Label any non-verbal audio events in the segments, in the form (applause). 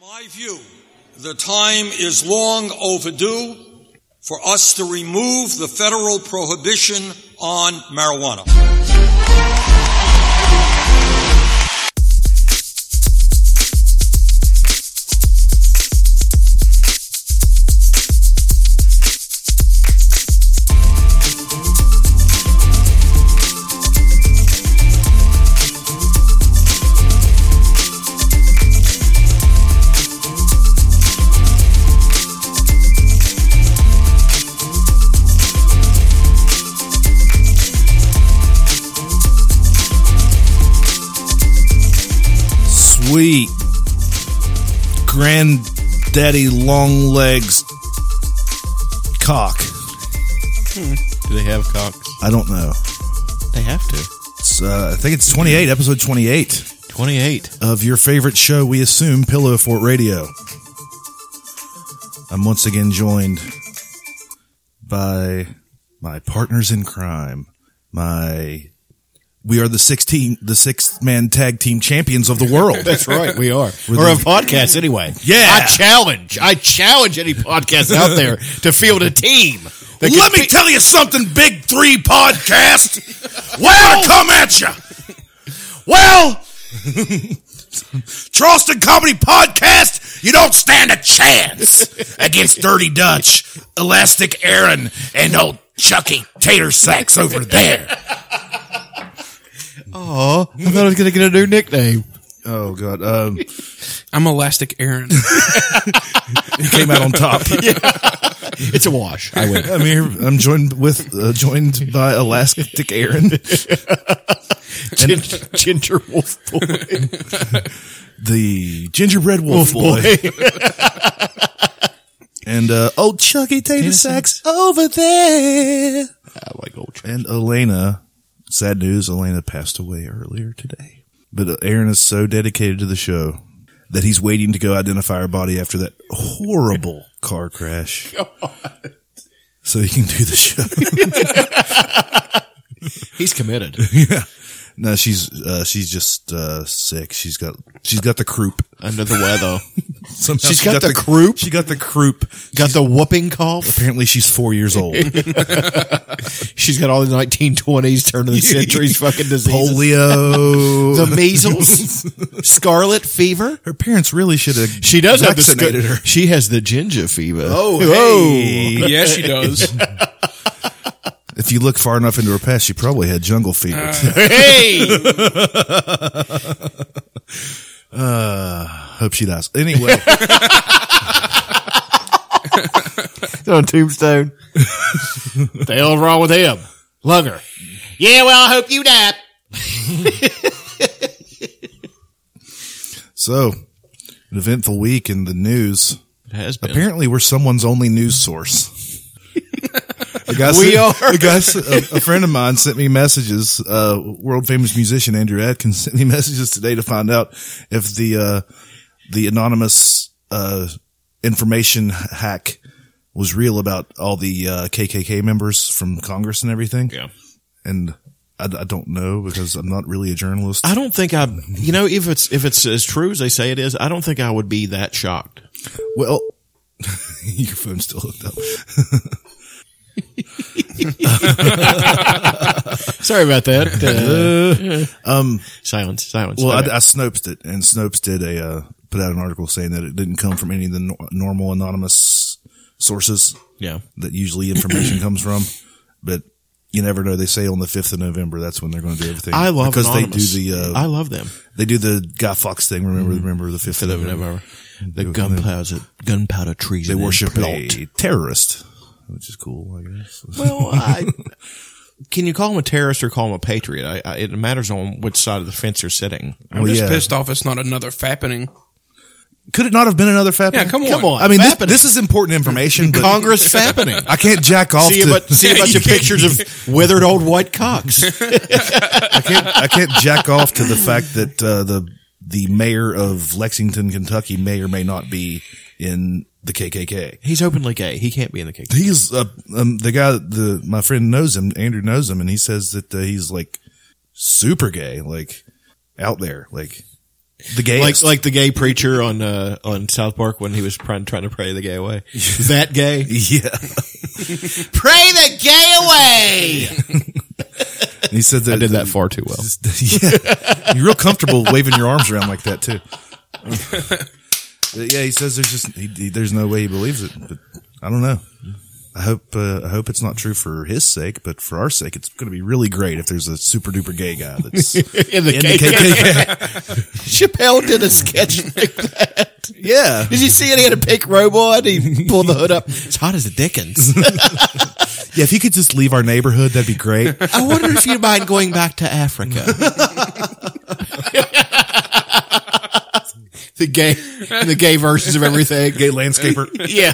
my view, the time is long overdue for us to remove the federal prohibition on marijuana. Sweet. Granddaddy long legs cock. Do they have cocks? I don't know. They have to. It's, uh, I think it's 28, episode 28 28. of your favorite show, we assume, Pillow Fort Radio. I'm once again joined by my partners in crime, my. We are the 16, the sixth man tag team champions of the world. That's right, we (laughs) are. We're or a the- podcast anyway. Yeah. I challenge. I challenge any podcast (laughs) out there to field a team. that can Let me pick- tell you something, Big Three Podcast. well, come at you. Well, (laughs) Charleston Comedy Podcast, you don't stand a chance against Dirty Dutch, Elastic Aaron, and old Chucky Tater Sacks over there. I thought I was going to get a new nickname. Oh God, um, I'm Elastic (laughs) Aaron. came out on (laughs) top. It's a (laughs) wash. I win. I'm here. I'm joined with uh, joined by Elastic Aaron, Gin- Ginger Wolf (laughs) Boy. the Gingerbread Wolf, Boy. (laughs) and uh, old Chucky Tater Sacks over there. I like old Chuck. And Elena, sad news, Elena passed away earlier today. But uh, Aaron is so dedicated to the show that he's waiting to go identify her body after that (laughs) horrible car crash. So he can do the (laughs) show. He's committed. no, she's uh, she's just uh, sick. She's got she's got the croup. Under the weather. (laughs) Somehow She's she got the croup? She got the croup. Got the whooping cough. Apparently, she's four years old. She's got all the 1920s, turn of the (laughs) centuries fucking diseases. Polio. The measles. (laughs) Scarlet fever. her parents really should have. She does have the vaccinated her. sc- She has the ginger fever. Oh, yeah, she does. (laughs) If you look far enough into her past, she probably had jungle fever. Ah. hey! (laughs) Hope she dies. Anyway, on tombstone. the hell wrong with him? Lunger. Yeah, well, I hope you die. so an eventful week in the news. It has been. Apparently, we're someone's only news source. (laughs) A guy We sent- are. A, guy, s- a- a friend of mine sent me messages. Uh, world famous musician Andrew Atkins (laughs) sent me messages today to find out if the uh, the anonymous uh, information hack was real about all the uh, KKK members from Congress and everything. Yeah. and I, I don't know because I'm not really a journalist. I don't think I, you know, if it's if it's as true as they say it is, I don't think I would be that shocked. Well, (laughs) your phone's still hooked up. Sorry about (laughs) that. um, silence, silence. Well, Okay. I, I Snopes it, and Snopes did a uh, put out an article saying that it didn't come from any of the nor- normal anonymous sources yeah. that (clears throat) usually information comes from, but. You never know. They say on the fifth of November, that's when they're going to do everything. I love because Anonymous. they do the uh, I Mm-hmm. love them. they do the Guy Fox thing. Remember, remember the fifth of November. The gunpowder, gunpowder trees. They worship a terrorist, which is cool, I guess. Well, I, (laughs) can you call him a terrorist or call him a patriot? I, I, it matters on which side of the fence you're sitting. I'm Well, just yeah. pissed off it's not another fappening. Could it not have been another fapping? Yeah, come on. Come on. I mean, this, Fapping. this is important information. But Congress fappening. I can't jack off. see, to, a bu- see a bunch of pictures of withered old white cocks. I can't, I can't jack off to the fact that uh, the the mayor of Lexington, Kentucky, may or may not be in the KKK. He's openly gay. He can't be in the KKK. He's uh, um, the guy. The my friend knows him. Andrew knows him, and he says that uh, he's like super gay, like out there, like The gay, Like like the gay preacher on uh, on South Park when he was trying trying to pray the gay away. that gay? (laughs) yeah. Pray the gay away. And he said that I did that far too well. (laughs) yeah. You're real comfortable waving your arms around like that too. But yeah, he says there's just he, he- there's no way he believes it, but I don't know. I hope uh, I hope it's not true for his sake, but for our sake, it's going to be really great if there's a super duper gay guy (laughs) that's in the In the gay, KKK. Chappelle did a sketch like that. Yeah, Did you see it? He had a pink robe on. He pulled the hood up. It's hot as a Dickens. yeah. If he could just leave our neighborhood, that'd be great. I wonder if you'd mind going back to Africa. the gay, the gay versions of everything. Gay landscaper. Yeah,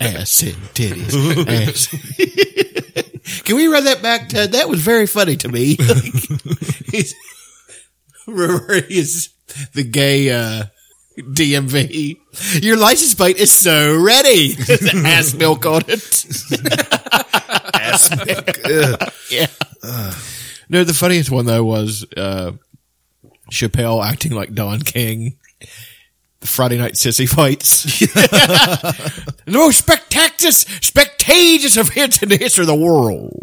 ass and titties. Ass. Can we run that back? Ted? that was very funny to me. (laughs) He's- Remember, he's the gay uh, DMV. Your license plate is so ready. (laughs) There's ass milk on it. (laughs) Yeah. Uh, No, the funniest one though was uh, Chappelle acting like Don King. The Friday night sissy fights. no spectaculars, spectators of here to this or the world. (laughs)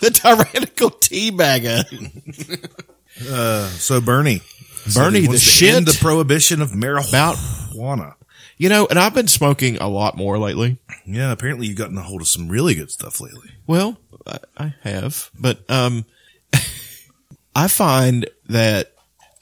the tyrannical teabagger. So Bernie, Bernie He the wants to shit. end the prohibition of marijuana. about, you know, and I've been smoking a lot more lately. Yeah, apparently you've gotten a hold of some really good stuff lately. Well, I, I have, but um, (laughs) I find that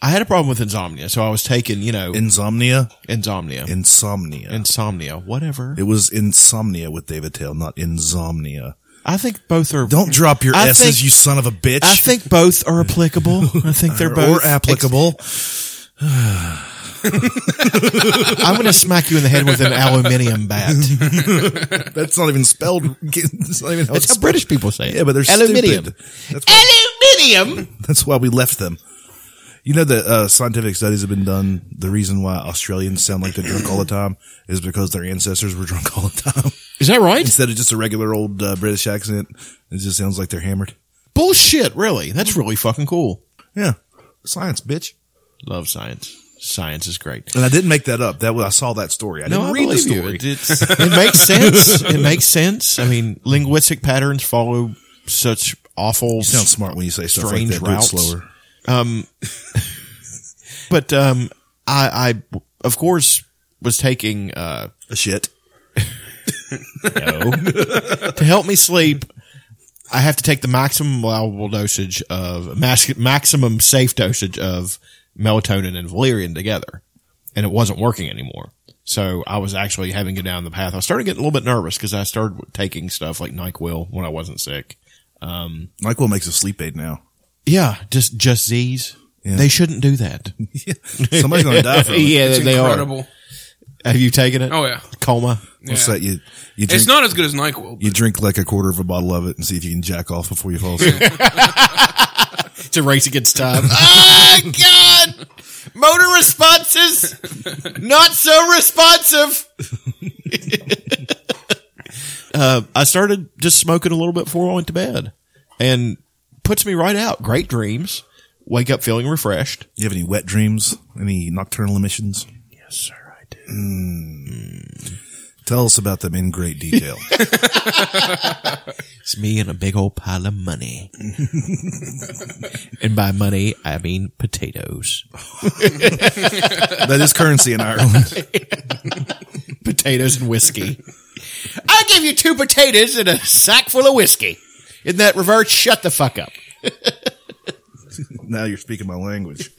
I had a problem with insomnia, so I was taking, you know, Insomnia, insomnia, insomnia. insomnia, whatever. it was insomnia with David Tail, not insomnia. I think both are. Don't drop your I s's, think- you son of a bitch. I think both are applicable. I think (laughs) they're or, both or (laughs) applicable. Ex- I'm going to smack you in the head with an aluminium (laughs) bat. That's not even (laughs) spelled. It's not even how That's it's how British people say it. Yeah, but they're aluminium. stupid. That's why, Aluminium. that's why we left them. You know that uh, scientific studies have been done. The reason why Australians sound like they're drunk all the time is because their ancestors were drunk all the time. (laughs) Is that right? Instead of just a regular old uh, British accent, it just sounds like they're hammered. Bullshit. Really? That's really fucking cool. Yeah, science, bitch. Love science. Science is great. And I didn't make that up. That was, I saw that story. I didn't I read the believe you. story. It, it's- (laughs) it makes sense. It makes sense. I mean, linguistic patterns follow such awful. Sounds smart when you say stuff Strange like that. Do it routes. slower. But um, I, I of course was taking uh, A shit. (laughs) to help me sleep. I have to take the maximum allowable dosage of mas- maximum safe dosage of melatonin and valerian together, and it wasn't working anymore. So I was actually having to go down the path. I started getting a little bit nervous because I started taking stuff like Nyquil when I wasn't sick. Nyquil makes a sleep aid (laughs) now. Yeah, just just Z's. Yeah. They shouldn't do that. Somebody's gonna die from it. (laughs) yeah, It's they incredible. are. Have you taken it? Oh, yeah. coma. What's Yeah. that? You you drink It's not as good as NyQuil. you drink like a quarter of a bottle of it and see if you can jack off before you fall (laughs) asleep. It's a race against (laughs) time. oh God! Motor responses not so responsive. (laughs) uh, I started just smoking a little bit before I went to bed, and puts me right out. Great dreams. Wake up feeling refreshed. you have any wet dreams? Any nocturnal emissions? Yes, sir, I do. Tell us about them in great detail. (laughs) It's me and a big old pile of money. (laughs) and by money, I mean potatoes. that is currency in Ireland. (laughs) potatoes and (laughs) whiskey. I'll give you two potatoes and a sack full of whiskey. In that reverse, shut the fuck up. now you're speaking my language.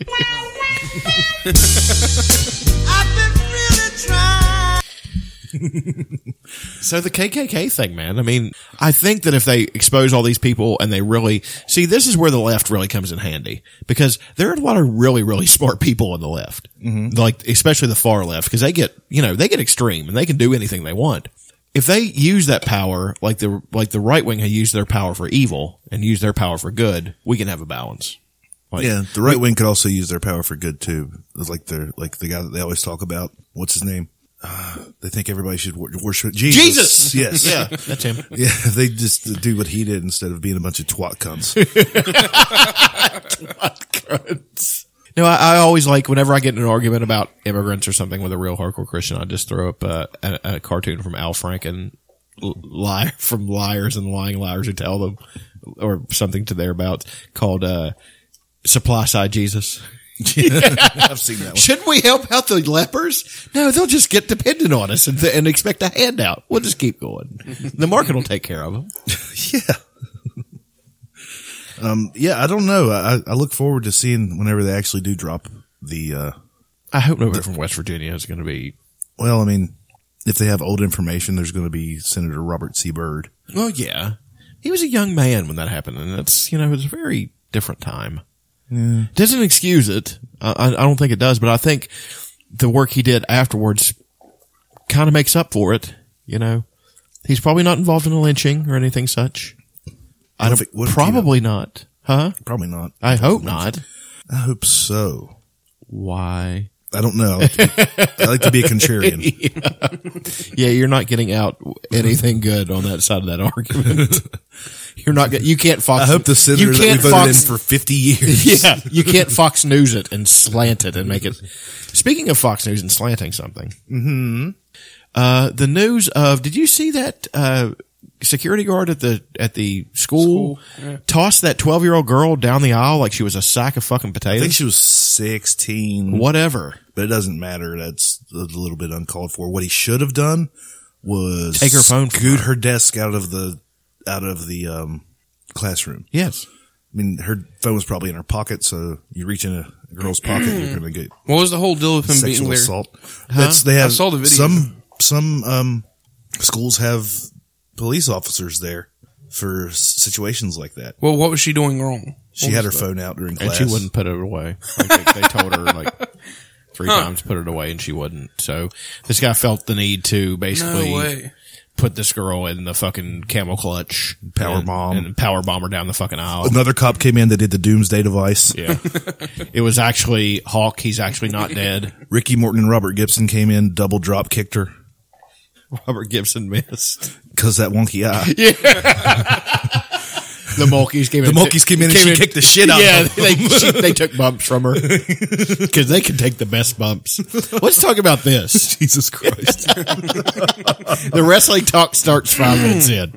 So the KKK thing, man. I mean, I think that if they expose all these people and they really see, this is where the left really comes in handy because there are a lot of really, really smart people on the left, like especially the far left, because they get, you know, they get extreme and they can do anything they want. If they use that power, like the like the right wing, have used their power for evil and use their power for good, we can have a balance. Like, Yeah, the right wing could also use their power for good too. It's like the like the guy that they always talk about. What's his name? Uh, they think everybody should wor- worship Jesus. Jesus! Yes. yeah, (laughs) that's him. Yeah, (laughs) they just do what he did (laughs) instead of being a bunch of twat cunts. No, I, I always like whenever I get in an argument about immigrants or something with a real hardcore Christian, I just throw up uh, a, a cartoon from Al Franken, l- liar (laughs) from liars and lying liars who tell them, or something to their about called uh, "Supply Side Jesus." (laughs) I've seen that one. Shouldn't we help out the lepers? No, they'll just get dependent on us and, and expect a handout. We'll just keep going. The market will take care of them. Yeah, I don't know. I, I look forward to seeing whenever they actually do drop the. Uh, I hope nobody from West Virginia is going to be. well, I mean, if they have old information, there's going to be Senator Robert C. Byrd. Well, yeah, he was a young man when that happened, and that's you know it was a very different time. Doesn't excuse it. I, I I don't think it does, but I think the work he did afterwards kind of makes up for it. You know, he's probably not involved in a lynching or anything such. What I don't. if it- what if he- probably not. Huh? Probably not. I hope not. I hope so. Why? I don't know. I like to, I like to be a (laughs) contrarian. Yeah, you're not getting out anything good on that side of that (laughs) argument. you're not. get- You can't fox. I hope the senator you that we can't voted fox, in for 50 years. (laughs) Yeah, you can't Fox News it and slant it and make it. Speaking of Fox News and slanting something, mm-hmm. uh, the news of did you see that uh, security guard at the at the school, tossed that twelve year old girl down the aisle like she was a sack of fucking I potatoes? think she was 16. Whatever. But it doesn't matter. That's a little bit uncalled for. What he should have done was Take her phone from scoot her. desk out of the out of the um, classroom. Yes. I mean, her phone was probably in her pocket, so you reach in a girl's pocket, you're going to (clears throat) get What was the whole deal with him being sexual there? assault. That's they have saw the video. some some um, schools have police officers there for s- situations like that. Well, what was she doing wrong? She had her phone out during And class. she wouldn't put it away. Like, they, they told her like three times put it away, and she wouldn't. So this guy felt the need to No basically way. put this girl in the fucking camel clutch, Power and, bomb. and power bomber down the (laughs) fucking aisle. Another cop came in that did the doomsday device. Yeah, it was actually Hawk. He's actually (laughs) not dead. Ricky Morton and Robert Gibson came in, double drop kicked her Robert Gibson missed. because that wonky eye. (laughs) The Mulkeys came The in. monkeys came in and she kicked the shit out yeah, of them. they, she- they took bumps (laughs) from her because they can take the best bumps. Let's talk about this. (laughs) Jesus (laughs) Christ. The wrestling talk starts five minutes in.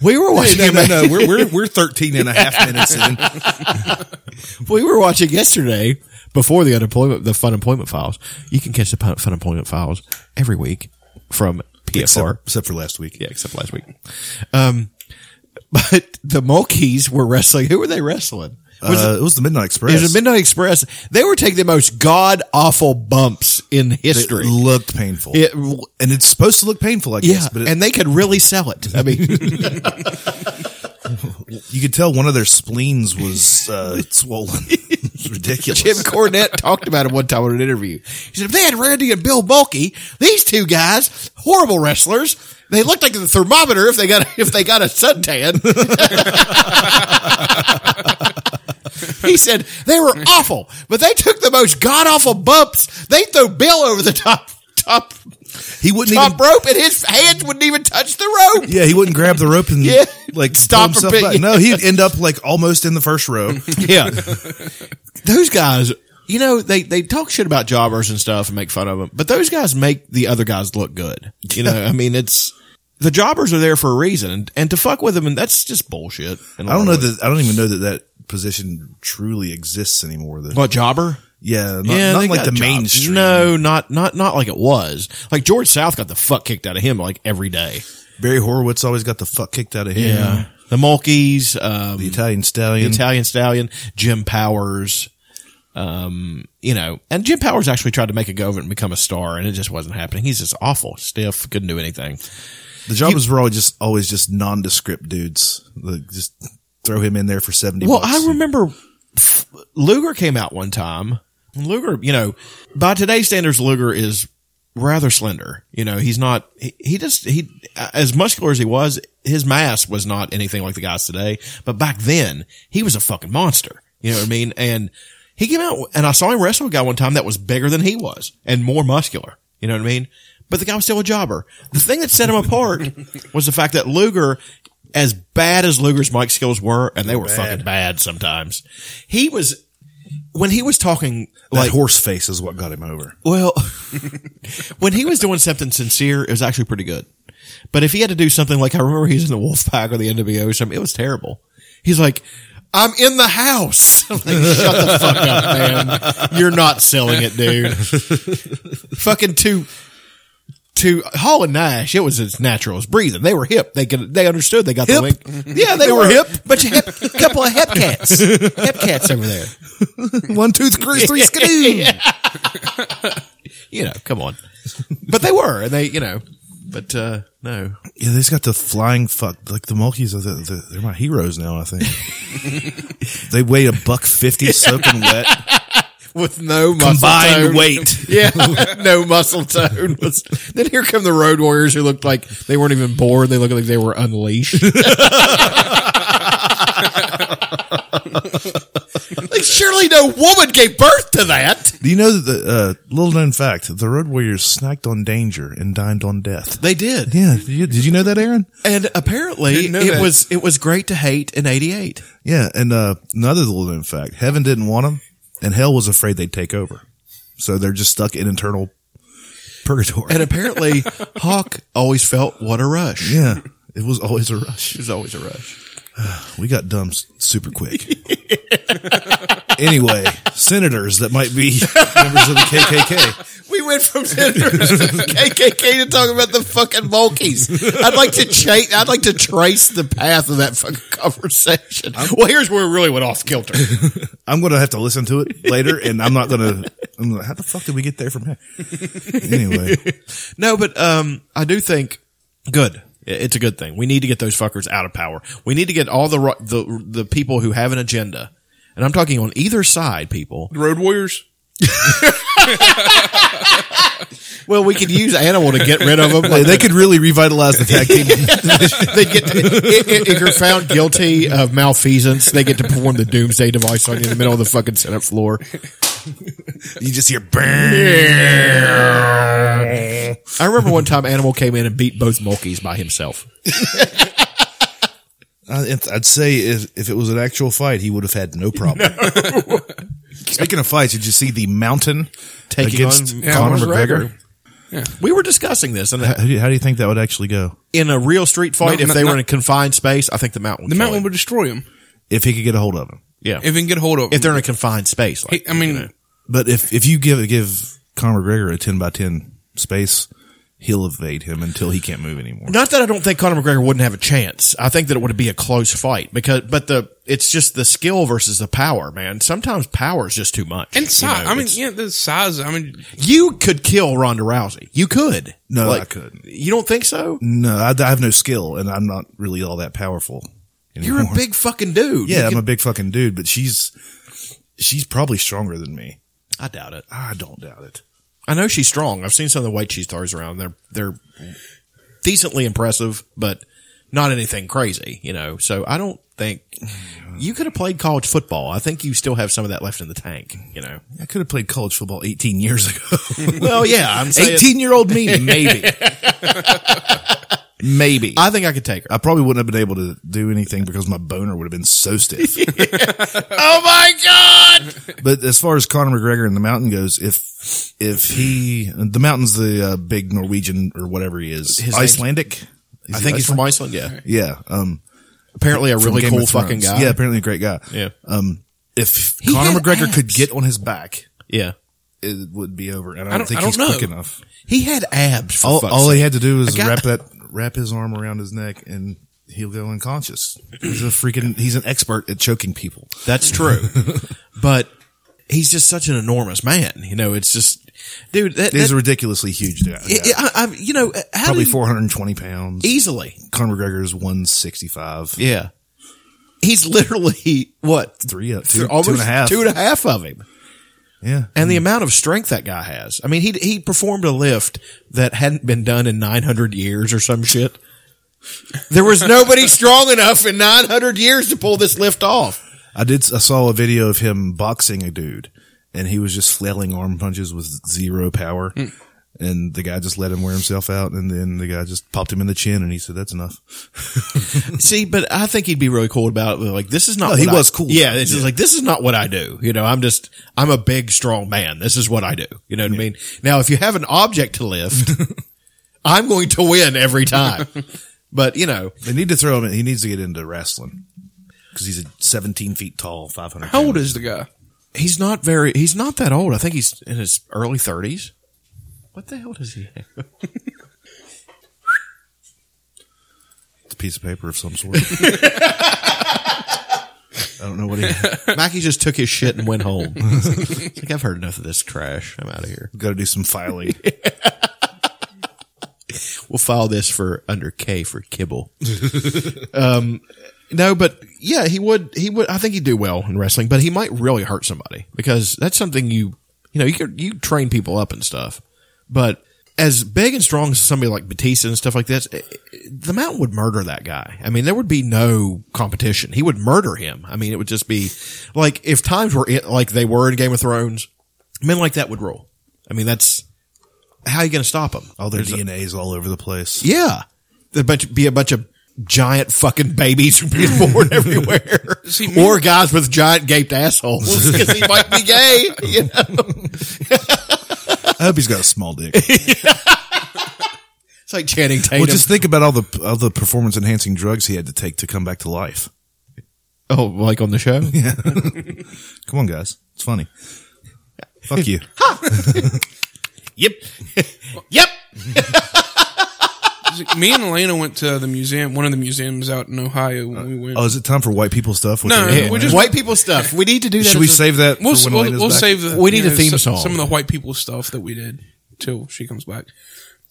We were watching. no, no, no. We're, we're, we're 13 and a (laughs) half minutes in. we were watching yesterday before the unemployment, the fun employment files. You can catch the Fun Fun employment files every week from PFR. Except, except for last week. yeah, except last week. Um, (laughs) but the Mulkeys were wrestling. Who were they wrestling? Was Uh, it was the Midnight it, Express. it was the Midnight Express. They were taking the most god awful bumps in it history. looked painful. It- and it's supposed to look painful, I yeah, guess. but it, and they could really sell it. (laughs) I mean, you could tell one of their spleens was (laughs) uh, swollen. It's ridiculous. Jim Cornette talked about it one time in an interview. He said, if they had Randy and Bill Mulkey, these two guys, horrible wrestlers, they looked like the thermometer if they got if they got a suntan. (laughs) he said they were awful, but they took the most god awful bumps. They threw Bill over the top top he wouldn't top even. rope, and his hands wouldn't even touch the rope. Yeah, he wouldn't grab the rope and (laughs) Yeah. like stop Stop himself a bit, back. yeah. No, he'd end up like almost in the first (laughs) row. Yeah. those guys, you know, they, they talk shit about jobbers and stuff and make fun of them, but those guys make the other guys look good. You know, I mean, it's the jobbers are there for a reason and, and to fuck with them. And that's just bullshit. I don't know that. I don't even know that that position truly exists anymore. Though. What jobber? Yeah, not, not like they got the jobs. mainstream. No, not, not, not like it was. Like George South got the fuck kicked out of him like every day. Barry Horowitz always got the fuck kicked out of him. The Mulkeys, um, The Italian Stallion. Italian Stallion, Jim Powers. Um, you know, and Jim Powers actually tried to make a go of it and become a star, and it just wasn't happening. He's just awful, stiff, couldn't do anything. the jobbers were all just always just nondescript dudes. Like, just throw him in there for seventy. Well, bucks. I remember f- Luger came out one time. Luger, you know, by today's standards, Luger is rather slender. You know, he's not, he, he just, he, as muscular as he was, his mass was not anything like the guys today. But back then, he was a fucking monster. You know what I mean? And he came out and I saw him wrestle a guy one time that was bigger than he was and more muscular. You know what I mean? But the guy was still a jobber. The thing that set him apart was the fact that Luger, as bad as Luger's mic skills were, and they were fucking bad sometimes, he was when he was talking That like horse face is what got him over. (laughs) well, (laughs) when he was doing something sincere, it was actually pretty good. But if he had to do something like I remember he's in the Wolf Pack or the NWO or something, it was terrible. He's like, "I'm in the house." (laughs) I'm like, Shut the fuck up, man! You're not selling it, dude. (laughs) Fucking two. To Hall and Nash, it was as natural as breathing. They were hip. They could, they understood. They got the link. Yeah, they, were, hip. But you hip, couple of hip cats, (laughs) hip cats over there. One, two, three, (laughs) three, skidoo. you know, come on. But they were, and they, you know, but uh no. Yeah, they just got the flying fuck. Like the monkeys are the, the they're my heroes now. I think (laughs) they weigh a buck fifty, soaking wet, With no muscle combined weight. (laughs) Yeah, no muscle tone. Was, then here come the Road Warriors who looked like they weren't even born. They looked like they were unleashed. (laughs) like, surely no woman gave birth to that. Do you know that the uh, little known fact? The Road Warriors snacked on danger and dined on death. They did. Yeah, you, did you know that, Aaron? And apparently it Didn't know that. was, it was great to hate in 88. Yeah, and uh, another little known fact: Heaven didn't want them, and Hell was afraid they'd take over, so they're just stuck in internal purgatory. And apparently Hawk always felt what a rush. yeah, it was always a rush. It was always a rush. We got dumb s- super quick. (laughs) anyway, senators that might be members of the KKK. We went from (laughs) senators to the KKK to talk about the fucking monkeys. I'd like to chase. I'd like to trace the path of that fucking conversation. well, here's where it really went off kilter. I'm going to have to listen to it later, and I'm not going to. I'm like, how the fuck did we get there from here? Anyway, (laughs) no, but um, I do think good. I- It's a good thing. We need to get those fuckers out of power. We need to get all the ro- the the people who have an agenda, and I'm talking on either side, people. The Road Warriors. (laughs) Well, we could use animal to get rid of them. Hey, they could really revitalize the tag team. (laughs) they get to, if, if- if you're found guilty of malfeasance, they get to perform the doomsday device on you in the middle of the fucking Senate floor. You just hear burn. I remember one time Animal came in and beat both monkeys by himself. Uh, it- I'd say if, if it was an actual fight, he would have had no problem. (laughs) Speaking of fights, did you see the mountain Taking against on Conor Conor McGregor? We were discussing this, and How do, you, how do you think that would actually go in a real street fight, No, if no, they were no. in a confined space, I think the mountain. Would The kill mountain him. would destroy him if he could get a hold of him? yeah. If, if he can get a hold of him. they're in a confined space, like, I mean, But if if you give give Conor McGregor a ten by ten space, he'll evade him until he can't move anymore. not that I don't think Conor McGregor wouldn't have a chance. I think that it would be a close fight because, but the it's just the skill versus the power, man. Sometimes power is just too much. and size. you know, I mean, it's- yeah, the size. I mean, you could kill Ronda Rousey. You could. No, I couldn't. You don't think so? No, I, I have no skill, and I'm not really all that powerful. You're a anymore. big fucking dude. yeah. You I'm could- a big fucking dude, but she's she's probably stronger than me. I doubt it. I don't doubt it. I know she's strong. I've seen some of the weight she throws around. They're they're decently impressive, but not anything crazy, you know. So I don't think you could have played college football. I think you still have some of that left in the tank, you know. I could have played college football 18 years (laughs) ago. (laughs) Well, yeah, I'm saying 18 year old me, maybe, maybe. I, I think I could take her. I probably wouldn't have been able to do anything because my boner would have been so (laughs) stiff. (laughs) Oh my god! But as far as Conor McGregor and the mountain goes, if if he the mountain's the uh, big Norwegian or whatever he is, His name's- Icelandic. Is I he think he's Iceland? from Iceland. Yeah, Yeah, um, apparently a from really Game cool of Thrones. fucking guy. Yeah, apparently a great guy. Yeah. Um, if He Conor had McGregor could abs. get on his back, yeah. it would be over. And I don't, don't- think I don't he's know. quick enough. He had abs. For All, fuck's all sake. he had to do was got- wrap that wrap his arm around his neck and. He'll go unconscious. He's a freaking. He's an expert at choking people. (laughs) That's true. but he's just such an enormous man. You know, it's just, dude, that, He's that, a ridiculously huge guy. it- it- I, I, you know, how Probably do you- 420 pounds. easily. Conor McGregor's 165. Yeah. He's literally (laughs) what? Three, uh, two, th- two and a half. two and a half of him. Yeah. And the amount of strength that guy has. I mean, he, he performed a lift that hadn't been done in 900 years or some shit. There was nobody (laughs) strong enough in 900 years to pull this lift off. I did, I saw a video Hmm. of him boxing a dude and he was just flailing arm punches with zero power. And the guy just let him wear himself out, and then the guy just popped him in the chin, and he said, "That's enough." See, but I think he'd be really cool about it. like this is not. No, he what I- was cool. Yeah, this is like this is not what I do. You know, I'm just I'm a big strong man. This is what I do. You know what I mean? Now, if you have an object (laughs) to lift, I'm going to win every time. but you know, They need to throw him. in. He needs to get into wrestling because he's a 17 feet tall, 500. How old is the guy? he's not very. He's not that old. I think he's in his early 30s. What the hell does he? (laughs) Have? It's a piece of paper of some sort. (laughs) I don't know what he (laughs) Mackie just took his shit and went home. (laughs) It's like I've heard enough of this trash. I'm out of here. got to do some filing. We'll file this for under K for kibble. (laughs) um, no, but yeah, he would. He would. I think he'd do well in wrestling, but he might really hurt somebody because that's something you you know you could you train people up and stuff. But as big and strong as somebody like Batista and stuff like this, eh, eh, the Mountain would murder that guy. I mean, there would be no competition. He would murder him. I mean, it would just be like if times were it, like they were in Game of Thrones, men like that would rule. I mean, that's how you going to stop them. All their DNA's all over the place. Yeah. There'd bunch- be a bunch of giant fucking babies (laughs) being born everywhere. See, me- or guys with giant gaped assholes because he might be gay. (laughs) You know? I hope he's got a (laughs) small dick. It's like Channing Tatum. Well, just think about all the all the performance enhancing drugs he had to take to come back to life. oh, like on the show? Come on, guys, it's funny. (laughs) Fuck you. (laughs) yep. yep. Is it- Me and Elena went to the museum, one of the museums out in Ohio when we went. Oh, is it time for white people stuff? No, With- no, we just- White people stuff. We need to do that. Should we as a- save that? we'll for s- when we'll, Elena's we'll back? save the. We need you a theme so- song. Some of the white people stuff that we did till she comes back.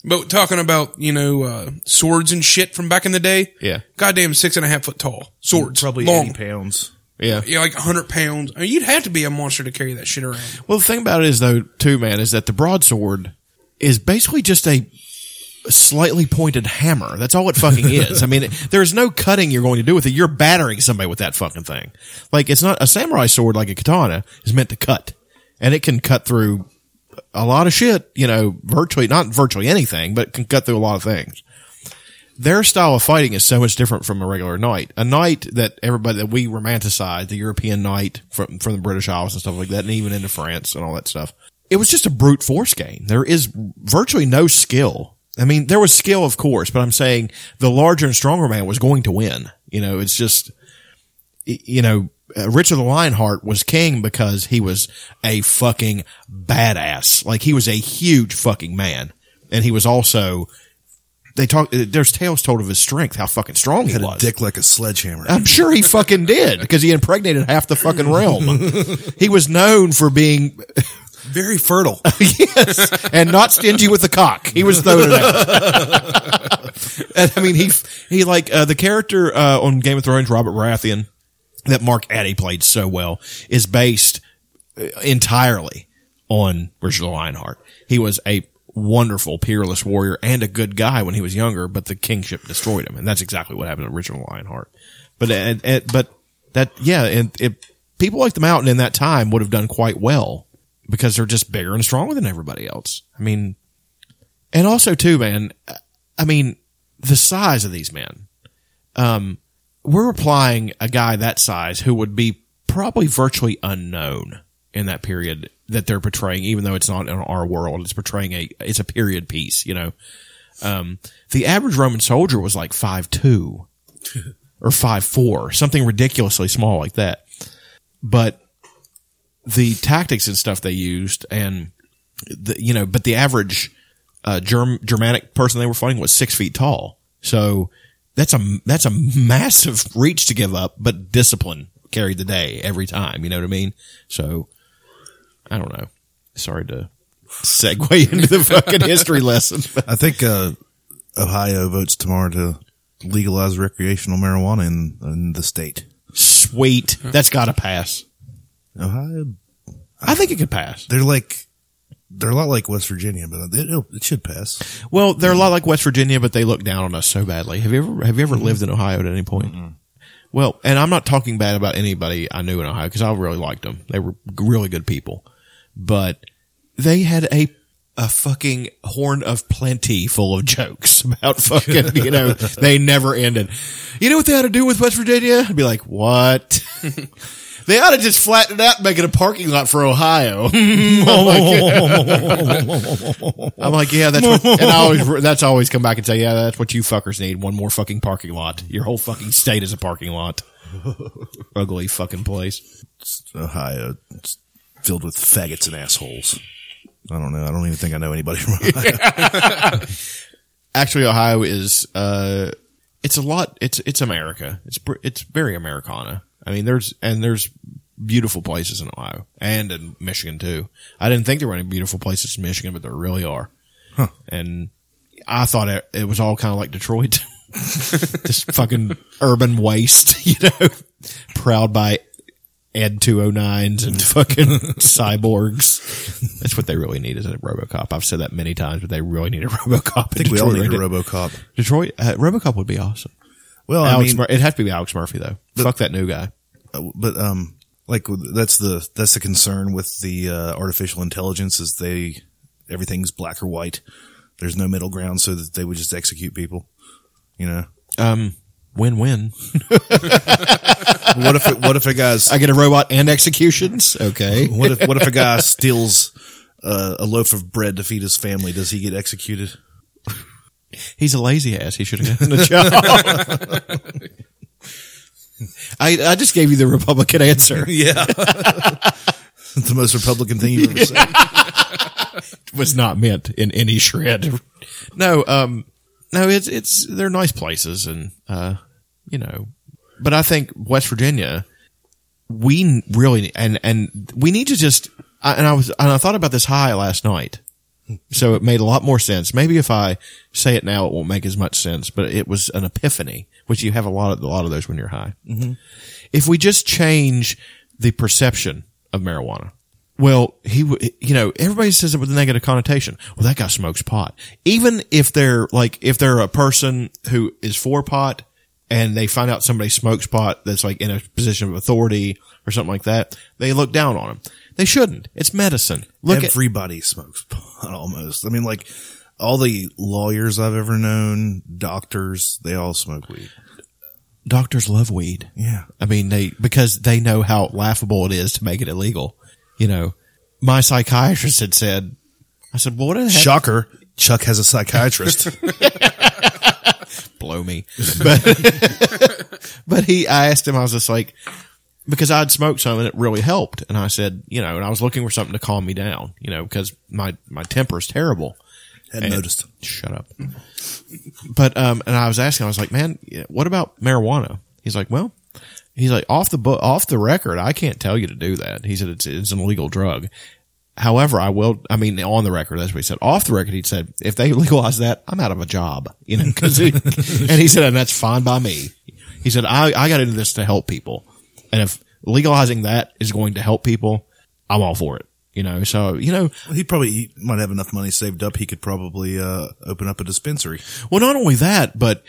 But talking about you know uh, swords and shit from back in the day. Yeah. Goddamn, six and a half foot tall swords, probably long, eighty pounds. Yeah. yeah, like hundred pounds. I mean, you'd have to be a monster to carry that shit around. Well, the thing about it is, though, too, man, is that the broadsword is basically just a slightly pointed hammer. That's all it fucking is. I mean, it- there's no cutting you're going to do with it. You're battering somebody with that fucking thing. Like, it's not a samurai sword like a katana is meant to cut, and it can cut through a lot of shit, you know, virtually, not virtually anything, but can cut through a lot of things their style of fighting is so much different from a regular knight. A knight that everybody that we romanticize, the European knight from from the British Isles and stuff like that, and even into France and all that stuff. It was just a brute force game. There is virtually no skill. I mean, there was skill, of course, but I'm saying the larger and stronger man was going to win. You know, it's just y- you know, uh, Richard the Lionheart was king because he was a fucking badass. Like he was a huge fucking man, and he was also. They talk. uh, There's tales told of his strength, how fucking strong he Had a was. dick like a sledgehammer. I'm sure he fucking did because he impregnated half the fucking realm. (laughs) he was known for being Very fertile. (laughs) yes, and not stingy with the cock. He was known. for that. (laughs) and I mean, he he like uh, the character uh, on Game of Thrones, Robert Baratheon, that Mark Addy played so well, is based uh, entirely on Richard the Lionheart. He was a wonderful, peerless warrior and a good guy when he was younger, but the kingship destroyed him, and that's exactly what happened to Richard the Lionheart. But uh, and, and, but that yeah, and it, people like the Mountain in that time would have done quite well because they're just bigger and stronger than everybody else. I mean, and also too, man. I mean, the size of these men. Um, we're applying a guy that size who would be probably virtually unknown in that period that they're portraying, even though it's not in our world. It's portraying a it's a period piece, you know. Um, the average Roman soldier was like five two or five four, something ridiculously small like that. But the tactics and stuff they used, and the, you know, but the average uh, Germ- Germanic person they were fighting was six feet tall. So that's a that's a massive reach to give up, but discipline carried the day every time. You know what I mean? So I don't know. Sorry to segue (laughs) into the fucking history lesson. (laughs) I think uh, Ohio votes tomorrow to legalize recreational marijuana in, in the state. Sweet, that's got to pass. Ohio, I think it could pass. they're like they're a lot like West Virginia, but it, it'll- it should pass. Well, they're a lot like West Virginia, but they look down on us so badly. Have you ever have you ever lived in Ohio at any point? Well, and I'm not talking bad about anybody I knew in Ohio because I really liked them. They were really good people, but they had a a fucking horn of plenty full of jokes (laughs) about fucking, you know, they never ended. You know what they ought to do with West Virginia? I'd be like, what? they ought to just flatten it out and make it a parking lot for Ohio. I'm like, yeah, that's what, and I always, that's I always come back and say, yeah, that's what you fuckers need. One more fucking parking lot. Your whole fucking state is a parking lot. Ugly fucking place. Ohio, it's filled with faggots and assholes. I don't know. I don't even think I know anybody (laughs) from Ohio. Actually, Ohio is, uh, it's a lot, it's, it's America. It's, br- it's very Americana. I mean, there's, and there's beautiful places in Ohio and in Michigan too. I didn't think there were any beautiful places in Michigan, but there really are. And I thought it, it was all kind of like Detroit. (laughs) Just fucking urban waste, (laughs) you know, proud by Ed 209s (laughs) and fucking cyborgs. That's what they really need is a Robocop. I've said that many times, but they really need a Robocop. I think we all need a RoboCop. Detroit, uh, Robocop would be awesome. Well, I Alex, mean, Mur- it'd have to be Alex Murphy though. Fuck that new guy. uh, but um, like with- that's the that's the concern with the uh, artificial intelligence is they everything's black or white. There's no middle ground, so that they would just execute people. You know, Um, win-win. what if it, what if a (laughs) guy's I get a robot and executions. Okay. what if what if a guy steals uh, a loaf of bread to feed his family? Does he get executed? (laughs) He's a lazy ass. He should have gotten a job. (laughs) I, I just gave you the Republican (laughs) answer. Yeah. (laughs) the most Republican thing you've ever said. was not meant in any shred. No, um, no, it's, it's, they're nice places and, uh, you know, but I think West Virginia, we n- really, and, and we need to just, I, and I was, and I thought about this high last night. So it made a lot more sense. Maybe if I say it now, it won't make as much sense, but it was an epiphany, which you have a lot of, a lot of those when you're high. If we just change the perception of marijuana, well, he, w- you know, everybody says it with a negative connotation. Well, that guy smokes pot. Even if they're like, if they're a person who is for pot and they find out somebody smokes pot that's like in a position of authority or something like that, they look down on them. They shouldn't. It's medicine. Look at, Everybody smokes pot almost. I mean, like all the lawyers I've ever known, doctors, they all smoke weed. doctors love weed. Yeah. I mean, they, because they know how laughable it is to make it illegal. You know, my psychiatrist had said, I said, well, what the heck? Shocker. Chuck has a (laughs) psychiatrist. blow me. But, but (laughs) he, I asked him, I was just like, because I'd smoked some and it really helped. And I said, you know, and I was looking for something to calm me down, you know, because my, my temper is terrible. Hadn't noticed. Shut up. But, um, and I was asking, I was like, man, what about marijuana? He's like, well, he's like, off the book, off the record, I can't tell you to do that. He said, it's, it's an illegal drug. However, I will, I mean, on the record, that's what he said. Off the record, he said, if they (laughs) legalize that, I'm out of a job, you know, 'cause he, (laughs) and he said, and that's fine by me. He said, I, I got into this to help people. And if legalizing that is going to help people, I'm all for it, you know, so, you know, He probably he might have enough money saved up. He could probably uh, open up a dispensary. Well, not only that, but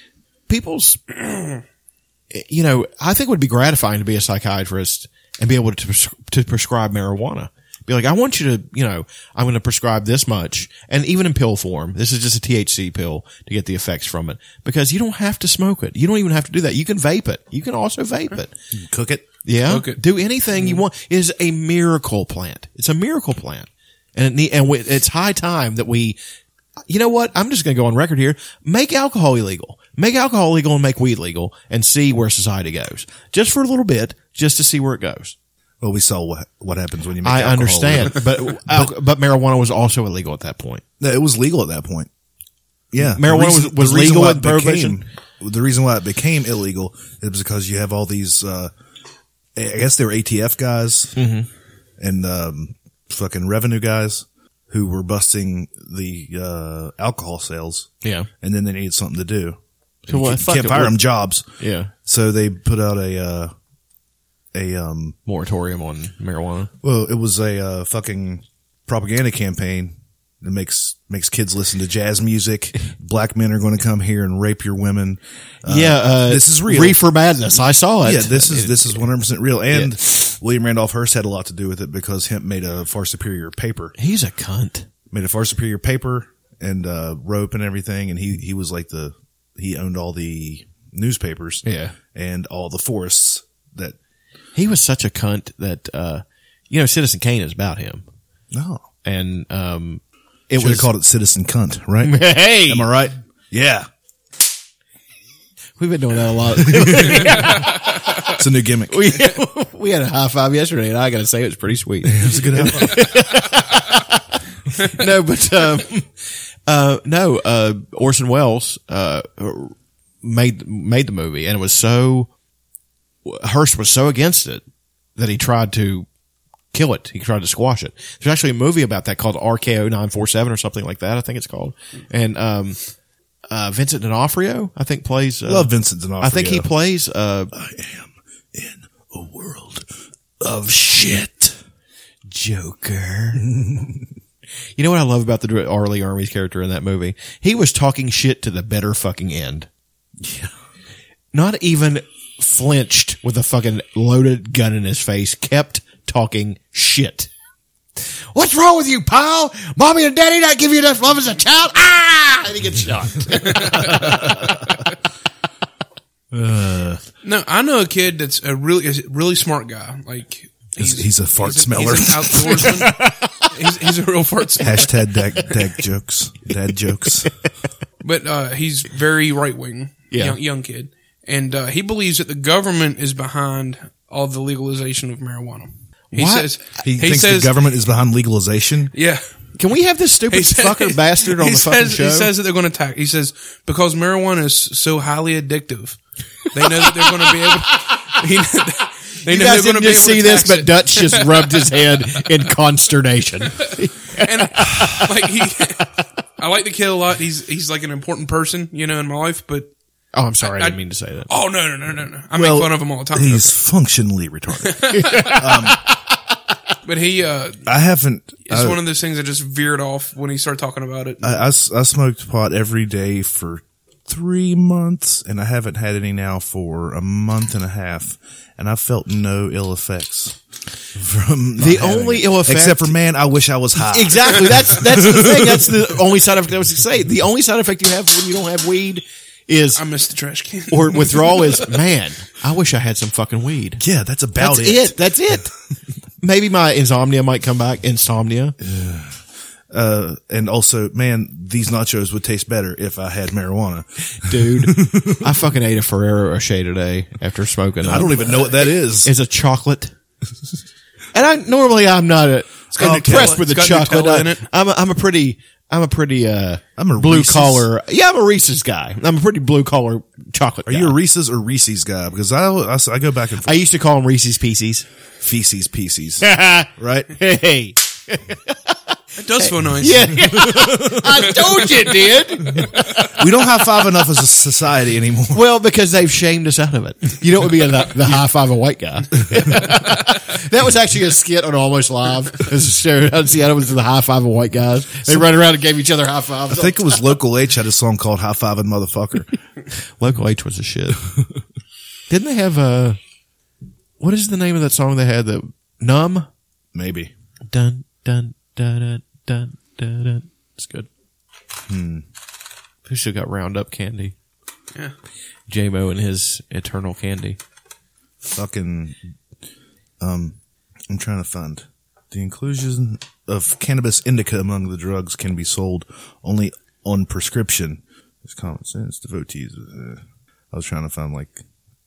people's, (clears throat) you know, I think it would be gratifying to be a psychiatrist and be able to pres- to prescribe marijuana. Be like, I want you to, you know, I'm going to prescribe this much, and even in pill form, this is just a THC pill to get the effects from it because you don't have to smoke it. You don't even have to do that. You can vape it. You can also vape it. Cook it. Yeah. Okay. Do anything Mm. you want. It is a miracle plant. It's a miracle plant. And it, need- and we, it's high time that we, you know what? I'm just going to go on record here. Make alcohol illegal. Make alcohol legal and make weed legal and see where society goes. Just for a little bit, just to see where it goes. Well, we saw what what happens when you make I alcohol. understand, but, (laughs) al- but marijuana was also illegal at that point. No, it was legal at that point. Yeah, Marijuana The was- was the reason legal why in it became- Prohibition? the reason why it became illegal is because you have all these. Uh, I guess they were ATF guys Mm-hmm. and um, fucking revenue guys who were busting the uh, alcohol sales, Yeah. and then they needed something to do. So what? you can't, can't fire them jobs, Yeah. so they put out a uh, a um, Moratorium on marijuana. well, it was a uh, fucking propaganda campaign that makes makes kids listen to jazz (laughs) music. Black men are going to come here and rape your women. yeah. Uh, this is real. Reefer madness. I saw it. Yeah, this is this is one hundred percent real. And William Randolph Hearst had a lot to do with it because hemp made a far superior paper. He's a cunt. made a far superior paper and uh, rope and everything. And he he was like the he owned all the newspapers Yeah. and all the forests that He was such a cunt that, uh, you know, Citizen Kane is about him. no And, um, it should was have (laughs) called it citizen cunt right Hey, am I right yeah we've been doing that a (laughs) lot. it's a new gimmick (laughs) we, we had a high five yesterday, and I got to say it was pretty sweet. it's a good outline. no, (laughs) but um, uh, no, uh, Orson Welles uh, made made the movie, and it was so Hearst was so against it that he tried to kill it. He tried to squash it. There's actually a movie about that called RKO nine four seven or something like that. I think it's called, and um, uh, Vincent D'Onofrio, I think plays. Uh, love Vincent D'Onofrio I think he plays. Uh, a world of shit Joker. (laughs) you know what I love about the dr- Arlie Army's character in that movie? He was talking shit to the better fucking end. Yeah. Not even flinched with a fucking loaded gun in his face, kept talking shit. What's wrong with you, pal? Mommy and daddy not give you enough love as a child? Ah! And he gets shot. No, I know a kid that's a really is a really smart guy. Like He's- he's a fart smeller. He's an (laughs) outdoorsman. he's, he's a real fart smeller. hashtag dad, dad jokes dad jokes But uh, he's very right wing. Yeah. Young, young kid, and uh, he believes that the government is behind all the legalization of marijuana. (laughs) He What? says he, thinks says, the government is behind legalization Yeah. (laughs) Can we have this stupid fucker bastard on he the says, fucking show? He says that they're going to tax. He says because marijuana is so highly addictive, they know that they're going to be able. (laughs) He, they you know guys they're going to didn't be able just see to this, tax but it. Dutch just rubbed his head in (laughs) consternation. and like he, (laughs) I like the kid a lot. He's he's like an important person, you know, in my life. But Oh, I'm sorry. I, didn't I- mean to say that. oh no, no, no, no, no! I Well, make fun of him all the time. he's functionally retarded But he uh, I haven't is I- one of those things that just veered off when he started talking about it. I, I s- I smoked pot every day for three months, and I haven't had any now for a month and a half, and I felt no ill effects from not The having only it. ill effect- except for man, I wish I was high. Exactly. That's that's the thing. That's the only side effect I was to say. The only side effect you have when you don't have weed is I missed the trash can. or withdrawal is man. I wish I had some fucking weed. Yeah, that's about That's it. That's it. (laughs) Maybe my insomnia might come back. Insomnia. Uh, and also, man, these nachos would taste better if I had marijuana. Dude, I fucking ate a Ferrero Rocher today after smoking. I don't even know what that is. It's a chocolate. And I normally I'm not a, got impressed Nutella- with the it's got chocolate. Nutella I, in it. am a, I'm a pretty I'm a pretty uh I'm a blue Reese's. collar. Yeah, I'm a Reese's guy. I'm a pretty blue collar chocolate. Are you guy. a Reese's or Reese's guy? Because I, I, I go back and I forth. used to call them Reese's Pieces. feces pieces, right? Hey, (laughs) It does feel nice. yeah, I told you, did. We don't high five enough as a society (laughs) anymore. Well, because they've shamed us out of it. You know what would be the, the high five a white guy? (laughs) that was actually a skit on Almost Live. It was a show out in Seattle was the high five of white guys. They run around and gave each other high fives. I think it was Local H had a song called "High Five and Motherfucker." (laughs) Local H was a shit. Didn't they have a? What is the name of that song they had? The numb. Maybe. Dun dun dun dun dun dun. dun. It's good. Hmm. Who should got round up candy? Yeah. J Mo and his eternal candy. fucking um I'm trying to find the inclusion of cannabis indica among the drugs can be sold only on prescription. It's common sense. Devotees. Uh, I was trying to find like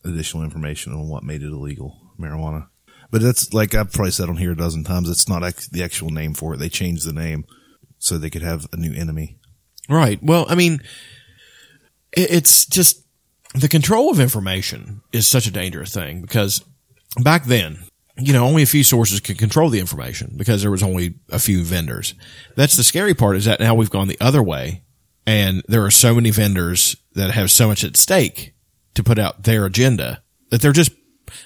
additional information on what made it illegal marijuana, but that's like I've probably said on here a dozen times. It's not ac- the actual name for it. They changed the name so they could have a new enemy. Right. Well, I mean, it, it's just the control of information is such a dangerous thing because back then, you know, only a few sources could control the information because there was only a few vendors. That's the scary part is that now we've gone the other way and there are so many vendors that have so much at stake to put out their agenda that they're just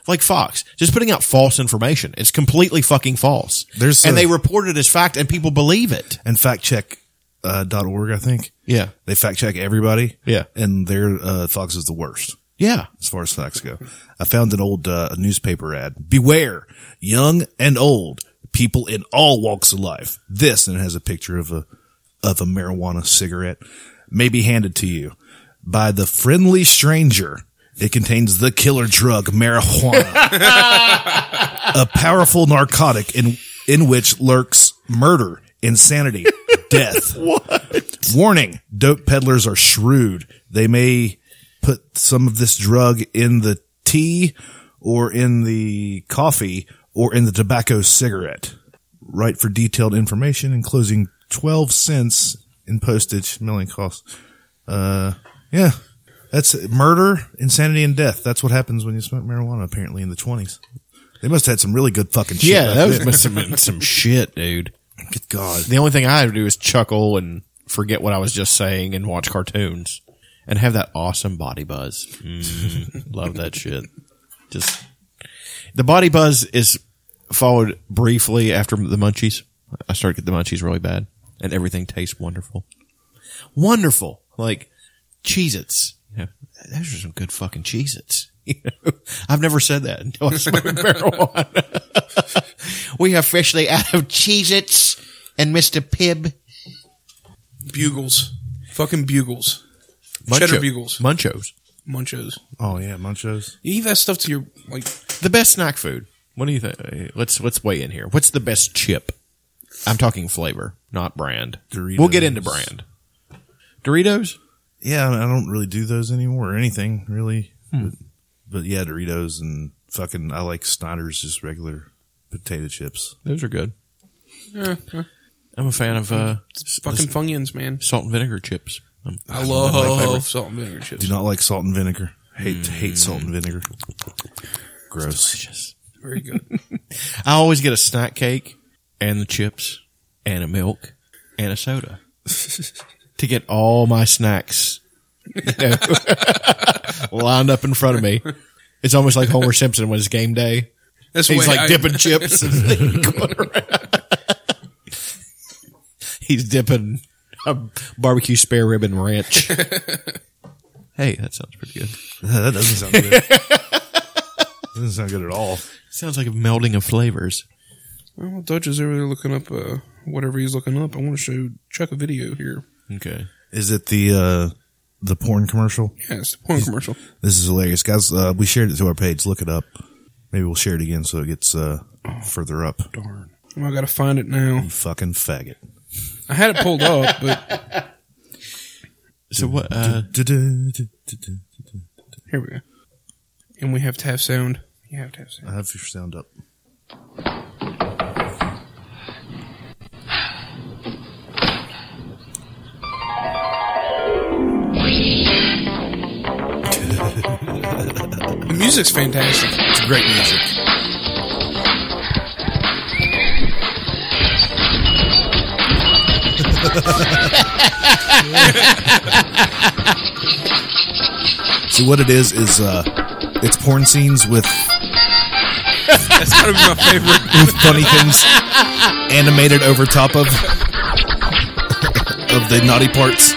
like Fox, just putting out false information. It's completely fucking false. There's and a- they report it as fact and people believe it. And factcheck uh, dot org, I think. Yeah. They fact check everybody. Yeah. And their uh, Fox is the worst. Yeah. as far as facts go. I found an old uh, newspaper ad. Beware, young and old. people in all walks of life. This and it has a picture of a of a marijuana cigarette may be handed to you by the friendly stranger. It contains the killer drug marijuana, (laughs) a powerful narcotic in in which lurks murder, insanity, death. Warning: Dope peddlers are shrewd. They may put some of this drug in the tea, or in the coffee, or in the tobacco cigarette. Write for detailed information, enclosing twelve cents in postage, mailing costs. Uh, yeah, that's it. murder, insanity, and death. That's what happens when you smoke marijuana. Apparently, in the twenties, they must have had some really good fucking shit. yeah, back that was then. must have been some shit, dude. good God. The only thing I had to do is chuckle and forget what I was just saying and watch cartoons and have that awesome body buzz. Mm, (laughs) love that shit. Just the body buzz is followed briefly after the munchies. I start to get the munchies really bad and everything tastes wonderful. Wonderful. Like Cheez Its. You know, those are some good fucking Cheez Its. You know, (laughs) I've never said that until I smoked (laughs) marijuana. (laughs) we are officially out of Cheez Its and Mr. Pibb. Bugles. Fucking bugles. Cheddar bugles. Munchos. Munchos. Oh yeah, munchos. You eat that stuff to your like The best snack food. What do you think? Uh, Let's let's weigh in here. What's the best chip? I'm talking flavor, not brand. Doritos. We'll get into brand. Doritos? Yeah, I don't really do those anymore or anything really. But, but yeah, Doritos and fucking I like Snyder's just regular potato chips. Those are good. I'm a fan of uh, s- fucking Funyuns, man. salt and vinegar chips. Um, I love salt and vinegar chips. Do not like salt and vinegar. Hate hate salt and vinegar. (laughs) Gross. Very good. (laughs) I always get a snack cake and the chips and a milk and a soda to get all my snacks you know, (laughs) lined up in front of me. It's almost like Homer Simpson when it's game day. That's the He's way like I- dipping chips. And (laughs) going around. He's dipping a barbecue spare rib and ranch. hey, that sounds pretty good. that doesn't sound good. doesn't sound good at all. Sounds like a melding of flavors. Well, Dutch is over there looking up uh, whatever he's looking up. I want to show Chuck a video here. Okay. Is it the uh the porn commercial? Yeah, it's the porn commercial. This is hilarious, guys. Uh, we shared it to our page. Look it up. Maybe we'll share it again so it gets uh further up. Darn. Well, I gotta find it now. Fucking faggot. I had it pulled up, but So what? Uh, Du-du-du-du-du. here we go. And we have to have sound. You have to have sound. I have your sound up. The music's fantastic. It's great (laughs) music. See what it is is uh, it's porn scenes with That's gotta be my favorite. with funny things animated over top of of the naughty parts.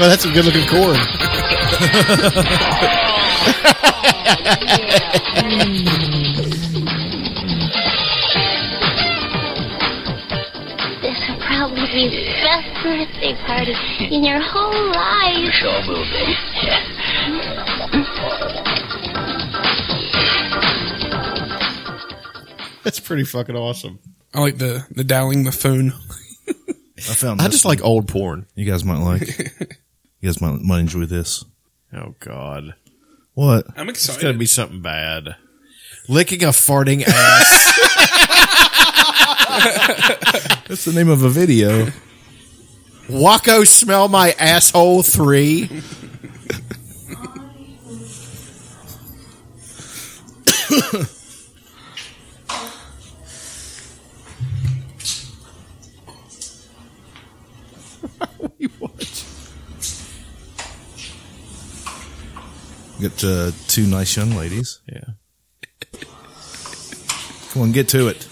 well, that's some good looking corn. (laughs) This will probably be the best birthday party in your whole life. Sure will be. That's pretty fucking awesome. I like the the dialing the phone. I found. I this just one. like old porn. you guys might (laughs) like. You guys might might enjoy this. Oh God, What? I'm it's gonna excited. be something bad. Licking a farting (laughs) ass. That's the name of a video. Waco, smell my asshole. Three. Got uh, two nice young ladies. uh, Yeah. Come Come on, get to it.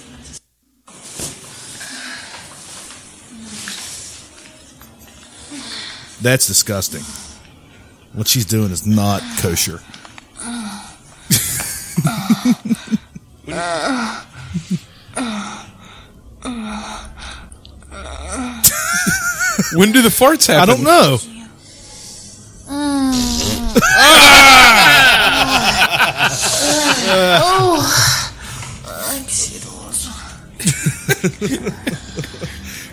That's disgusting. What she's doing is not kosher. When do the farts happen? I don't know.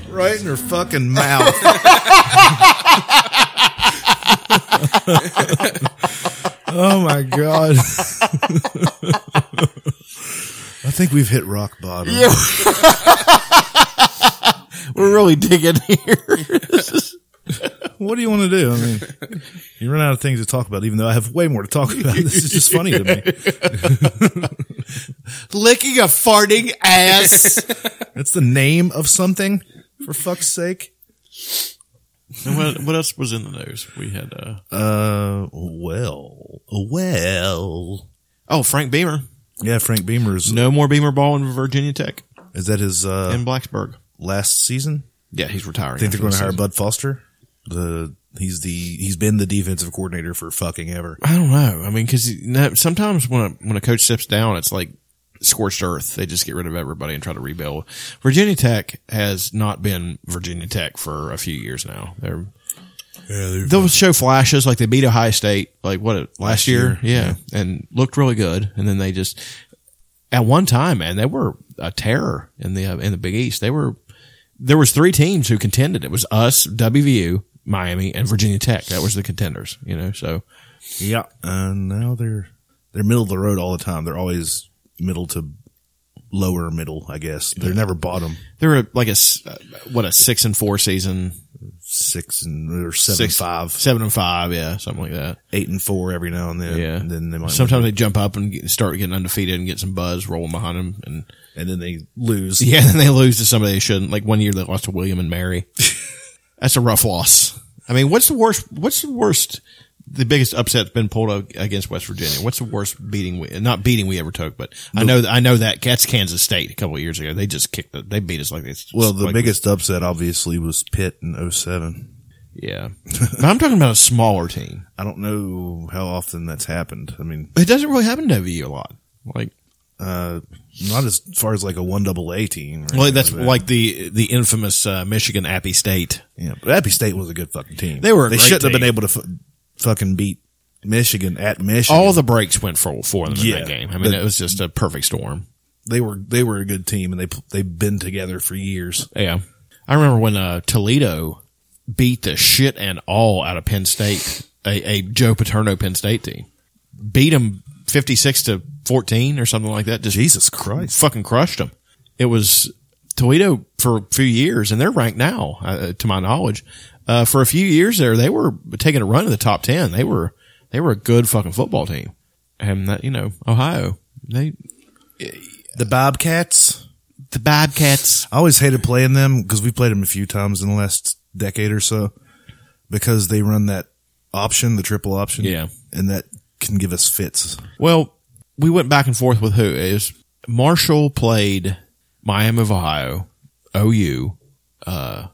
Right in her fucking (laughs) mouth. oh my god. I think we've hit rock bottom. We're really digging here. What do you want to do? I mean, you run out of things to talk about, even though I have way more to talk about. This is just funny to me. Licking a farting ass. That's the name of something, for fuck's sake. what, what else was in the news? (laughs) We had, uh, Uh, well, well. oh, Frank Beamer. Yeah, Frank Beamer's. No more Beamer ball in Virginia Tech Is that his uh, in Blacksburg. last season? Yeah, he's retiring. I think they're after going to this hire season. Bud Foster. The he's the he's been the defensive coordinator for fucking ever. I don't know. I mean, because sometimes when a, when a coach steps down, it's like scorched earth. They just get rid of everybody and try to rebuild. Virginia Tech has not been Virginia Tech for a few years now. They're they'll show flashes like they beat Ohio State like what last, year, yeah, and looked really good, and then they just at one time, man, they were a terror in the uh, in the Big East. They were there was three teams who contended. It was us, WVU, Miami, and Virginia Tech. That was the contenders, you know. So. Yeah, and now they're they're middle of the road all the time. They're always middle to lower middle, I guess. They're never bottom They were like a s- uh, what a six and four season, six and or seven six five, seven and five, yeah, something like that. eight and four every now and then. Yeah, and then they might sometimes they jump up and get, start getting undefeated and get some buzz rolling behind them, (laughs) and and then they lose. yeah, (laughs) then they lose to somebody they shouldn't. Like one year they lost to William (laughs) and Mary. That's a rough loss. I mean, what's the worst? What's the worst? The biggest upset's been pulled ag- against West Virginia. What's the worst beating we not beating we ever took? But I know I know that that's Kansas State a couple of years ago. They just kicked the, they beat us like this. Well, the like- biggest upset obviously was Pitt in 07. yeah. (laughs) but I'm talking about a smaller team. I don't know how often that's happened. I mean, It doesn't really happen to VU a lot. Like, uh, not as far as like a one double A team. or well, anything that's that. like the the infamous uh, Michigan Appy State. yeah. But Appy State was a good fucking team. They were a They great shouldn't have been team. able to f- fucking beat Michigan at Michigan. All Oh, the breaks went for for them in Yeah. that game. I mean, But- it was just a perfect storm. they were they were a good team, and they pl- they've been together for years. Yeah, I remember when uh, Toledo beat the shit and all out of Penn State, a, a Joe Paterno Penn State team, beat them fifty six to fourteen or something like that. Just Jesus Christ! fucking crushed them. It was Toledo for a few years, and they're ranked now, uh, to my knowledge. Uh, for a few years there, they were taking a run to the top ten. They were they were a good fucking football team, and that you know Ohio they The Bobcats. the Bobcats. I always hated playing them because we played them a few times in the last decade or so because they run that option, the triple option. Yeah. and that can give us fits. Well, we went back and forth with who is Marshall played Miami of Ohio, OU, uh,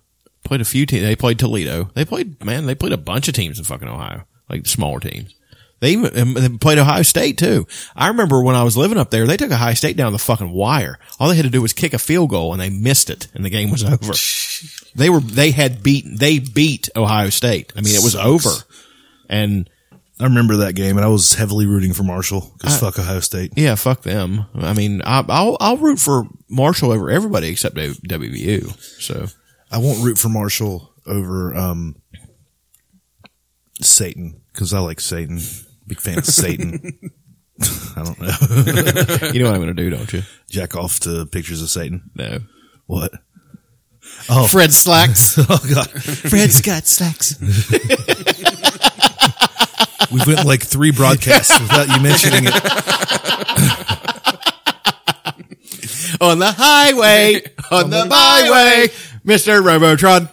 played a few teams. They played Toledo. They played man. They played a bunch of teams in fucking Ohio, like smaller teams. They even and they played Ohio State too. I remember when I was living up there, they took Ohio State down to the fucking wire. All they had to do was kick a field goal, and they missed it, and the game was over. They were they had beaten they beat Ohio State. I mean, it was over, and I remember that game, and I was heavily rooting for Marshall Uh, because fuck Ohio State. Yeah, fuck them. I mean, I, I'll I'll root for Marshall over everybody except WVU. So I won't root for Marshall over um, Satan because I like Satan. Big fan of Satan. (laughs) I don't know. (laughs) you know what I'm going to do, don't you? Jack off to pictures of Satan. (laughs) No. What? Fred slacks. (laughs) Oh God, Fred's got slacks. (laughs) we went like three broadcasts without you mentioning it. on the (laughs) highway, on, the, byway, Mister Robotron.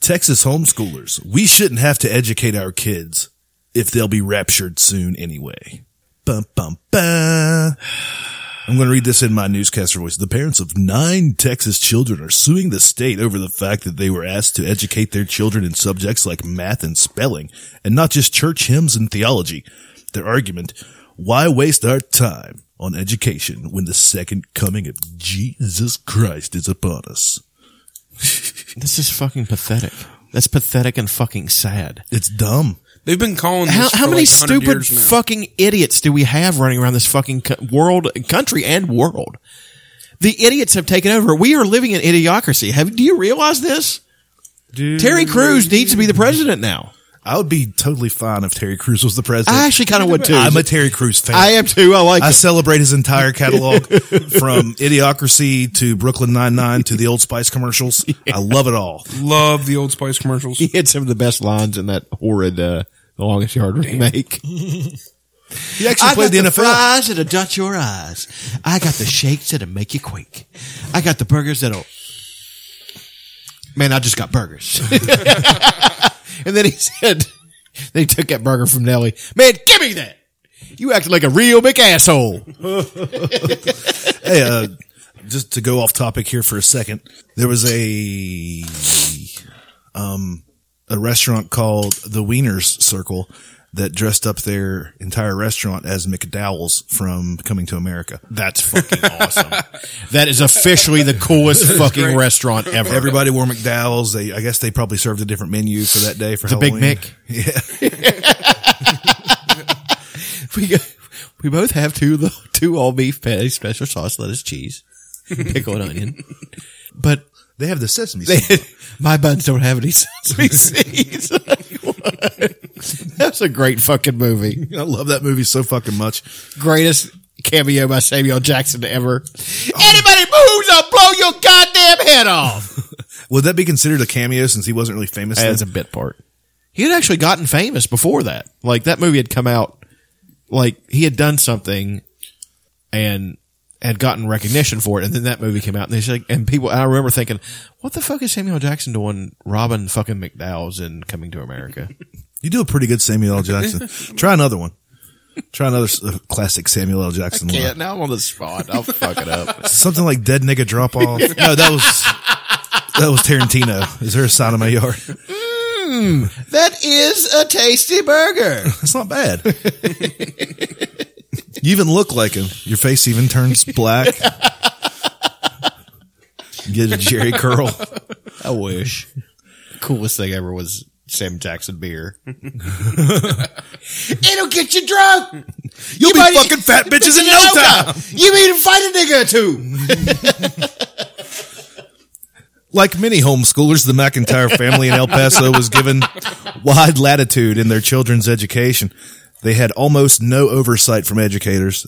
Texas homeschoolers, we shouldn't have to educate our kids if they'll be raptured soon anyway. Bum, bum, bum. I I'm going to read this in my newscaster voice. The parents of nine Texas children are suing the state over the fact that they were asked to educate their children in subjects like math and spelling, and not just church hymns and theology. Their argument, why waste our time on education when the second coming of Jesus Christ is upon us? This is fucking pathetic. That's pathetic and fucking sad. It's dumb. They've been calling this How, for how many like 100 stupid years now. fucking idiots do we have running around this fucking co- world, country and world? The idiots have taken over. We are living in idiocracy. Have, do you realize this? Terry Crews needs to be the president now. I would be totally fine if Terry Crews was the president. I actually kind of would too. I'm a Terry Crews fan. I am too. I like. I him. celebrate his entire (laughs) catalog from Idiocracy to Brooklyn Nine Nine to the Old Spice (laughs) commercials. I love it all. Love the Old Spice commercials. he had some of the best lines in that horrid uh, "The Longest Yard" (laughs) remake. He actually I played the got NFL. fries that'll dot your eyes. I got the shakes that'll make you quake. I got the burgers that'll. Man, I just got burgers. (laughs) and then he said, they took that burger from Nelly. Man, give me that. You acted like a real big asshole. Hey, uh, just to go off topic here for a second, there was a um a restaurant called the Wieners Circle that dressed up their entire restaurant as McDowell's from Coming to America. That's fucking awesome. (laughs) that is officially the coolest fucking restaurant ever. Everybody wore McDowell's. They, I guess, they probably served a different menu for that day for The Big Halloween. Mick. (laughs) we got, we both have two of the two all beef patties, special sauce, lettuce, cheese, pickle, and onion. But They have the sesame. they, (laughs) seeds. my buns don't have any sesame seeds. That's a great fucking movie. I love that movie so fucking much. Greatest cameo by Samuel Jackson ever. Anybody moves, I'll blow your goddamn head off. Would that be considered a cameo since he wasn't really famous? then? bit part. He had actually gotten famous before that. Like that movie had come out. Like he had done something, and had gotten recognition for it, and then that movie came out, and they said, and people. And I remember thinking, what the fuck is Samuel Jackson doing, robbing fucking McDowell's and coming to America? you do a pretty good Samuel L. Jackson. Try another one. Try another s- uh, classic Samuel L. Jackson. line. (laughs) Yeah, now I'm on the spot. I'll fuck it up. Something like "Dead Nigga Drop Off." No, that was that was Tarantino. Is there a sign in my yard? (laughs) that is a tasty burger. That's not bad. you even look like him. Your face even turns black. You Get a Jerry curl. I wish. Coolest thing ever was Sam Jackson (laughs) beer. It'll get you drunk. You'll be might- fucking (laughs) fat bitches in no time. You mean fight a nigga or two? Like many homeschoolers, the McIntyre family in El Paso was given wide latitude in their children's education. They had almost no oversight from educators.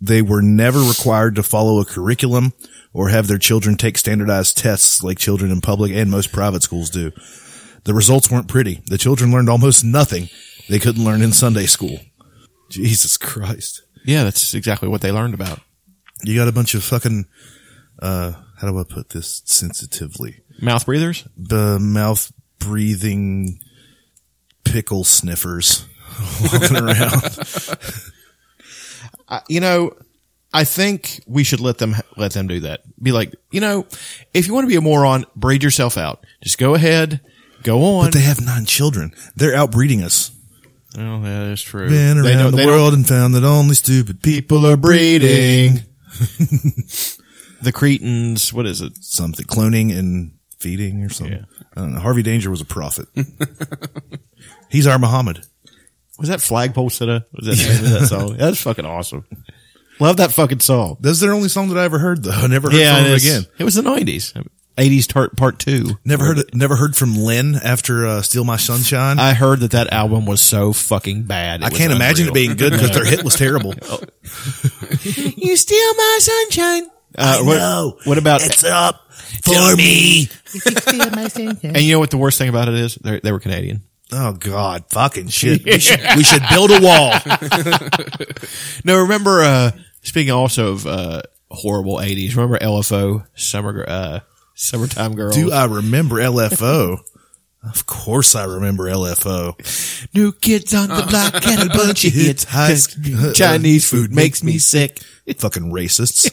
They were never required to follow a curriculum or have their children take standardized tests like children in public and most private schools do. The results weren't pretty. The children learned almost nothing they couldn't learn in Sunday school. Jesus Christ. Yeah, that's exactly what they learned about. You got a bunch of fucking, uh, how do I put this sensitively? Mouth breathers? the mouth breathing pickle sniffers (laughs) walking (laughs) around. I, you know, I think we should let them let them do that. Be like, you know, if you want to be a moron, breed yourself out. Just go ahead, go on. But they have nine children. They're outbreeding us. oh, that is true. Been They around don't- the they don't- world and found that only stupid people are breeding. (laughs) the Cretans. What is it? Something cloning and feeding or something. I don't know. Harvey Danger was a prophet. (laughs) He's our Muhammad. Was that flagpole sitter? Was (laughs) that the name of that song? That's fucking awesome. Love that fucking song. That's their only song that I ever heard though. (laughs) I never heard from it him is. again. It was the nineties, eighties part part two. Never heard never heard from Lynn after uh, Steal My Sunshine. I, I heard that that album was so fucking bad. I can't imagine it being good because their hit was (laughs) terrible. You steal my sunshine. Uh, what, know. what about up for me. and you know what the worst thing about it is? They're, they were Canadian. Oh God, fucking shit! We, should, we should build a wall. No, remember uh, speaking also of uh, horrible eighties. Remember LFO summer uh, summertime girl? Do I remember LFO? Of course, I remember LFO. New kids on the block had a bunch (laughs) of hits. High sc- Chinese food makes me sick. Fucking racists.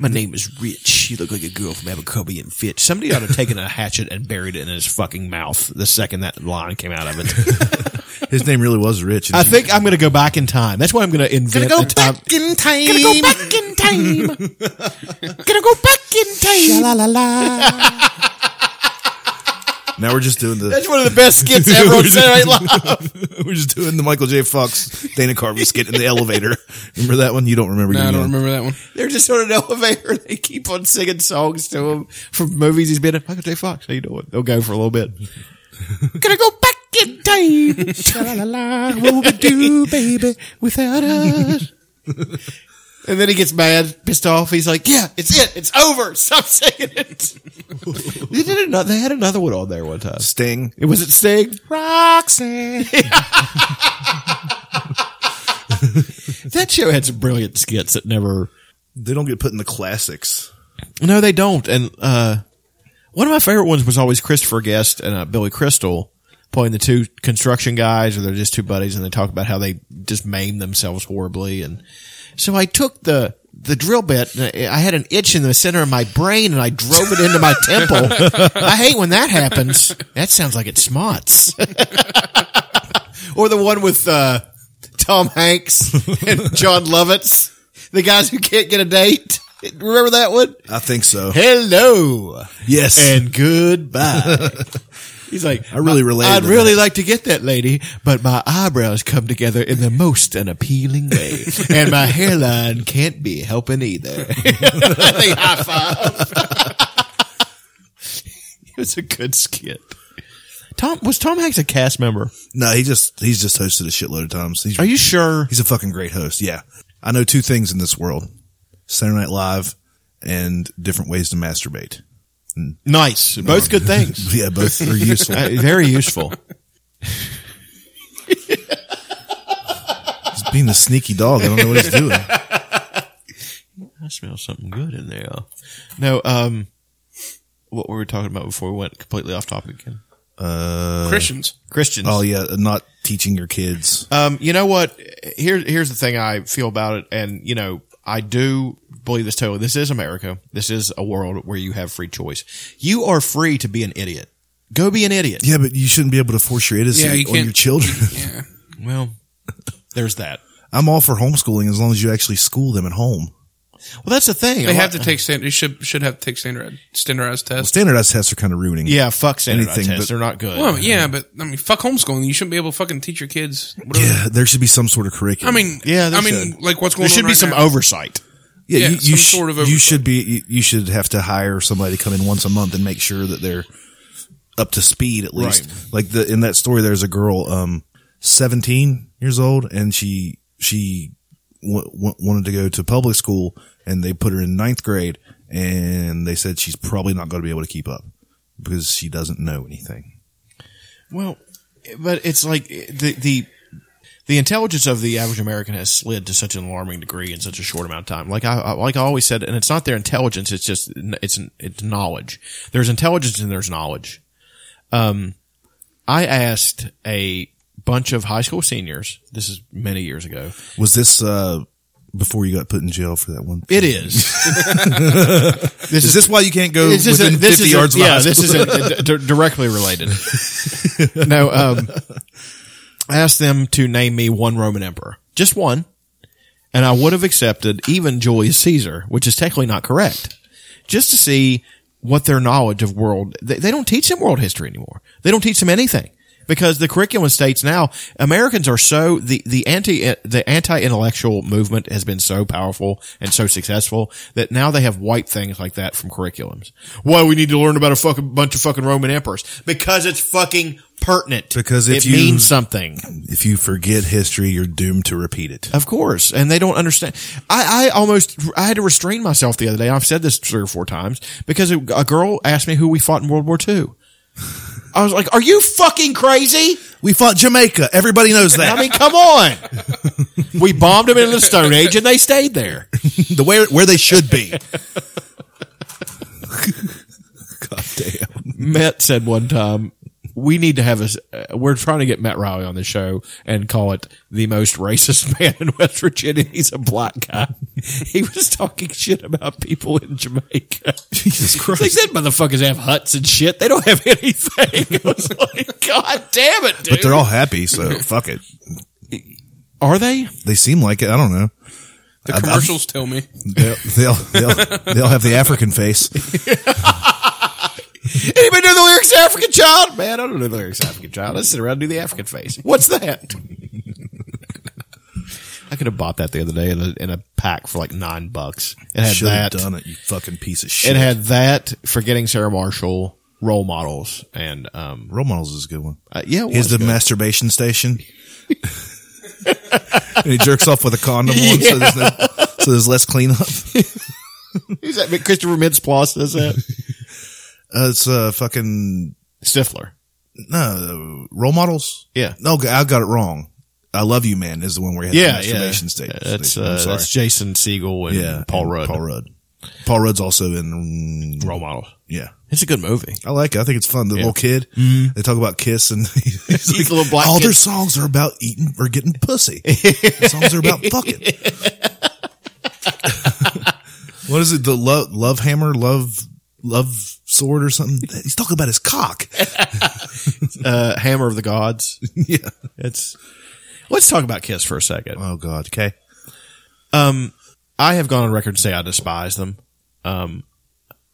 My name is Rich. You look like a girl from Abercrombie and Fitch. Somebody ought to have taken a hatchet and buried it in his fucking mouth the second that line came out of it. His name really was Rich. (laughs) I think I'm going to go back in time. That's why I'm going to invent the time. in time. Gonna go back in time. Gonna go back in time. now we're just doing the That's one of the best skits ever (laughs) on Saturday Night (laughs) Live. we're just doing the Michael J. Fox Dana Carvey skit in the elevator. Remember that one? You don't remember? No, you I don't man. remember that one. They're just on an (laughs) elevator. and They keep on singing songs to him from movies he's been in. Michael J. Fox, how you doing? They'll go for a little (laughs) bit. Gonna go back in time. Sha-la-la-la. What would we do, baby, without (laughs) us? And then he gets mad, pissed off. He's like, "Yeah, it's it. It's over. Stop saying it." they did another. They had another one on there one time. Sting. It was it Sting. (laughs) Roxanne. That show had some brilliant skits that never. They don't get put in the classics. No, they don't. And uh, one of my favorite ones was always Christopher Guest and uh, Billy Crystal playing the two construction guys, or they're just two buddies, and they talk about how they just maim themselves horribly. And so I took the the drill bit. and I I had an itch in the center of my brain, and I drove it into my temple. I hate when that happens. That sounds like it smarts. (laughs) or the one with uh, Tom Hanks and John Lovitz, the guys who can't get a date. Remember that one? I think (laughs) so. hello Yes. and goodbye. (laughs) He's like, I really related I'd to really like to get that lady, but my eyebrows come together in the most unappealing (laughs) way, and my hairline can't be helping either. (laughs) they high five. (laughs) it was a good skit. Tom was Tom Hanks a cast member? no, he just he's just hosted a shitload of times. He's Are you sure? he's a fucking great host. Yeah, I know two things in this world: Saturday Night Live and different ways to masturbate. (laughs) Nice, both good things. Yeah, both are useful. (laughs) Uh, very useful. He's being a sneaky dog. I don't know what he's (laughs) doing. I smell something good in there. No, um, what were we talking about before we went completely off topic again? Uh, Christians. Christians. Oh yeah, not teaching your kids. Um, you know what? Here, here's the thing I feel about it. And, you know, I do believe this totally. This is America. This is a world where you have free choice. You are free to be an idiot. Go be an idiot. Yeah, but you shouldn't be able to force your idiocy Yeah, you on can't- your children. Yeah. Well, (laughs) there's that. I'm all for homeschooling as long as you actually school them at home. Well, that's the thing. They have to take standard. They should should have to take standard standardized tests. Standardized tests are kind of ruining. it. Yeah, fuck standardized Anything, tests. but- They're not good. Well, yeah, but I mean, fuck homeschooling. You shouldn't be able to fucking teach your kids. Whatever. Yeah, there should be some sort of I curriculum. mean, Yeah, there I mean, should. like what's going there on? should be right some now. oversight. yeah, yeah, you, some you sh- sort of you oversight. should be you, you should have to hire somebody to come in once a month and make sure that they're up to speed at least. Like the in that story, there's a girl, um, 17 years old, and she she w- w- wanted to go to public school, and they put her in ninth grade, and they said she's probably not going to be able to keep up because she doesn't know anything. Well, but it's like the the the intelligence of the average American has slid to such an alarming degree in such a short amount of time. Like I, I like I always said, and it's not their intelligence; it's just it's it's knowledge. There's intelligence and there's knowledge. Um, I asked a bunch of high school seniors. This is many years ago. Was this uh, before you got put in jail for that one? It is. (laughs) this Is this why you can't go This is within a- this 50 is a- yards of the yeah, high this school? is a, d- directly (laughs) related. no, um, I asked them to name me one Roman emperor, just one, and I would have accepted even Julius Caesar, which is technically not correct, just to see what their knowledge of world. They, they don't teach them world history anymore. They don't teach them anything. Because the curriculum states now, Americans are so the the anti the anti intellectual movement has been so powerful and so successful that now they have wiped things like that from curriculums. Why we need to learn about a fucking bunch of fucking Roman emperors because it's fucking pertinent. Because if it you- means something. if you forget history, you're doomed to repeat it. Of course. And they don't understand. I, I almost, I had to restrain myself the other day. I've said this three or four times because a a girl asked me who we fought in World War II. I was like, are you fucking crazy? We fought Jamaica. Everybody knows that. (laughs) I mean, come on. we bombed them into the Stone Age and they stayed there. the way where they should be. God damn. Matt said one time, we need to have a, s- uh, we're trying to get Matt Riley on the show and call it the most racist (laughs) man in West Virginia. He's a black guy. (laughs) He was talking shit about people in Jamaica. (laughs) Jesus Christ. Like, that motherfuckers have huts and shit. They don't have (laughs) anything. I was like, God damn it, dude. But they're all happy, so fuck it. Are they? They seem like it. I don't know. The commercials tell me. They'll they'll they'll, they'll have the African face. Anybody know the lyrics to African Child? Man, I don't know the lyrics to African Child. Let's sit around and do the African face. What's that? (laughs) I could have bought that the other day in a, in a pack for like nine bucks. It had Should have that. done it, you fucking piece of shit. It had that. Forgetting Sarah Marshall, role models, and um, Role models is a good one. uh, yeah, it Is was the good. masturbation (laughs) station? and he jerks off with a (laughs) condom on, so there's, no, so there's less cleanup. Who's that? Christopher Mintz-Plasse does that. Uh, it's uh, fucking (laughs) Stifler. no role models. Yeah. No, I got it wrong. I love you, man. Is the one where he had Yeah, the masturbation yeah. station. That's station. uh, I'm sorry. that's Jason Siegel and yeah, Paul and Rudd. Paul Rudd. Paul Rudd's also in. Role model. Yeah, It's a good movie. I like. it. I think it's fun. The little kid. They talk about kiss and (laughs) (laughs) he's like, Mm-hmm. little black all kid. their songs are about eating or getting (laughs) pussy. Their songs are about fucking. what is it? The love love hammer love love sword or something? He's talking about his cock. Uh, Hammer of the Gods. (laughs) yeah. It's. Let's talk about Kiss for a second. Oh God. Okay. Um, I have gone on record to say I despise them. Um,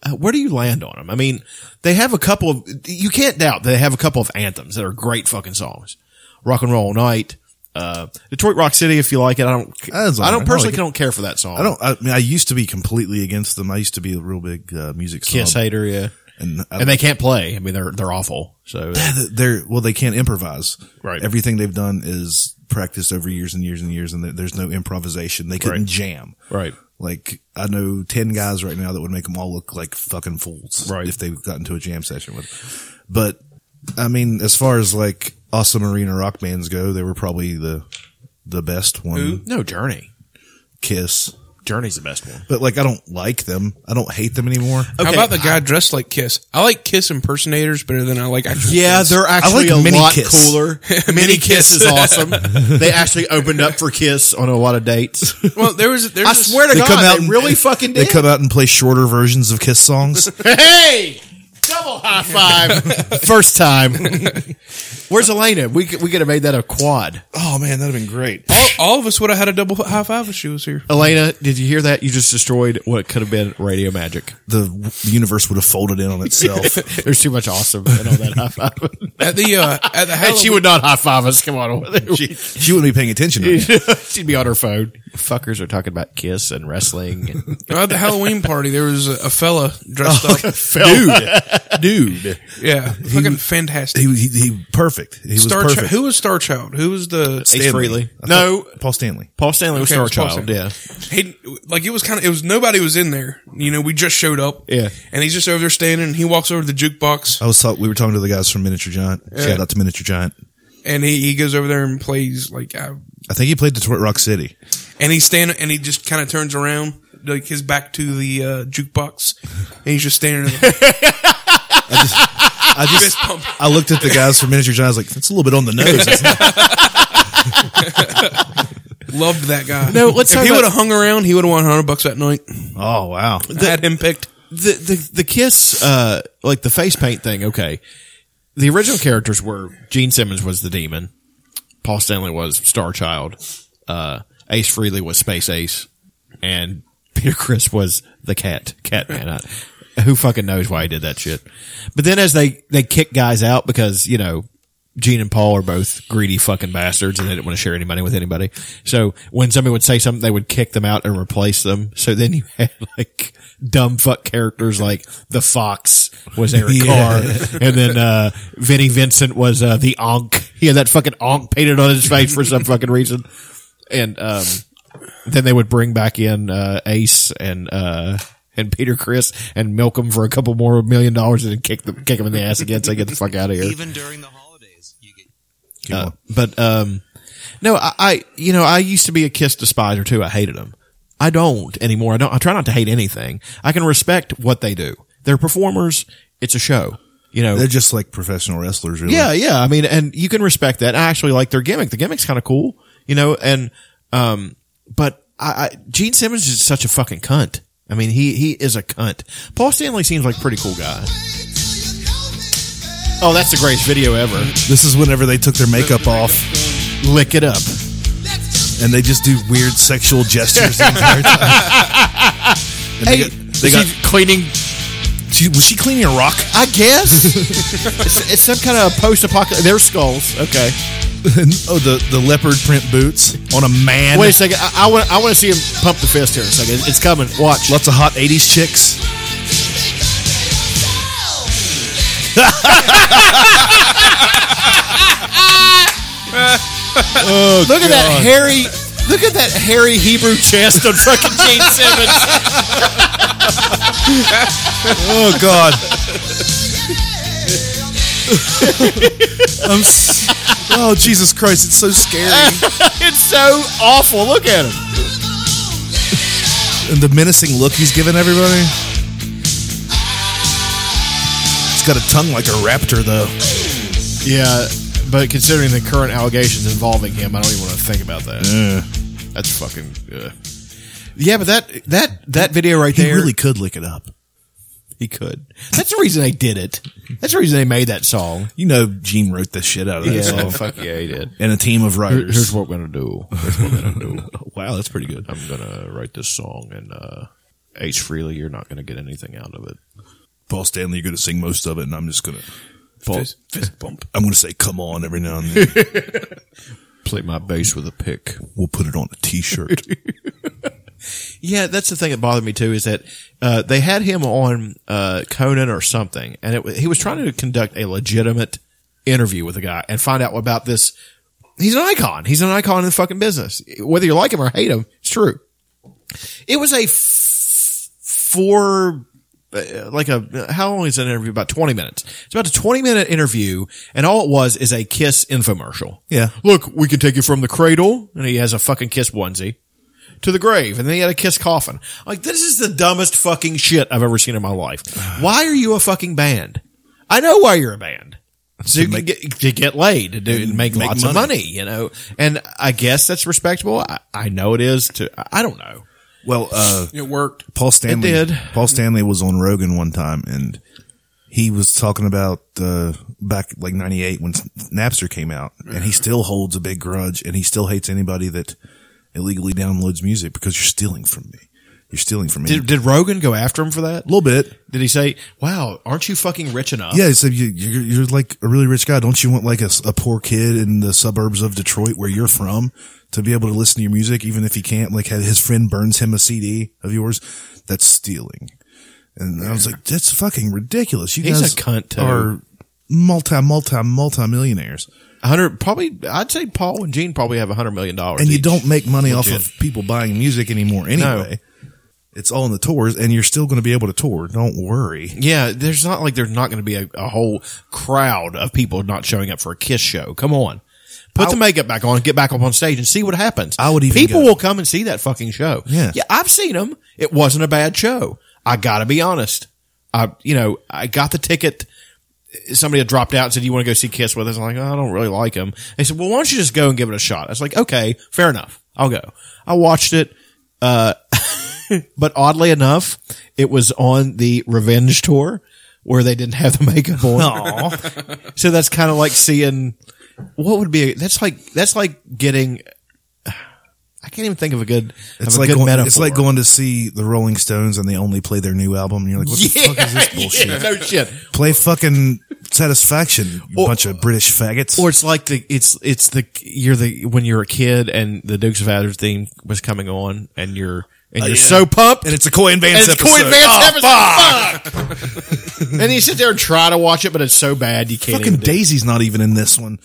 uh, where do you land on them? I mean, they have a couple of, you can't doubt they have a couple of anthems that are great fucking songs. Rock and Roll Night, uh, Detroit Rock City, if you like it. I don't, ca- That's all I right. I don't like personally it. don't care for that song. I don't. I mean, I used to be completely against them. I used to be a real big uh, music Kiss snob. hater, yeah. and, I, And they can't play. I mean, they're, they're awful. (laughs) So they're well, they can't improvise. Right. Everything they've done is practiced over years and years and years, and there- there's no improvisation. They couldn't Right. jam. Right. Like I know ten guys right now that would make them all look like fucking fools. Right. If they got into a jam session with. But I mean, as far as like awesome arena rock bands go, they were probably the the best one. no, Journey. Kiss. Journey's the best one. But like, I don't like them. I don't hate them anymore. Okay. How about the guy dressed like Kiss? I like Kiss impersonators better than I like actual Yeah, Kiss. they're actually like a Mini lot Kiss. (laughs) cooler. Mini Kiss is (laughs) awesome. they actually opened up for Kiss on a lot of dates. (laughs) Well, there was there's I this- swear to They God, come out they and- (laughs) really fucking They did. come out and play shorter versions of Kiss songs. (laughs) hey, double high five, (laughs) first time. Where's Elena? We could, we could have made that a quad. oh man, that'd have been great. all, all of us would have had a double high five if she was here. Elena, did you hear that? You just destroyed what could have been radio magic. (laughs) The w- universe would have folded in on itself. There's too much awesome in all that high five. (laughs) At the uh, at the and Halloween, she would not high five us. Come on, (laughs) she, (laughs) she wouldn't be paying attention. To it. she'd be on her phone. Fuckers are talking about Kiss and wrestling. And- at the Halloween party, there was a, a fella Oh, dressed up. (laughs) dude, (laughs) dude. Yeah, fucking fantastic. He, he, he perfect. He was Star Chi- perfect. who was Star Child? Who was the Ace Frehley. I No. thought- Paul Stanley. Paul Stanley was Okay, it Star was Paul Child. Stanley. Yeah. he like it was kind of it was nobody was in there. You know, we just showed up. Yeah. and he's just over there standing. And he walks over to the jukebox I was talk, we were talking to the guys from Miniature Giant. Shout out to Miniature Giant. and he, he goes over there and plays like, uh, I think he played Detroit Rock City. and he's standing and he just kind of turns around like his back to the uh, jukebox and he's just standing (laughs) there. I just I looked at the guys from Miniature Giant. I was like, that's a little bit on the (laughs) nose. isn't it?" Loved that guy. No, let's if talk he about- would have hung around, he would have won hundred bucks that night. oh wow. Had him picked. the the the kiss uh like the face paint thing okay the original characters were gene simmons was the demon paul stanley was star child uh ace freely was space ace and (laughs) peter chris was the cat cat man I, who fucking knows why he did that shit but then as they they kick guys out because you know Gene and Paul are both greedy fucking bastards and they didn't want to share any money with anybody. So when somebody would say something, they would kick them out and replace them. So then you (laughs) had like dumb fuck characters like the Fox was Eric Carr and then, uh, Vinnie Vincent was, uh, the Onk. He had that fucking Onk painted on his face for some fucking reason. And, um, then they would bring back in, uh, Ace and, uh, and Peter Chris and milk them for a couple more million dollars and then kick them, kick them in the ass again. So get the fuck out of here. Even during the holidays, you get Uh, but um, no, I, I you know I used to be a Kiss despiser too. I hated them. I don't anymore. I don't. I try not to hate anything. I can respect what they do. They're performers. It's a show. you know, They're just like professional wrestlers, really. yeah, yeah. I mean, and you can respect that. I actually like their gimmick. The gimmick's kind of cool, you know. And um, but I, I Gene Simmons is such a fucking cunt. I mean, he he is a cunt. Paul Stanley seems like a pretty cool guy. Oh, that's the greatest video ever. This is whenever they took their makeup off Lick it up. and they just do weird sexual gestures the entire time. And they got, they got cleaning. she, was she cleaning a rock? I (laughs) guess it's, it's some kind of post-apocalyptic. They're skulls. Okay. (laughs) oh, the, the leopard print boots on a man. Wait a second. I, I want I want to see him pump the fist here. In a second. It's coming. Watch. Lots of hot 80s chicks. Look at that hairy. Look at that hairy Hebrew chest of fucking Gene Simmons. Oh, God. I'm s- oh, Jesus Christ. It's so scary. it's so awful. Look at him. and the menacing look he's giving everybody. He's got a tongue like a raptor, though. Yeah, but considering the current allegations involving him, I don't even want to think about that. That's fucking. Uh. Yeah, but that that that video right He there, really could lick it up. he could. That's the reason they did it. That's the reason they made that song. You know, Gene wrote the shit out of that Oh song. fuck (laughs) yeah, he did. And a team of Here- writers. Here's what we're gonna do. Here's what we're gonna (laughs) do. wow, that's pretty good. I'm gonna write this song, and uh, H. Freely, you're not gonna get anything out of it. Paul Stanley, you're going to sing most of it, and I'm just going to. Fist, fist bump. I'm going to say, come on, every now and then. Play my bass with a pick. we'll put it on a t shirt. Yeah, that's the thing that bothered me too is that uh, they had him on uh, Conan or something, and it, wa- he was trying to conduct a legitimate interview with a guy and find out about this. He's an icon. He's an icon in the fucking business. Whether you like him or hate him, it's true. It was a f- four, uh, like a how long is an interview? About twenty minutes. It's about a twenty minute interview, and all it was is a Kiss infomercial. Yeah. look, we can take you from the cradle, and he has a fucking Kiss onesie to the grave, and then he had a kiss coffin. Like this is the dumbest fucking shit I've ever seen in my life. Why are you a fucking band? I know why you're a band. So you make- can get, to get laid to do, and make, make lots of money. money, you know. And I guess that's respectable. I, I know it is. To I don't know. well, uh, It worked. Paul Stanley. It did. Paul Stanley was on Rogan one time, and he was talking about uh, back like '98 when Napster came out, and he still holds a big grudge, and he still hates anybody that illegally downloads music because you're stealing from me. You're stealing from me. Did, did Rogan go after him for that? a little bit. Did he say, "Wow, aren't you fucking rich enough?" Yeah, so you, you're, you're like a really rich guy. Don't you want like a, s- a poor kid in the suburbs of Detroit where you're from to be able to listen to your music, even if he can't? Like had his friend burns him a CD of yours. That's stealing. And I was like, that's fucking ridiculous. You He's a guys cunt, too. are multi, multi, multi millionaires, A hundred probably. I'd say Paul and Gene probably have a hundred million dollars. and you each. don't make money off Legit. of people buying music anymore. Anyway, it's all in the tours, and you're still going to be able to tour. Don't worry. Yeah, there's not like there's not going to be a, a whole crowd of people not showing up for a kiss show. Come on, put the makeup back on, get back up on stage, and see what happens. I would even people go. will come and see that fucking show. Yeah. yeah, I've seen them. It wasn't a bad show. I gotta be honest. I you know I got the ticket. Somebody had dropped out and said, "You want to go see Kiss with us?" I'm like, "Oh, "I don't really like them." They said, "Well, why don't you just go and give it a shot?" I was like, "Okay, fair enough. I'll go." I watched it. uh, (laughs) But oddly enough, it was on the revenge tour where they didn't have the makeup on. (laughs) so that's kind of like seeing what would be that's like that's like getting. I can't even think of a good. It's of a like good going, metaphor. it's like going to see the Rolling Stones and they only play their new album. And you're like, what (laughs) Yeah, the fuck is this bullshit? yeah, no shit. Play fucking Satisfaction, you Or- bunch of British faggots. Or it's like the it's it's the you're the when you're a kid and the Dukes of Hazzard theme was coming on and you're and you're Oh, yeah. so pumped and it's a Coy and Vance and it's episode. Oh, Coy Vance episode. Fuck. and you sit there and try to watch it, but it's so bad you can't. Fucking even do it. Daisy's not even in this one.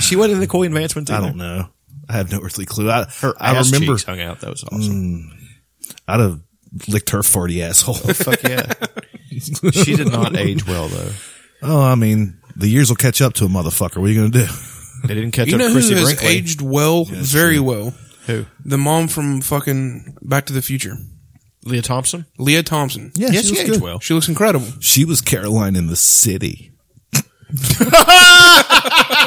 She went in the Coy and Vance one too. I don't know. I have no earthly clue. I, Her I ass remember cheeks hung out. That was awesome. I'd have licked her farty asshole. (laughs) Fuck yeah. (laughs) she did not age well though. oh, I mean, the years will catch up to a motherfucker. What are you going to do? They didn't catch You up know to who Chrissy has Brinkley. aged well, very well? Who? The mom from fucking Back to the Future. Leah Thompson. Leah Thompson. Yeah, Yes, she she was aged good. well. She looks incredible. She was Caroline in the city.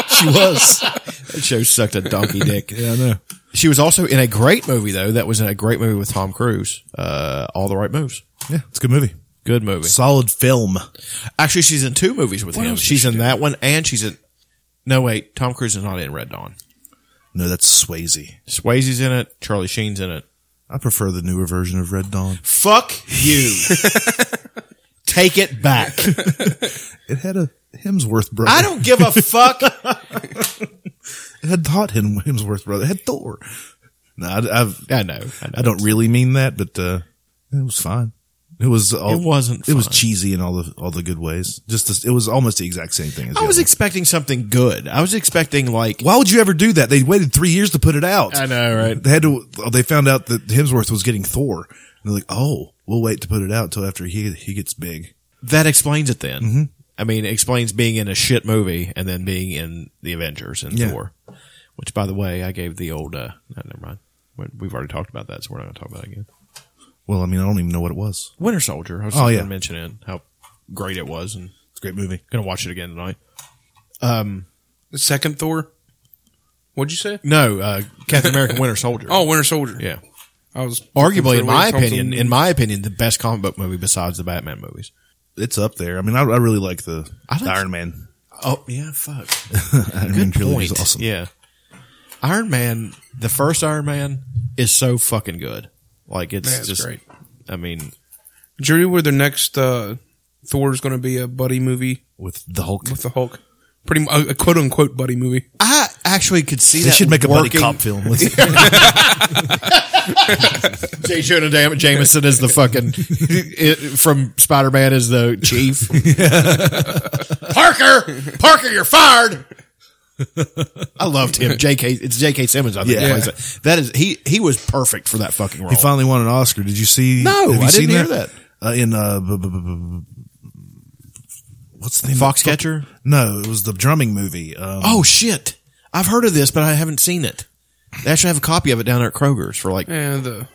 she was. (laughs) That show sucked a donkey dick. Yeah, I know. She was also in a great movie though. That was in a great movie with Tom Cruise. Uh, All the Right Moves. Yeah, it's a good movie. Good movie. Solid film. Actually, she's in two movies with him. else did She's in that one, and she's in. No wait, Tom Cruise is not in Red Dawn. No, that's Swayze. Swayze's in it. Charlie Sheen's in it. I prefer the newer version of Red Dawn. Fuck you. (laughs) Take it back. It had a Hemsworth brother. I don't give a fuck. It had Hot Hem- Hemsworth brother. It had Thor. No, I, I've, (laughs) I know. I know. I don't really mean that, but uh, it was fine. It was. All, It wasn't It was fine. cheesy in all the all the good ways. Just the, it was almost the exact same thing. As I the was other. expecting something good. I was expecting like Why would you ever do that? They waited three years to put it out. know, right? They had to. They found out that Hemsworth was getting Thor. And they're like, oh, we'll wait to put it out until after he he gets big. That explains it then. I mean, it explains being in a shit movie and then being in the Avengers and Yeah. Thor. Which, by the way, I gave the old. Uh, no, never mind. We- We've already talked about that, so we're not going to talk about it again. Well, I mean, I don't even know what it was. Winter Soldier. I was Oh, going yeah. to mention it. How great it was, and It's a great movie. going to watch it again tonight. The second Thor. What'd you say? No, uh, Captain America: Winter Soldier. (laughs) Oh, Winter Soldier. yeah. I was Arguably, Thompson- in my opinion, Thompson- in my opinion, the best comic book movie besides the Batman movies. It's up there. I mean, I, I really like the I like- Iron Man. (laughs) Oh yeah, (laughs) fuck. Iron Man trilogy is Point. awesome. Yeah. Iron Man, the first Iron Man is so fucking good. Like it's That's just great. I mean, Did you read where the next uh, Thor is going to be a buddy movie With the Hulk. with the Hulk? Pretty mu- a, a quote unquote buddy movie. I actually could see they that should make a buddy working. cop film. With Jay Jonah Jam- Jameson is the fucking (laughs) it, from Spider Man is the chief. Parker, Parker, you're fired. I loved him. J.K. It's J.K. Simmons. I think Yeah. plays that. that is he. He was perfect for that fucking role. He finally won an Oscar. Did you see? No, have you I didn't seen hear Uh, in uh, b- b- b- b- what's the name? of that fuck- Foxcatcher. No, it was the drumming movie. Um, Oh shit! I've heard of this, but I haven't seen it. They actually have a copy of it down there at Kroger's for like Yeah, the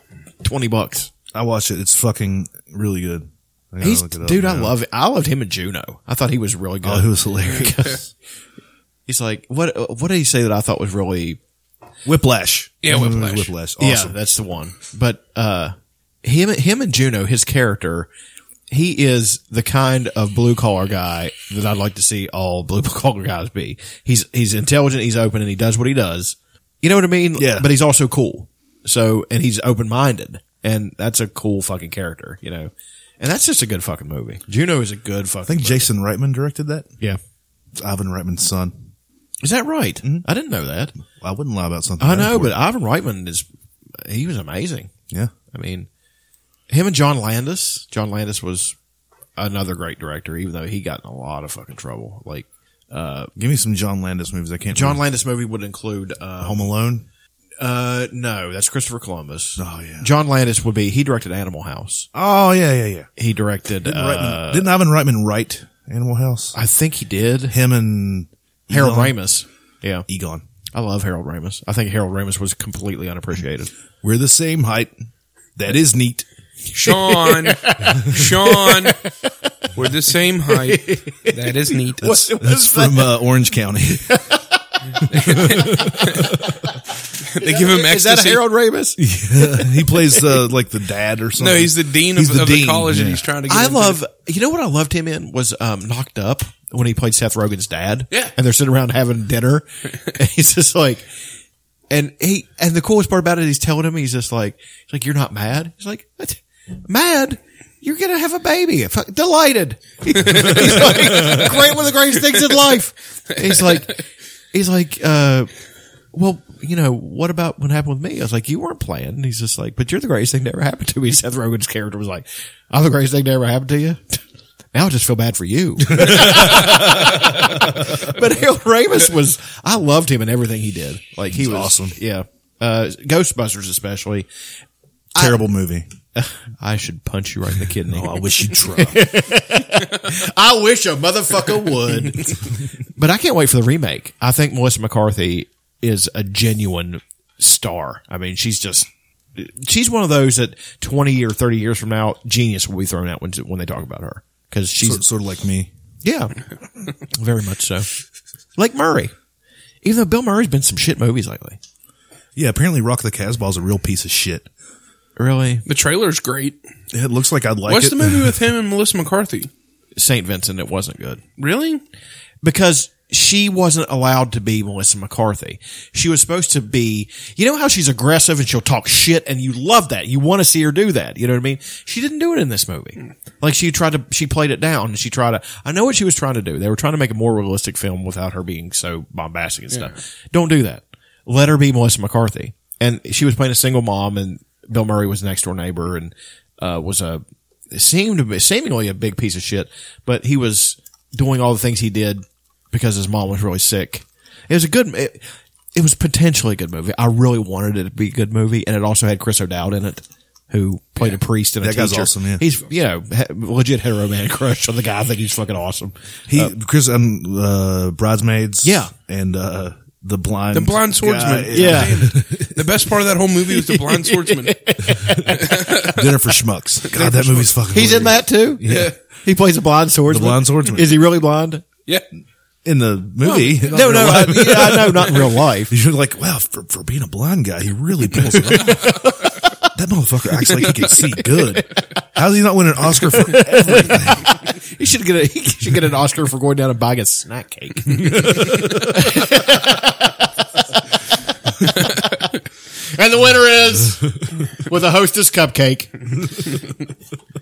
twenty bucks. I watched it. It's fucking really good. I gotta He's look it up dude. I now. love it. I loved him in Juno. I thought he was really good. Oh, it was hilarious. (laughs) He's like, what? What did he say that I thought was really? Whiplash. Yeah, Whiplash. Mm-hmm. Whiplash. Awesome. Yeah, that's the one. But uh, him, him and Juno, his character, he is the kind of blue collar guy that I'd like to see all (laughs) blue collar guys be. He's he's intelligent, he's open, and he does what he does. You know what I mean? Yeah. But he's also cool. So and he's open minded, and that's a cool fucking character. You know. And that's just a good fucking movie. Juno is a good fucking. I think Jason Reitman directed that. yeah. It's Ivan Reitman's son. Is that right? I didn't know that. Hmm? I wouldn't lie about something. I that know, but important. Ivan Reitman is he was amazing. yeah, I mean, him and John Landis. John Landis was another great director, even though he got in a lot of fucking trouble. Like uh, give me some John Landis movies. I can't. John remember. Landis movie would include uh, Hmm. Home Alone. uh no, that's Christopher Columbus. Oh yeah. John Landis would be he directed Animal House. Oh yeah, yeah, yeah. He directed Didn't, uh, Reitman, didn't Ivan Reitman write Animal House? I think he did Him and Harold Egon. Ramis. Yeah, Egon. I love Harold Ramis. I think Harold Ramis was completely unappreciated. We're the same height. That is neat. (laughs) Sean, Sean, we're the same height. That is (laughs) neat. That's, that's from uh, Orange County. (laughs) They give him Is that ecstasy. Harold Ramis? he plays uh, like the dad or something. no, he's the dean He's of, of the dean, college that yeah. he's trying to. get I into. love. You know what I loved him in was um, Knocked Up when he played Seth Rogen's dad. Yeah. and they're sitting around having (laughs) dinner. and he's just like, and he and the coolest part about it, he's telling him he's just like, he's like, you're not mad. He's like, what? mad. You're gonna have a baby. Fuck, Delighted. (laughs) he's like, great, one of the greatest things in life. He's like, he's like, uh, well, you know, what about what happened with me? I was like, you weren't playing. And he's just like, but you're the greatest thing that ever happened to me. (laughs) Seth Rogen's character was like, I'm the greatest thing that ever happened to you. (laughs) Now I just feel bad for you. (laughs) but Harold Ramis was, I loved him and everything he did. Like he He's was awesome. Yeah. Uh, Ghostbusters especially. (laughs) Terrible movie. I should punch you right in the kidney. Oh, I wish you'd try. I wish a motherfucker would. but I can't wait for the remake. I think Melissa McCarthy is a genuine star. I mean, she's just she's one of those that twenty or thirty years from now, genius will be thrown out when when they talk about her because she's Sort, sort of like me. yeah, very much so. Like Murray, even though Bill Murray's been in some shit movies lately. Yeah, apparently Rock the Casbah is a real piece of shit. Really, The trailer's great. It looks like I'd like What's it. the movie with him and Melissa McCarthy? Saint Vincent, it wasn't good. Really? because she wasn't allowed to be Melissa McCarthy. She was supposed to be, you know how she's aggressive and she'll talk shit and you love that. You want to see her do that. You know what I mean? She didn't do it in this movie. Like she tried to, she played it down and she tried to, I know what she was trying to do. They were trying to make a more realistic film without her being so bombastic and stuff. Don't do that. Let her be Melissa McCarthy. And she was playing a single mom and Bill Murray was next door neighbor and, uh, was a, seemed to be seemingly a big piece of shit, but he was doing all the things he did because his mom was really sick. It was a good. It, it was potentially a good movie. I really wanted it to be a good movie, and it also had Chris O'Dowd in it, who played a priest and a That guy's teacher. awesome, yeah. He's you know he- legit hero man crush on the guy. I think he's fucking awesome. He, Chris, um, uh, bridesmaids. Yeah. and uh, the blind, The Blind Swordsman. guy. Yeah, The best part of that whole movie was The (laughs) Blind Swordsman. dinner (laughs) for schmucks. God, that movie's fucking. he's in hilarious. that too. Yeah. He plays a blind swordsman. blind swordsman. Is he really blind? Yeah. in the movie. not No, in no, real I, life. yeah, I know, not in real life. You're like, wow, for, for being a blind guy, he really pulls it (laughs) off. That motherfucker acts like he can see good. How's he not win an Oscar for (laughs) He should get a, (laughs) he should get an Oscar for going down and buying a snack cake. and the winner is with a hostess cupcake.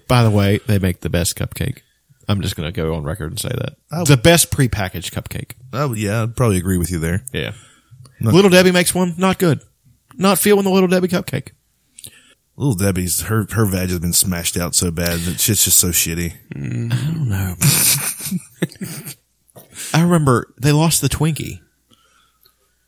By the way, they make the best cupcake. I'm just going to go on record and say that the best prepackaged cupcake. Oh yeah, I'd probably agree with you there. Yeah, Little Debbie makes one. Not good. Not feeling the Little Debbie cupcake. Little Debbie's her her vag has been smashed out so bad that shit's just so shitty. No. I remember they lost the Twinkie.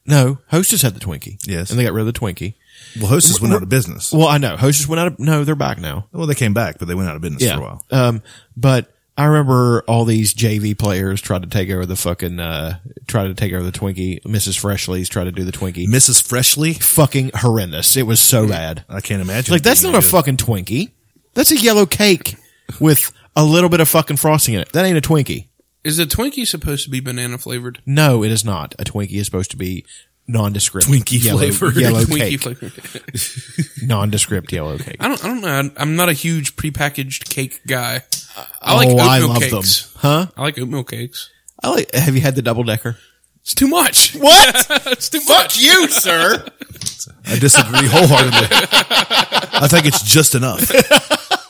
No, Hostess had the Twinkie. Yes. And they got rid of the Twinkie. Well, Hostess went out of business. Well, I know. Hostess went out of, no, they're back now. Well, they came back, but they went out of business for a while. Um, but I remember all these JV players tried to take over the fucking, uh, tried to take over the Twinkie. Mrs. Freshley's tried to do the Twinkie. Mrs. Freshly, fucking horrendous. It was so bad. I can't imagine. Like, that's being not a good. fucking Twinkie. That's a yellow cake with a little bit of fucking frosting in it. That ain't a Twinkie. Is the Twinkie supposed to be banana flavored? No, it is not. A Twinkie is supposed to be nondescript. Twinkie yellow, flavored. (laughs) Yellow Twinkie cake. flavored. Nondescript yellow cake. I don't. I don't know. I'm- I'm not a huge prepackaged cake guy. I like oh, oatmeal I love cakes. them. Huh? I like oatmeal cakes. I like, have you had the double decker? It's too (laughs) much. What? it's too much. you, sir. I disagree wholeheartedly. (laughs) I think it's just enough.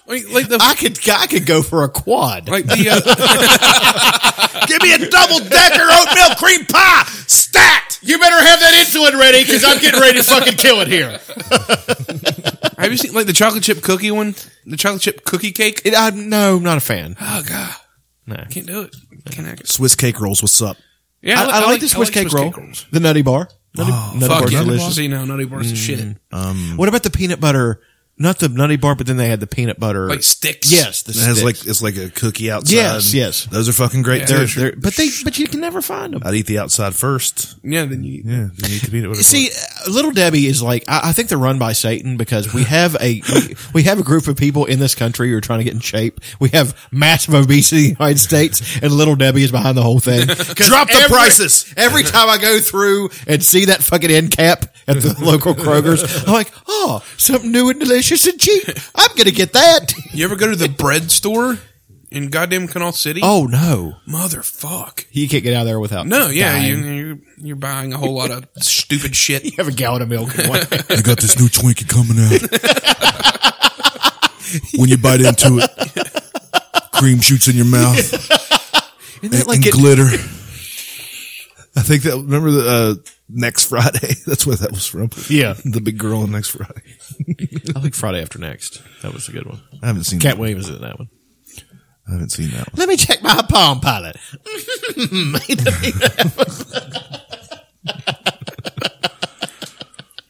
Like, like the I could I could go for a quad. like the uh, (laughs) Give me a double decker oatmeal cream pie. Stat. You better have that insulin ready because I'm getting ready to fucking kill it here. have you seen like the chocolate chip cookie one? The chocolate chip cookie cake. It, (laughs) I, no, I'm not a fan. oh god, No. can't do it. Can't act. Swiss cake rolls, what's up? Yeah, I, I, like the I Swiss cake roll, rolls. the nutty bar. Nutty, nutty Fuck Bar's yeah, delicious. Mm, See now, nutty bars is shit. What about the peanut butter? Not the nutty bar, but then they had the peanut butter. Like sticks. yes, the It has sticks. like it's like a cookie outside. Yes, yes. Those are fucking great. They're- too. they're- but they but you can never find them. I'd eat the outside first. Yeah. Then you. Yeah, then you could eat it. with a See, uh, Little Debbie is like I, I think they're run by Satan because we have a (laughs) we, we have a group of people in this country who are trying to get in shape. We have massive obesity in the United States, and Little Debbie is behind the whole thing. Drop the prices. Every time I go through and see that fucking end cap at the local Kroger's, I'm like, oh, something new and delicious and cheap. I'm gonna get that. You ever go to the bread store in goddamn Canal City? Oh no, motherfuck! you can't get out of there without No, yeah, dying. you, you're you're buying a whole lot (laughs) of stupid shit. You have a gallon of milk in one. I got this new Twinkie coming (laughs) out. when you bite into it, cream shoots in your mouth Isn't and, that like and getting- glitter. I think that remember the uh, next Friday. (laughs) That's where that was from. Yeah. the big girl on next Friday. I like Friday After Next. That was a good one. I haven't seen. Cat that. Williams is in that one. I haven't seen that one. Let me check my Palm Pilot.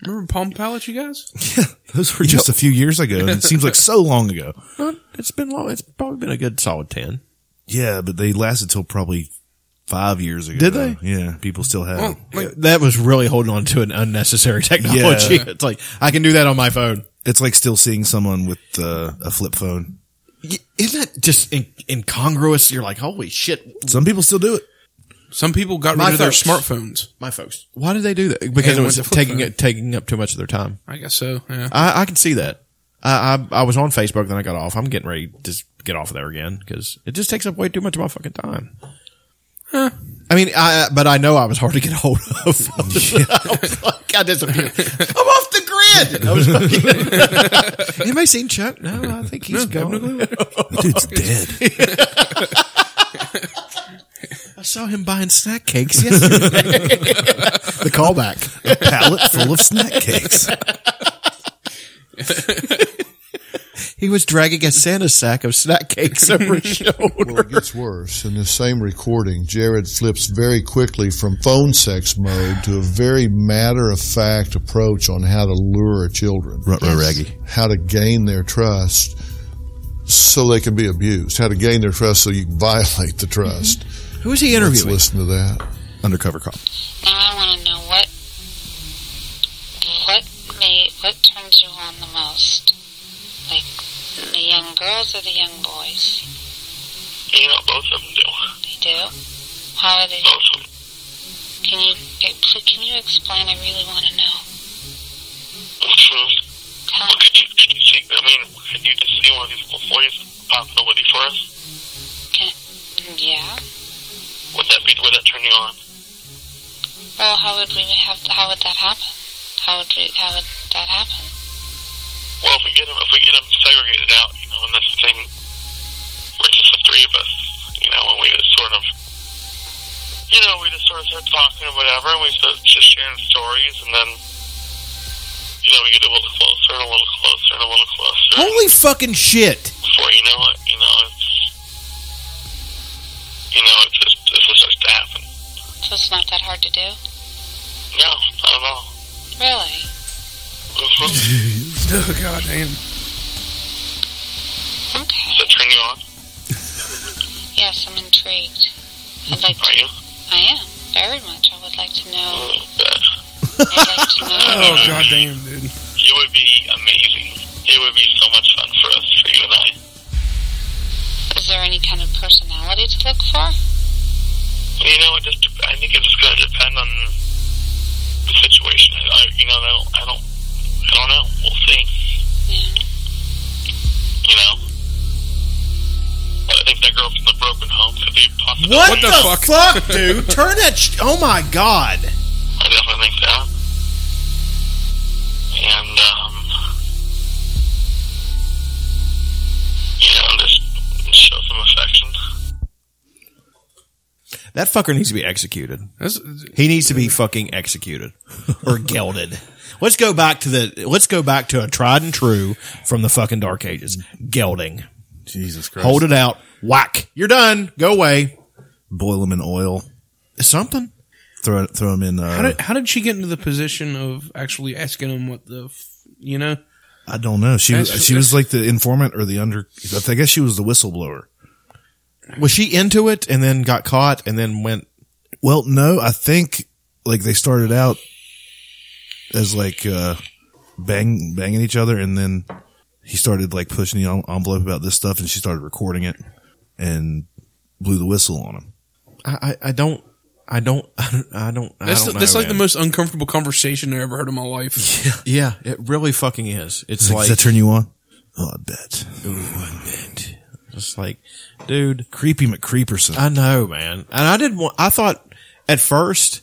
Remember Palm Palette, you guys? Those were just a few years ago, and it seems like (laughs) so long ago. It's been long. It's probably been a good solid ten. Yeah, but they lasted till probably five years ago. Did they? Yeah, people still have. Oh, Well, them. like, (laughs) That was really holding on to an unnecessary technology. It's like I can do that on my phone. It's like still seeing someone with uh, a flip phone. Y- Isn't that just in- incongruous? You're like, holy shit, Some people still do it. Some people got rid My of their folks. smartphones. my folks. Why did they do that? Because And it went was to flip taking phone. it taking up too much of their time. I guess so. Yeah. I, I can see that. I, I I was on Facebook, then I got off. I'm getting ready to just get off of there again because it just takes up way too much of my fucking time. I mean, I uh, but I know I was hard to get a hold of. (laughs) Fuck, I disappeared. I'm off the grid. (laughs) I was fucking- (laughs) Anybody seen Chuck? No, I think he's gone. (laughs) Dude's dead. I saw him buying snack (laughs) cakes yesterday. the callback. Pallet full of snack cakes. He was dragging a Santa sack of snack cakes over his shoulder. Well, it gets worse. In the same recording, Jared flips very quickly from phone sex mode to a very matter of fact approach on how to lure children, Raggy. how to gain their trust so they can be abused, how to gain their trust so you can (laughs) violate the trust. Who is he Let's interviewing? listen to that. Undercover cop. Now I want to know what what made what turns you on the most, like the young girls or the young boys? You know, both of them do. They do. How are they? Both of them. Can you e-, can you explain? I really want to know. Hmm. Tell Well, could you, could you see, I mean, could you just see one of these before you possibility for us? Yeah. Would that be, would that turn you on? Well, how would we have? How would that happen? How would we, how would that happen? Well, if we get them, if we get them segregated out, you know, and this thing, we're just the three of us, you know, and we just sort of, you know, we just sort of start talking or whatever, and we start just sharing stories, and then, you know, we get a little closer and a little closer and a little closer. Holy fucking shit! before you know it, you know, it's, you know, it's just, this is just happening. So it's not that hard to do, No, not at all. really. Does (laughs) oh, God damn. Okay. that turn you on? Yes, I'm intrigued. I'd like Are to. you? I am very much. I would like to know. Oh, God. I'd like (laughs) to know. Oh, God damn, dude. It would be amazing. It would be so much fun for us, for you and I. Is there any kind of personality to look for? You know, it just, I think it's just going to depend on the situation. I, I, you know, I don't, I don't, I don't know. We'll see. Yeah. You know. But I think that girl from the broken home could be a possibility. What, What the, the fuck? dude? Turn that. Sh- oh my god. I definitely think that. And, um, you know, just show some affection. That fucker needs to be executed. That's, He needs to be fucking executed or gelded. Let's go back to the. Let's go back to a tried and true from the fucking dark ages. Gelding. Jesus Christ. Hold it out. Whack. You're done. Go away. Boil them in oil. Something. Throw throw them in. Uh, how, did, how did she get into the position of actually asking him what the, f- you know? I don't know. She was, That's- she was like the informant or the under. I guess she was the whistleblower. Was she into it and then got caught and then went? Well, no, I think like they started out as like uh bang banging each other and then he started like pushing the en- envelope about this stuff and she started recording it and blew the whistle on him. I. I, I don't. I don't. (laughs) I don't. I don't That's, know, that's like man. the most uncomfortable conversation I ever heard in my life. Yeah. It really fucking is. It's Like, like. Does that turn you on? Oh, I bet. It's like, dude. Creepy McCreeperson. I know, man. And I didn't want, I thought at first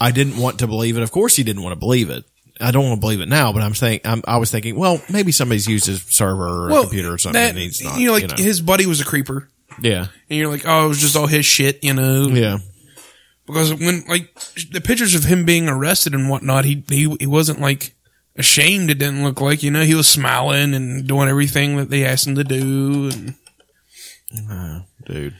I didn't want to believe it. Of course he didn't want to believe it. I don't want to believe it now, but I'm saying, I'm, I was thinking, well, maybe somebody's used his server or a computer or something. that- and he's not, you know, like his buddy was a creeper. yeah, And you're like, oh, it was just all his shit, you know? yeah. Because when, like, the pictures of him being arrested and whatnot, he, he, he wasn't, like, ashamed, it didn't look like, you know? He was smiling and doing everything that they asked him to do. And dude.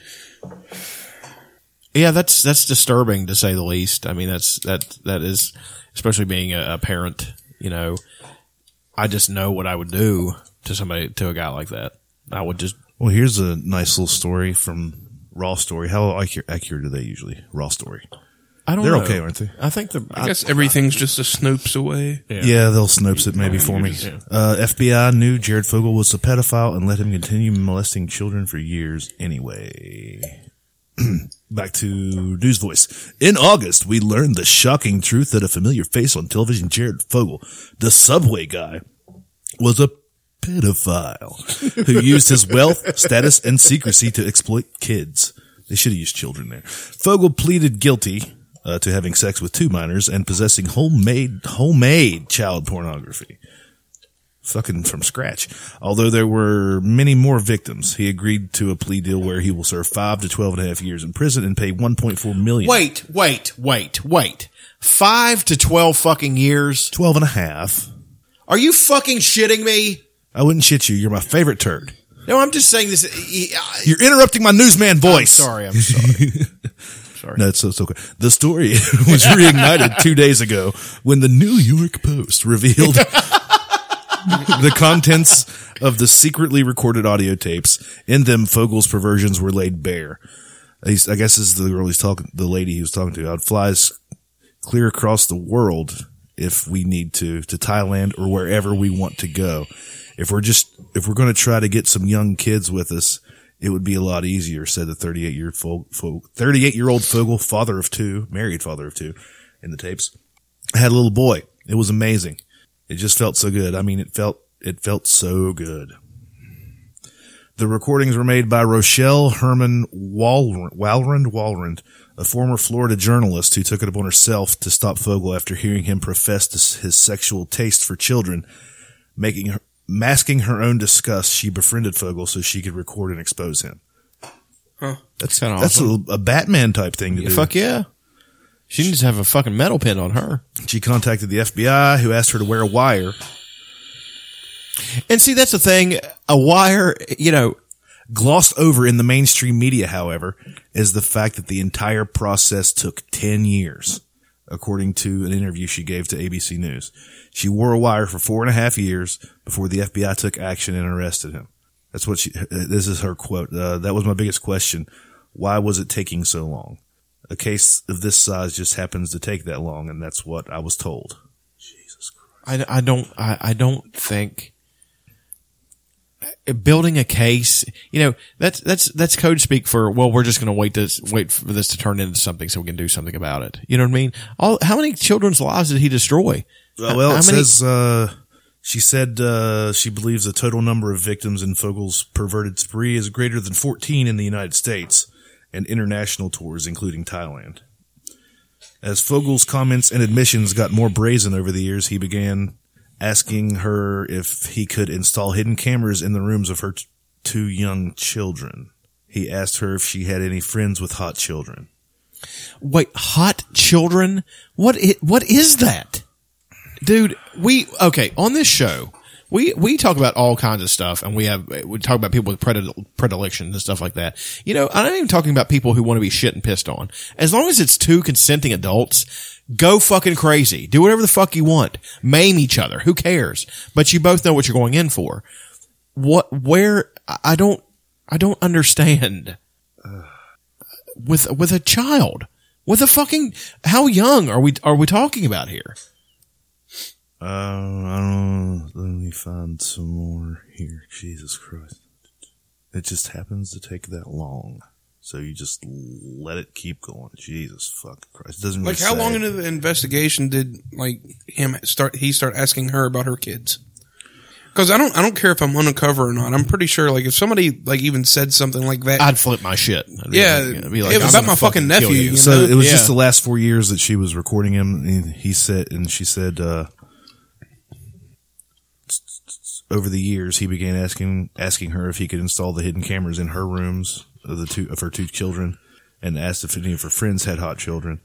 Yeah, that's that's disturbing to say the least. I mean, that's that that is, especially being a, a parent. You know, I just know what I would do to somebody to a guy like that. I would just Well, here's a nice little story Uh, from Raw Story. How accu- accurate are they usually? Raw Story. I don't They're know. okay, aren't they? I think the I guess everything's just a snoops away. Yeah, they'll snopes it maybe for me. Uh, FBI knew Jared Fogle was a pedophile and let him continue molesting children for years anyway. (clears throat) Back to News Voice. In August, we learned the shocking truth that a familiar face on television, Jared Fogle, the subway guy, was a pedophile who used his wealth, status, and secrecy to exploit kids. They should have used children there. Fogel pleaded guilty uh, to having sex with two minors and possessing homemade homemade child pornography. Fucking from scratch. Although there were many more victims, he agreed to a plea deal where he will serve five to twelve and a half years in prison and pay one point four million. Wait, wait, wait, wait. Five to twelve fucking years. twelve and a half. Are you fucking shitting me? I wouldn't shit you. You're my favorite turd. No, I'm just saying this. I- I- You're interrupting my newsman voice. Sorry, I'm sorry. No, it's, it's okay. The story (laughs) was reignited two days ago when the New York Post revealed the contents of the secretly recorded audio tapes. In them, Fogel's perversions were laid bare. He's, I guess this is the girl he's talking, the lady he was talking to. I'd fly s- clear across the world if we need to, to Thailand or wherever we want to go. If we're just, if we're going to try to get some young kids with us, it would be a lot easier, said the 38 year Fog, 38 year old Fogel, father of two, married father of two in the tapes. I had a little boy. It was amazing. It just felt so good. I mean, it felt, it felt so good. The recordings were made by Rochelle Herman Walrand, Walrand, Walrand, a former Florida journalist who took it upon herself to stop Fogel after hearing him profess this- his sexual taste for children, making her, masking her own disgust. She befriended Fogel so she could record and expose him. (laughs) That's kind of That's a, a Batman type thing to do. Fuck yeah. She needs to have a fucking metal pin on her. She contacted the FBI, who asked her to wear a wire. And see, that's the thing. A wire, you know, Glossed over in the mainstream media, however, is the fact that the entire process took 10 years, according to an interview she gave to ABC News. She wore a wire for four and a half years before the FBI took action and arrested him. That's what she, this is her quote. Uh, that was my biggest question. Why was it taking so long? A case of this size just happens to take that long, and that's what I was told. I, I don't I, I don't think building a case you know that's that's that's code speak for well we're just going to wait this wait for this to turn into something so we can do something about it you know what i mean all how many children's lives did he destroy Uh, well, How it many- says uh, she said uh, she believes the total number of victims in Fogel's perverted spree is greater than 14 in the United States and international tours, including Thailand. As Fogel's comments and admissions got more brazen over the years, he began asking her if he could install hidden cameras in the rooms of her t- two young children. He asked her if she had any friends with hot children. wait hot children what i- what is that dude we okay on this show we we talk about all kinds of stuff and we have we talk about people with predile- predilections and stuff like that you know i'm not even talking about people who want to be shit and pissed on as long as it's two consenting adults go fucking crazy do whatever the fuck you want maim each other who cares but you both know what you're going in for what where I- i don't i don't understand (sighs) with with a child with a fucking how young are we are we talking about here Uh, I don't know. Let me find some more here. Jesus Christ. It just happens to take that long. So you just let it keep going. Jesus fuck Christ. It doesn't really Like, how say. long into the investigation did like him start? He start asking her about her kids. Because I don't, I don't care if I'm undercover or not. I'm pretty sure, like, if somebody like even said something like that, I'd flip my shit. I'd be Yeah, like- I'd be like, it was I'm about gonna my fucking kill nephew, you so know? it was Yeah. just the last four years that she was recording him, and he said, and she said, uh, over the years, he began asking asking her if he could install the hidden cameras in her rooms of the two of her two children, and asked if any of her friends had hot children.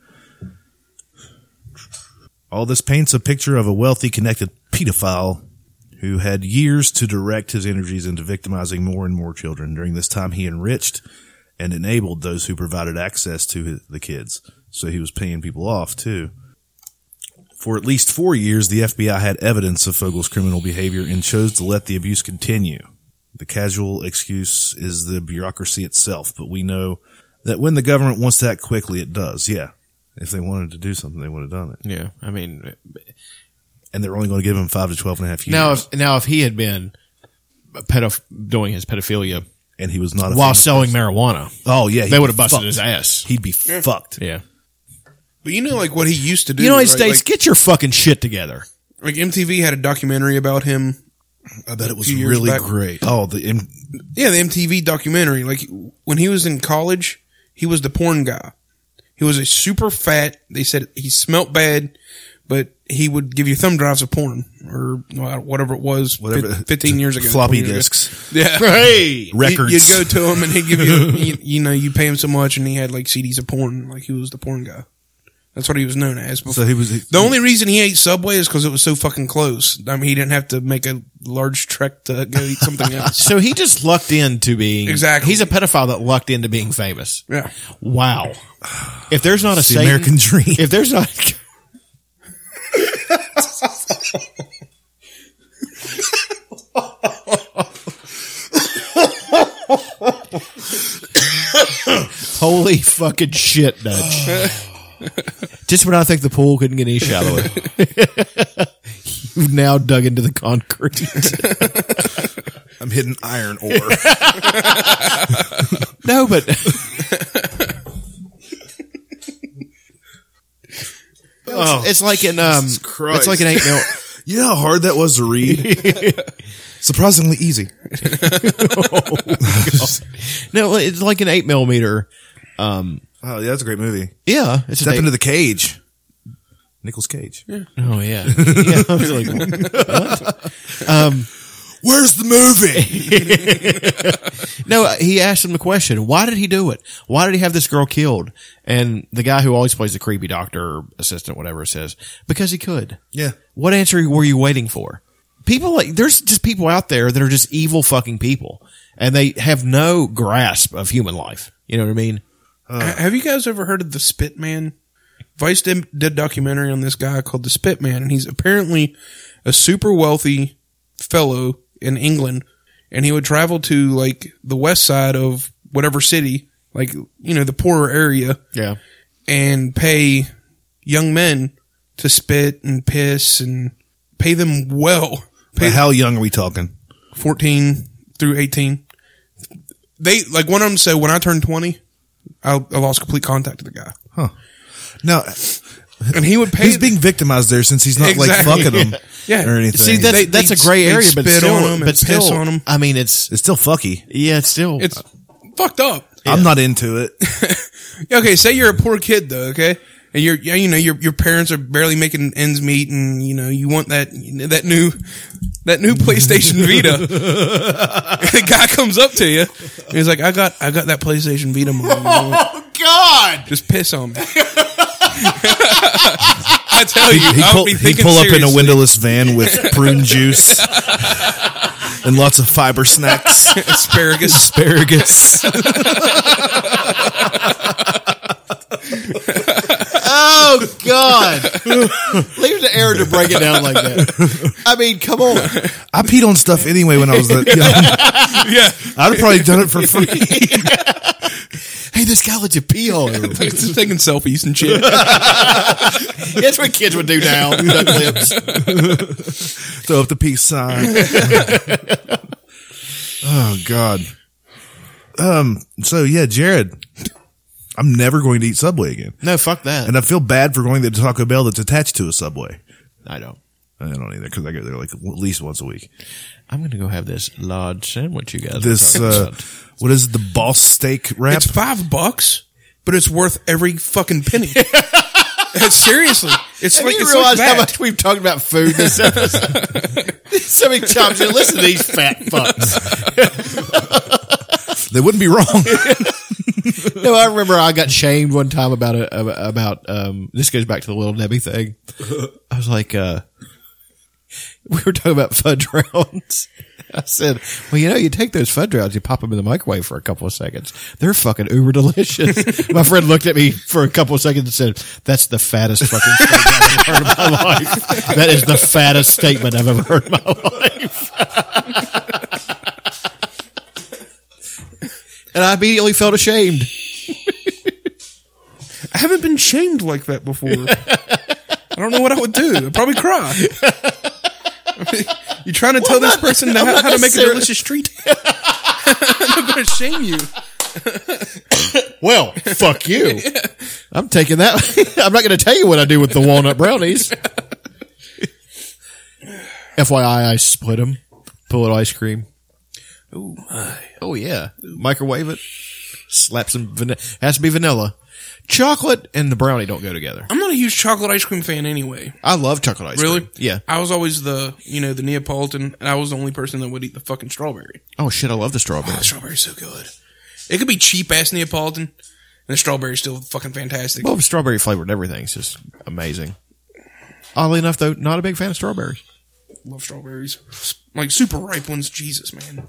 All this paints a picture of a wealthy, connected pedophile who had years to direct his energies into victimizing more and more children. During this time, he enriched and enabled those who provided access to his, the kids. So he was paying people off too. For at least four years, the FBI had evidence of Fogel's criminal behavior and chose to let the abuse continue. The casual excuse is the bureaucracy itself, but we know that when the government wants that quickly, it does. Yeah. If they wanted to do something, they would have done it. Yeah, I mean, And they're only going to give him five to 12 and a half years. now if now if he had been pedof- doing his pedophilia and he was not a while famous- selling marijuana, Oh, yeah. they he'd would have be busted fucked. his ass. He'd be fucked. Yeah, But you know, like what he used to do. United right? States, Like, get your fucking shit together. like MTV had a documentary about him. I bet It was really great. Oh, the M- Yeah, the MTV documentary. Like when he was in college, he was the porn guy. He was a super fat. They said he smelt bad, but he would give you thumb drives of porn or whatever it was. fif- Whatever. fifteen years ago, floppy 20 years ago. discs, (laughs) Yeah, Hey, records. You'd go to him and he'd give (laughs) you, you, you know, you pay him so much, and he had like CDs of porn. Like he was the porn guy. That's what he was known as. Before. so he was The only reason he ate Subway is because it was so fucking close. I mean, he didn't have to make a large trek to go eat something else. So he just lucked into being Exactly. He's a pedophile that lucked into being famous. Yeah. Wow. If there's not a the Satan- American dream. if there's not, (laughs) holy fucking shit, Dutch. (sighs) Just when I think the pool couldn't get any shallower, (laughs) you've now dug into the concrete. I'm hitting iron (laughs) ore. (laughs) No, but Oh, it's like in um, Christ. it's like an eight mil. you know how hard that was to read? (laughs) Surprisingly easy. No, it's like an eight millimeter. Oh, yeah, that's a great movie. Yeah, it's Step an into the cage. Nicholas Cage. Oh (laughs) yeah, yeah. I was like, Where's the movie? (laughs) no, he asked him the question: Why did he do it? Why did he have this girl killed? And the guy who always plays the creepy doctor or assistant, whatever, says because he could. yeah. What answer were you waiting for? People like there's just people out there that are just evil fucking people, and they have no grasp of human life. You know what I mean? Ha- Have you guys ever heard of the Spit Man? Vice did, did a documentary on this guy called the Spit Man, and he's apparently a super wealthy fellow in England, and he would travel to like the west side of whatever city, like you know the poorer area, Yeah. and pay young men to spit and piss and pay them well. Pay, But how young are we talking? 14 through 18. They, like one of them said, when I turned 20, I, I lost complete contact with the guy. Now, And he would pay. he's being victimized there since he's not Exactly. like fucking him (laughs) Yeah. or anything. See, that's They- that's they- a gray they area, but spit still, on 'em and but piss still, on 'em. I mean, it's it's still fucky. yeah, it's still it's fucked up. I'm not (laughs) into it. Yeah, Okay. Say you're a poor kid though. Okay. And you're, yeah, you know, your, your parents are barely making ends meet and, you know, you want that, that new, that new PlayStation (laughs) Vita. and the guy comes up to you and he's like, I got, I got that PlayStation Vita. Mom. (laughs) You know, Oh, God. Just piss on me. I tell you, He'd I pull, would be he'd thinking pull up in a seriously. windowless van (laughs) with prune juice and lots of fiber snacks, (laughs) asparagus. asparagus. Oh (laughs) (laughs) God! Leave the air to break it down like that. (laughs) I mean, come on. I peed on stuff anyway when I was (laughs) that young. yeah. I'd have probably done it for free. Hey, this guy lets you (laughs) pee all over. him. Just taking selfies and shit. That's what kids would do now. duck lips. Throw up the peace sign. oh God. Um. So yeah, Jared, I'm never going to eat Subway again, (laughs) No, fuck that. uh, and I feel bad for going to Taco Bell that's attached to a Subway. I don't. I don't either because I go there like at least once a week. I'm gonna go have this large sandwich you guys. This were talking uh, about. what is it, the boss steak wrap? It's five bucks, but it's worth every fucking (laughs) penny. Seriously, it's Have like you it's like realized how that. much we've talked about food this episode? so many times. you Listen to these fat fucks. They wouldn't be wrong. (laughs) No, I remember I got shamed one time about a, about um. This goes back to the little Debbie thing. I was like, uh, we were talking about fudge rounds. I said, well, you know, you take those fudge rounds, you pop them in the microwave for a couple of seconds. They're fucking uber delicious. (laughs) My friend looked at me for a couple of seconds and said, that's the fattest fucking statement I've ever heard in my life. That is the fattest statement I've ever heard in my life. (laughs) and I immediately felt ashamed. I haven't been shamed like that before. I don't know what I would do. I'd probably cry. (laughs) I mean, you're trying to tell this person to, how, how to make a necessarily- delicious treat. (laughs) I'm not going to shame you. Well, fuck you. I'm taking that. (laughs) I'm not going to tell you what I do with the walnut brownies. FYI, I split them. Pull it ice cream. Oh, my. Oh, yeah. Microwave it. Slap some vanilla. Has to be vanilla. Chocolate and the brownie don't go together. I'm not a huge chocolate ice cream fan anyway. I love chocolate ice Really? cream. Yeah. I was always the, you know, the Neapolitan, and I was the only person that would eat the fucking strawberry. Oh, shit. I love (sighs) the strawberry. The strawberry's so good. It could be cheap ass Neapolitan, and the strawberry's still fucking fantastic. Well, strawberry flavored everything's just amazing. Oddly enough, though, not a big fan of strawberries. Love strawberries. Like super ripe ones, Jesus, man.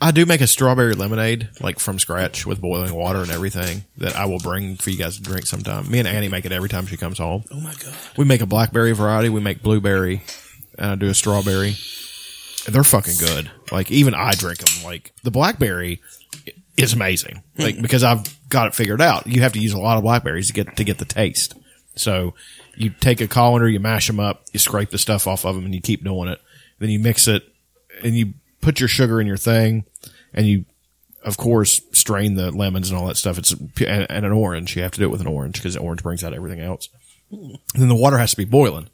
I do make a strawberry lemonade, like from scratch with boiling water and everything, that I will bring for you guys to drink sometime. Me and Annie make it every time she comes home. Oh my god. We make a blackberry variety, we make blueberry, and I do a strawberry. They're fucking good. Like, even I drink them. Like, the blackberry is amazing. Like, because I've got it figured out. You have to use a lot of blackberries to get, to get the taste. So, you take a colander, you mash them up, you scrape the stuff off of them, and you keep doing it. Then you mix it, and you put your sugar in your thing, and you of course, strain the lemons and all that stuff. It's and, and an orange. You have to do it with an orange because the orange brings out everything else. And then the water has to be boiling.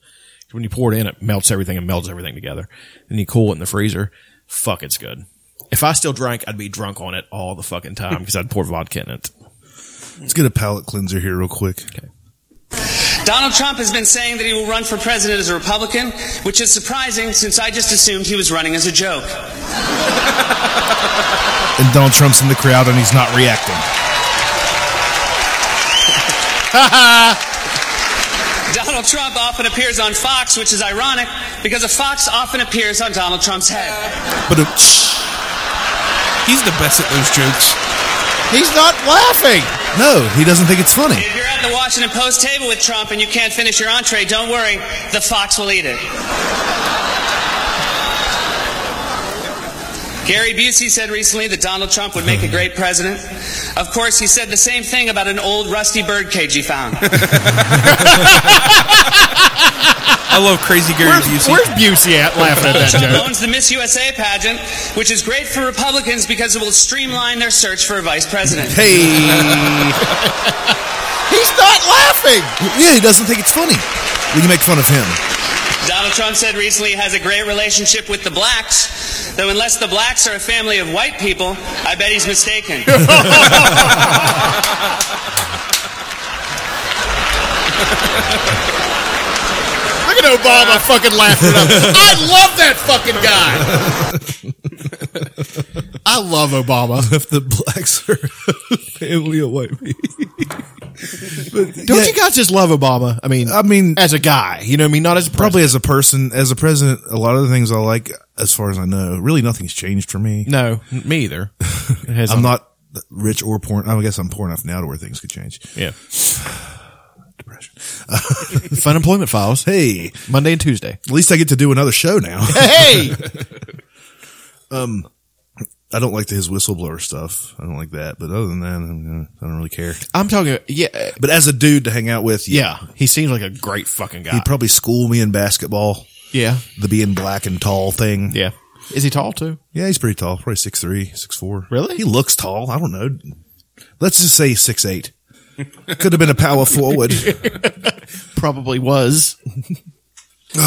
When you pour it in, it melts everything and melds everything together. Then you cool it in the freezer. Fuck, it's good. If I still drank, I'd be drunk on it all the fucking time because I'd pour vodka in it. Let's get a palate cleanser here real quick. Donald Trump has been saying that he will run for president as a Republican, which is surprising since I just assumed he was running as a joke. And Donald Trump's in the crowd and he's not reacting. (laughs) Donald Trump often appears on Fox, which is ironic because a fox often appears on Donald Trump's head. But uh, it, He's the best at those jokes. He's not laughing. no, he doesn't think it's funny. If you're at the Washington Post table with Trump and you can't finish your entree, don't worry, the fox will eat it. Gary Busey said recently that Donald Trump would make a great president. Of course, he said the same thing about an old rusty bird cage he found. (laughs) I love crazy Gary Where's, Busey. where's Busey at laughing at that Trump joke? owns the Miss USA pageant, which is great for Republicans because it will streamline their search for a vice (laughs) president. Hey. (laughs) He's not laughing. yeah, he doesn't think it's funny. We can make fun of him. Donald Trump said recently he has a great relationship with the blacks, though unless the blacks are a family of white people, I bet he's mistaken. Look at Obama fucking laughing (laughs) up. I love that fucking guy. I love Obama. (laughs) If the blacks are (laughs) family of white (laughs) people. But, Don't yeah, you guys just love Obama? I mean, I mean, as a guy, you know what I mean? Not as a Uh, probably as a person, as a president, a lot of the things I like, as far as I know, really nothing's changed for me. No, me (laughs) either. I'm not rich or poor. I guess I'm poor enough now to where things could change. (laughs) Yeah. Depression. Fun employment files. Hey, Monday and Tuesday. at least I get to do another show now. (laughs) Um, Hey! (laughs) I don't like his whistleblower stuff. I don't like that. But other than that, I'm, uh, I don't really care. I'm talking, yeah. uh, But as a dude to hang out with, yeah, Yeah. He seems like a great fucking guy. he'd probably school me in basketball. yeah. The being black and tall thing. Yeah. Is he tall too? Yeah, he's pretty tall. Probably six three, six four. Really? He looks tall. I don't know. Let's just say six eight. Could have been a power (laughs) forward. Probably was.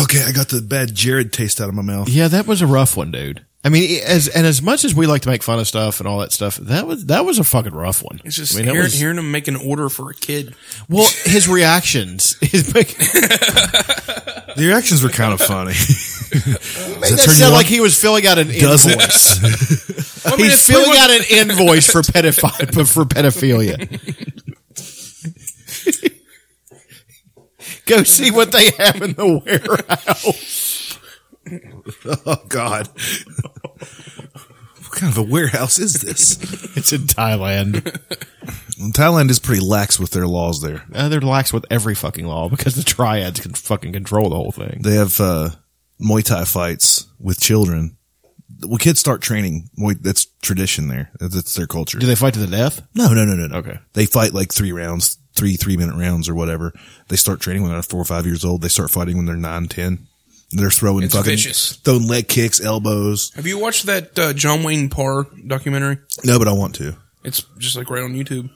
Okay, I got the bad Jared taste out of my mouth. Yeah, that was a rough one, dude. I mean, as and as much as we like to make fun of stuff and all that stuff, that was that was a fucking rough one. It's just I mean, that hearing, was- hearing him make an order for a kid. well, his reactions, (laughs) his big, The reactions were kind of funny. (laughs) that turn you sounded on? like he was filling out an Doesn't. (laughs) invoice. I mean, He's it's pretty filling much- out an invoice for pedophilia, but for pedophilia. (laughs) Go see what they have in the warehouse. oh God. What kind of a warehouse is this? It's in Thailand. And (laughs) Thailand is pretty lax with their laws there. Uh, they're lax with every fucking law because the triads can fucking control the whole thing. They have uh, Muay Thai fights with children. Well, kids start training. Muay, that's tradition there. That's their culture. Do they fight to the death? No, no, no, no, no. Okay. They fight like three rounds, three three minute rounds or whatever. They start training when they're four or five years old. They start fighting when they're nine, ten. They're throwing It's fucking vicious. throwing leg kicks, elbows. Have you watched that uh, John Wayne Parr documentary? No, but I want to. It's just like right on YouTube.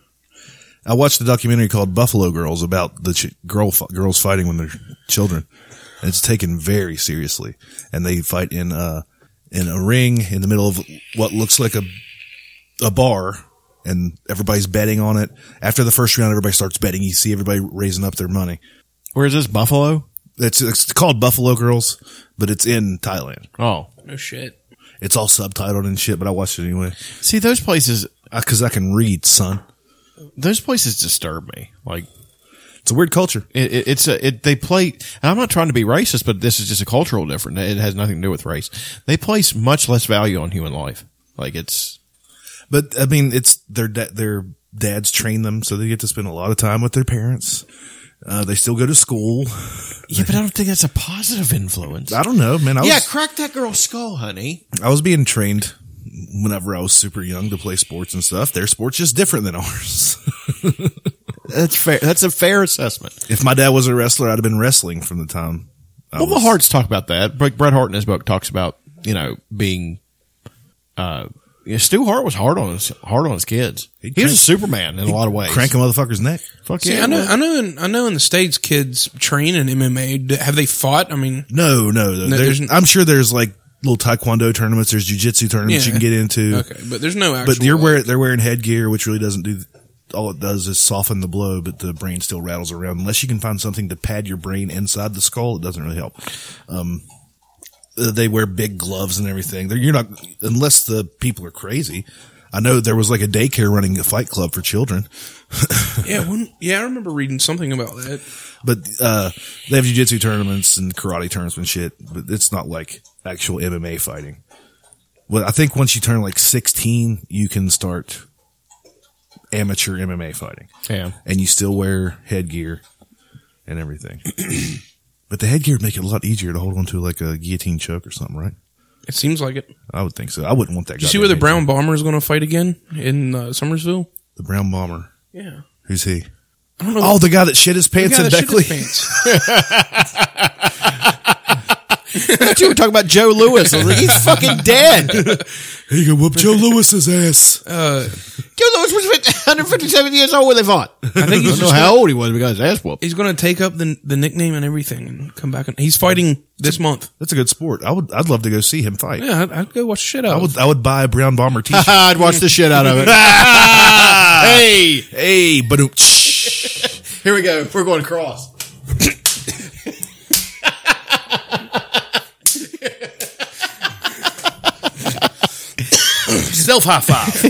I watched a documentary called Buffalo Girls about the ch- girl f- girls fighting when they're children. And it's taken very seriously, and they fight in uh in a ring in the middle of what looks like a a bar, and everybody's betting on it. After the first round, everybody starts betting. You see everybody raising up their money. Where is this Buffalo? It's, it's called Buffalo Girls, but it's in Thailand. Oh, No shit. It's all subtitled and shit, but I watched it anyway see those places. because I can read, son. Those places disturb me. Like It's a weird culture. it, it, it's a it, they play. And I'm not trying to be racist, but this is just a cultural difference. It has nothing to do with race. They place much less value on human life. Like it's But I mean, it's their da- their dads train them, so they get to spend a lot of time with their parents. Uh, they still go to school. yeah, but I don't think that's a positive influence. I don't know, man. I was yeah, crack that girl's skull, honey. I was being trained whenever I was super young to play sports and stuff. Their sports just different than ours. (laughs) That's fair. That's a fair assessment. if my dad was a wrestler, I'd have been wrestling from the time. I Well, the was- Harts talk about that. Bre- Bret Hart in his book talks about you know being. Uh, yeah, Stu Hart was hard on his hard on his kids. He, He'd was a Superman in a lot of ways. crank a motherfucker's neck. Fuck See, yeah, I know, I know, in, I know. In the states, kids train in MMA. D- Have they fought? I mean, No, no. no there's there's, n- I'm sure there's like little taekwondo tournaments. There's jujitsu tournaments you Yeah. can get into. okay, but there's no actual. But you're wearing, they're wearing headgear, which really doesn't do. All it does is soften the blow, but the brain still rattles around. Unless you can find something to pad your brain inside the skull, it doesn't really help. Um, uh, they wear big gloves and everything. They're, you're not unless the people are crazy. I know there was like a daycare running a fight club for children, yeah, when, yeah. I remember reading something about that. but uh, they have jujitsu tournaments and karate tournaments and shit. But it's not like actual MMA fighting. Well, I think once you turn like 16, you can start amateur MMA fighting. yeah. (laughs) and you still wear headgear and everything. (clears throat) but the headgear would make it a lot easier to hold onto like a guillotine choke or something, right? It seems like it. I would think so. I wouldn't want that. Do you see where the goddamn brown bomber is going to fight again in uh, Somersville? headgear. the brown bomber? Yeah, Who's he? I don't know. Oh, the guy that shit his pants yeah, in that shit Beckley. is pants. you were talking about Joe (laughs) Lewis. I was like, he's fucking dead. Joe He can whoop Joe Lewis's ass. Lewis was 157 years old when they fought. I I think he's don't know just how old he was, but he got his ass whooped. he's going to take up the the nickname and everything and come back. And he's fighting this month. That's a good sport. I would. I'd love to go see him fight. Yeah, I'd, I'd go watch shit out. I would. I would buy a brown (laughs) bomber t-shirt. I'd watch the shit out (laughs) of it. hey, hey, but (laughs) here we go. We're going cross. (laughs) Self high five.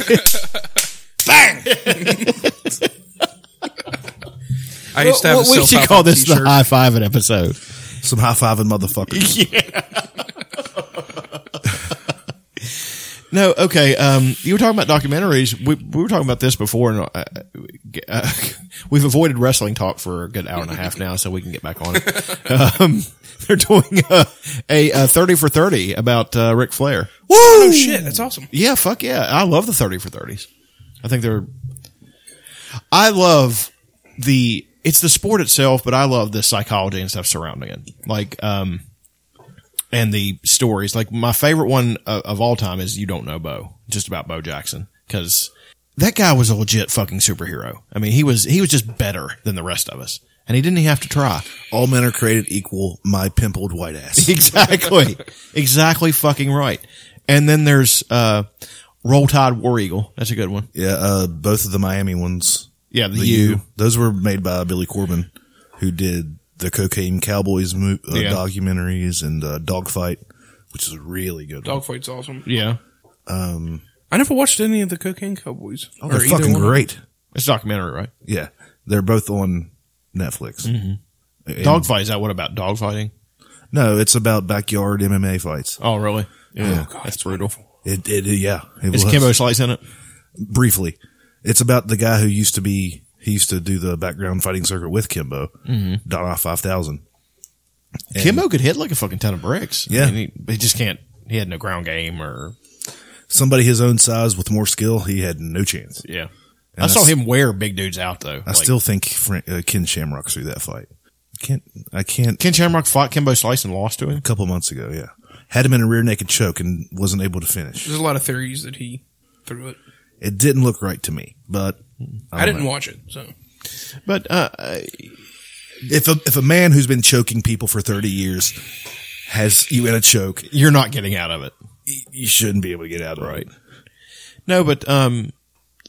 I used to have. a we should self-help call this t-shirt. the high five episode. some high fiving (laughs) motherfuckers. No, okay. Um, you were talking about documentaries. We, we were talking about this before, and uh, uh, (laughs) we've avoided wrestling talk for a good hour and a half now, so we can get back on (laughs) it. Um, they're doing a, a, uh thirty for thirty about uh, Ric Flair. Oh shit, that's awesome. Yeah, fuck yeah! I love the thirty for thirties. I think they're. I love the. It's the sport itself, but I love the psychology and stuff surrounding it. Like, um, and the stories. Like my favorite one of, of all time is "You Don't Know Bo," just about Bo Jackson, because that guy was a legit fucking superhero. I mean, he was he was just better than the rest of us, and he didn't have to try. (laughs) All men are created equal. My pimpled white ass. Exactly, exactly, fucking right. And then there's uh, Roll Tide War Eagle. That's a good one. Yeah, uh, both of the Miami ones. Yeah, the, the U. U. Those were made by Billy Corbin, who did the Cocaine Cowboys mo- uh, Yeah. documentaries and uh, Dogfight, which is a really good. one. Dogfight's awesome. Yeah, Um, I never watched any of the Cocaine Cowboys. oh, Or they're either fucking one. great. it's a documentary, right? Yeah, they're both on Netflix. And- Dogfight is that what about dogfighting? No, it's about backyard MMA fights. Oh, really? Yeah, that's brutal. It, it yeah, it Is was Kimbo Slice in it? briefly. It's about the guy who used to be he used to do the background fighting circuit with Kimbo, mm-hmm. Donna Five Thousand. Kimbo could hit like a fucking ton of bricks. I Yeah. mean, he, he just can't. He had no ground game or Somebody his own size with more skill, he had no chance. yeah. I saw him wear big dudes out though. I still think Frank, uh, Ken Shamrock threw that fight. I can't. I can't. Ken Shamrock fought Kimbo Slice and lost to him a couple months ago. Yeah, had him in a rear naked choke and wasn't able to finish. There's a lot of theories that he threw it. It didn't look right to me, but I, don't didn't know. watch it, so But uh, I- If a, if a man who's been choking people for thirty years has you in a choke, you're not getting out of it. y- you shouldn't be able to get out of Right. it. No, but um,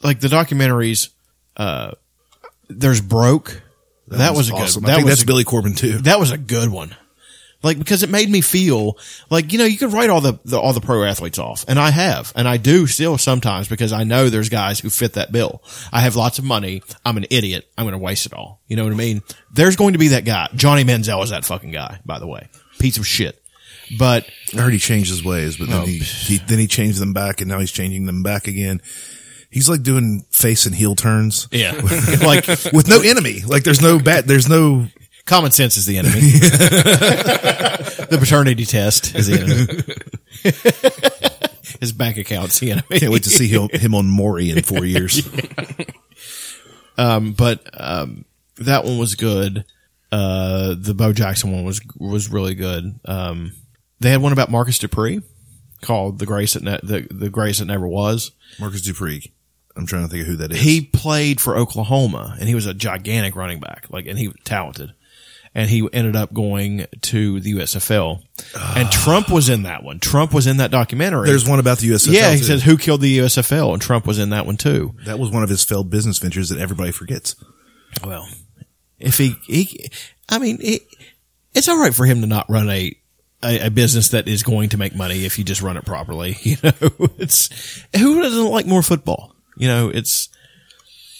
like the documentaries, uh, there's broke. That, was, a awesome. good. I That think was that's a- Billy Corbin too. That was a good one. Like because it made me feel like you know you could write all the, the all the pro athletes off, and I have, and I do still sometimes because I know there's guys who fit that bill. I have lots of money. I'm an idiot. I'm going to waste it all. You know what I mean? There's going to be that guy. Johnny Manziel is that fucking guy, by the way. Piece of shit. But I heard he changed his ways, but then he, he then he changed them back, and now he's changing them back again. He's like doing face and heel turns. (laughs) yeah, like With no enemy, like there's no bat, there's no common sense is (laughs) the enemy. the paternity test is the (laughs) enemy. His bank account's the enemy. Can't wait to (laughs) see him, him on Maury in four years. but um, that one was good. Uh, the Bo Jackson one was was really good. Um, they had one about Marcus Dupree called "The Grace That ne- the, the Grace That Never Was." Marcus Dupree. I'm trying to think of who that is. He played for Oklahoma, and he was a gigantic running back, like, and he was talented. And he ended up going to the USFL, and Trump was in that one. Trump was in that documentary. There's one about the USFL. yeah, he too. says who killed the USFL, and Trump was in that one too. that was one of his failed business ventures that everybody forgets. Well, if he, he I mean, it, it's all right for him to not run a, a a business that is going to make money if you just run it properly. (laughs) You know, it's who doesn't like more football? You know, it's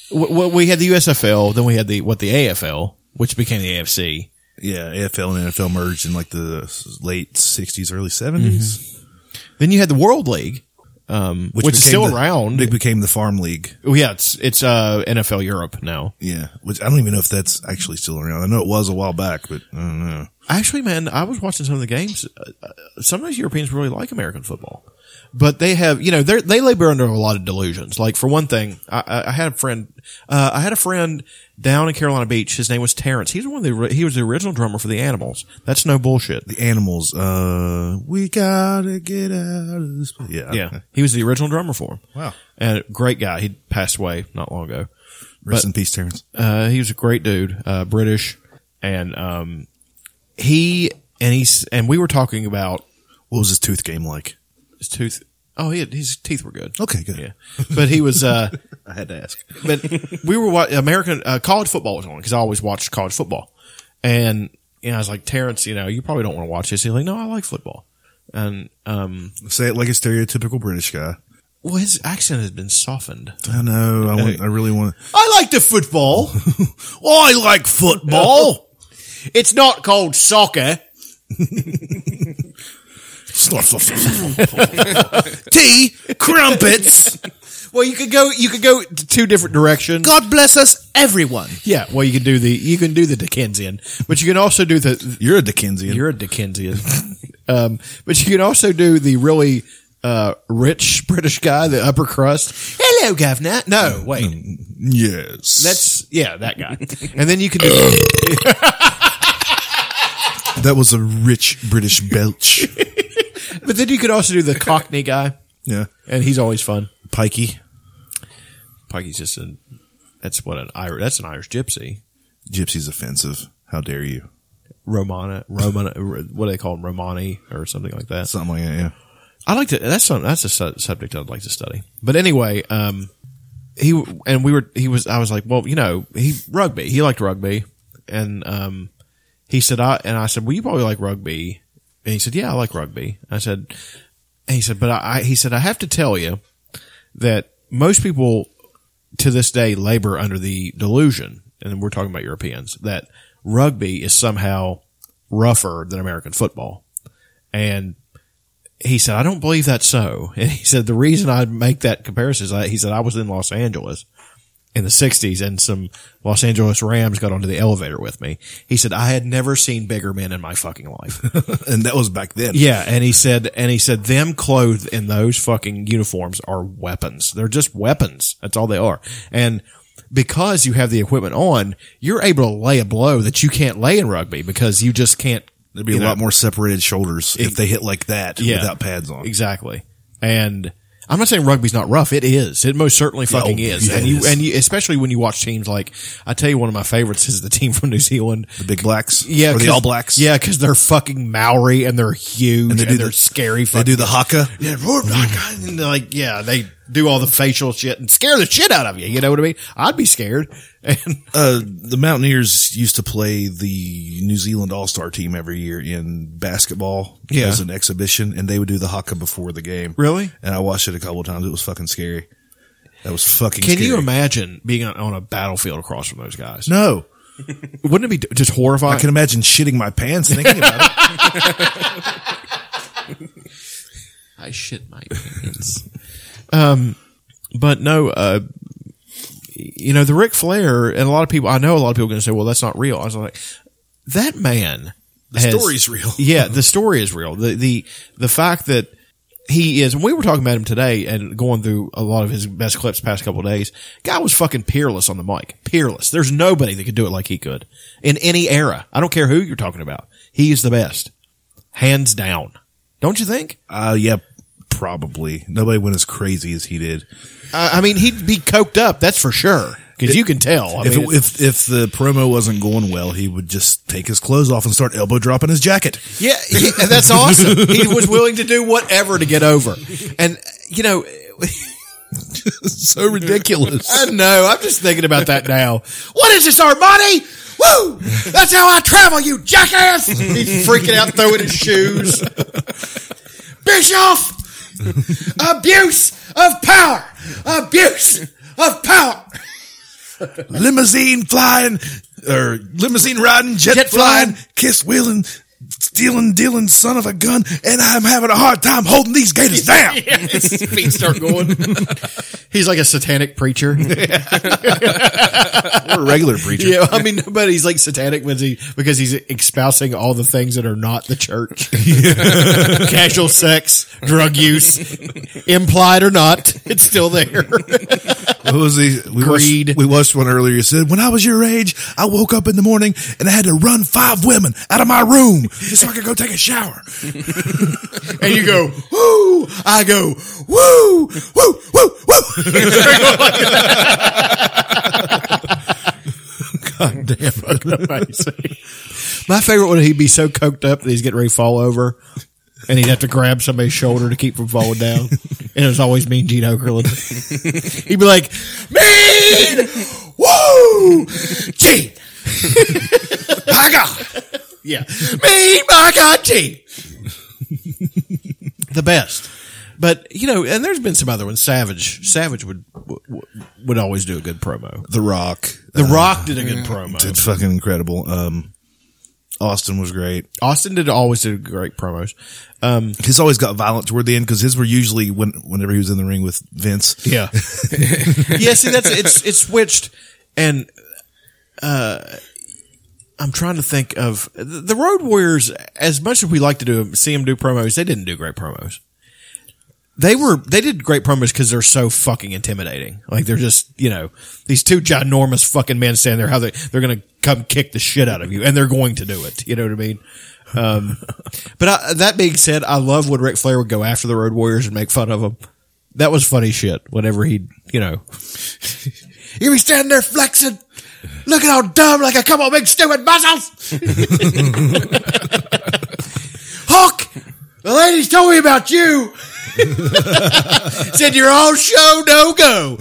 wh- wh- we had the USFL, then we had the what the AFL, which became the AFC. Yeah, AFL and NFL merged in like the late 60s, early 70s, Then you had the World League, um, which, is became still the- around. It became the Farm League. Well, yeah, it's it's uh, NFL Europe now. Yeah, which I don't even know if that's actually still around. I know it was a while back, but I don't know. Actually, man, I was watching some of the games. Uh, uh, some of those Europeans really like American football, but they have, you know, they they labor under a lot of delusions. Like for one thing, I- I, I had a friend, uh, I had a friend down in Carolina Beach. His name was Terrence. He's one of the ori- he was the original drummer for the Animals. That's no bullshit. The animals, uh, we gotta get out of this. place. Yeah. Yeah, (laughs) he was the original drummer for him. (laughs) Wow. and a great guy. He passed away not long ago. Rest But- in peace, Terrence. Uh, he was a great dude, uh, British, and um, he and he's and we were talking about What was his tooth game like? his tooth. Oh, he had, his teeth were good. Okay, good. Yeah, but he was. Uh, (laughs) I had to ask. but we were watching American uh, college football was on because I always watched college football, and you know, I was like Terrence, you know, you probably don't want to watch this. He's like, no, I like football, and um, Say it like a stereotypical British guy. well, his accent has been softened. I know. I, want, I really (laughs) want. (laughs) I like the (laughs) football. I like football. It's not called soccer. Tea, crumpets. Well, you could go, you could go t- two different directions. God bless us, everyone. Yeah, well, you can do the, you can do the Dickensian, but you can also do the, You're a Dickensian. You're a Dickensian. (laughs) um, but you can also do the really uh, rich British guy, the upper crust. Hello, governor. No, wait. yes. That's yeah, that guy. And then you can do (coughs) that was a rich (laughs) British belch. but then you could also do the Cockney guy, yeah. and he's always fun. Pikey, Pikey's just an that's what an Irish that's an Irish gypsy. gypsy's offensive. How dare you? Romana, Romana, what do they call him? Romani or something like that. Something like that. Yeah. I like to. That's some, that's a su- subject I'd like to study. But anyway, um, he and we were. He was. I was like, well, you know, he rugby. He liked rugby, and um, he said, I and I said, well, you probably like rugby. And he said, yeah, I like rugby. I said, and he said, but I, I he said, I have to tell you that most people to this day labor under the delusion, and we're talking about Europeans, that rugby is somehow rougher than American football. And he said, I don't (laughs) believe that's so. And he said, the reason I make that comparison is I, he said, I was in Los Angeles in the 60s and some Los Angeles Rams got onto the elevator with me. He said, I had never seen bigger men in my fucking life. and that was back then. Yeah, and he said, and he said, them clothed in those fucking uniforms are weapons. They're just weapons. That's all they are. And because you have the equipment on, you're able to lay a blow that you can't lay in rugby because you just can't. There'd be a lot more separated shoulders if they hit like that Yeah. without pads on. Exactly. And I'm not saying rugby's not rough. It is. It most certainly fucking oh, is. yeah, and it you is. and you, especially when you watch teams like I tell you, one of my favorites is the team (laughs) from New Zealand, The Big Blacks, Yeah, or the 'cause- All Blacks, Yeah, because they're fucking Maori and they're huge and, they they do are the- scary. They Fucking, do Mm. the haka. yeah, roar, roar, and they're like yeah, they do all the facial shit and scare the shit out of you. You know what I mean? I'd be scared. (laughs) And Uh, the Mountaineers used to play the New Zealand All Star team every year in basketball Yeah. as an exhibition, and they would do the haka before the game. Really? And I watched it a couple of times. It was fucking scary. That was fucking. can scary. you imagine being on, on a battlefield across from those guys? No, Wouldn't it be just I horrifying? can imagine shitting my pants thinking about (laughs) it. I shit my pants. um, but no, uh, you know, the Ric Flair and a lot of people, I know a lot of people are going to say, well, that's not real. I was like, that man. The story's real. (laughs) yeah, the story is real. The, the, the fact that he is, and we were talking about him today and going through a lot of his best clips past couple of days. Guy was fucking peerless on the mic. Peerless. There's nobody that could do it like he could in any era. I don't care who you're talking about. He is the best. Hands down. Don't you think? Uh, yeah, probably. Nobody went as crazy as he did. I I mean, he'd be coked up, that's for sure. Because you can tell. I if, mean, it, if if the promo wasn't going well, he would just take his clothes off and start elbow dropping his jacket. yeah, he- (laughs) and that's awesome. He was willing to do whatever to get over. And, you know, (laughs) so ridiculous. I know. I'm just thinking about that now. What is this, Armani? Woo! That's how I travel, you jackass! He's freaking out, throwing his shoes. Bischoff! Abuse of power! Abuse of power! limousine flying or limousine riding, jet, Jet flying, flying. kiss wheeling, stealing, dealing, son of a gun, and I'm having a hard time holding these gators (laughs) down. His feet start going. He's like a satanic preacher. Or a regular preacher. Yeah, I mean, nobody's like satanic when he because he's espousing all the things that are not the church: (laughs) casual sex, drug use, implied or not, it's still there. What was the we Greed. Watched, we watched one earlier. Said when I was your age, I woke up in the morning and I had to run five women out of my room just so I could go take a shower. and you go, woo! I go, woo, woo, woo, woo. God (laughs) damn, fucking amazing. My favorite one, he'd be so coked up that he's getting ready to fall over. And he'd have to grab somebody's shoulder to keep from falling down. And it was always Mean Gene Okerlund. (laughs) He'd be like, Mean! Woo! Gene! (laughs) my God! Yeah. Mean, my God, Gene! the best. But you know, and there's been some other ones. Savage, Savage would w- w- would always do a good promo. The Rock The Rock did a good promo. did fucking incredible. Um, Austin was great. Austin did always do great promos. Um, His always got violent toward the end because his were usually when whenever he was in the ring with Vince. yeah, yeah. See, that's it's it's switched, and uh, I'm trying to think of the- the Road Warriors. As much as we like to do see them do promos, they didn't do great promos. They were they did great promos because they're so fucking intimidating. Like they're just you know these two ginormous fucking men standing there. How they they're gonna come kick the shit out of you, and they're going to do it. You know what I mean? Um, (laughs) but I, that being said, I love when Ric Flair would go after the Road Warriors and make fun of them. That was funny shit. Whenever he, you know, he'd be standing there flexing, looking all dumb like a come on big stupid (laughs) muscles. Hawk, the ladies told me about you. (laughs) Said you're all show no go. Woo! (laughs)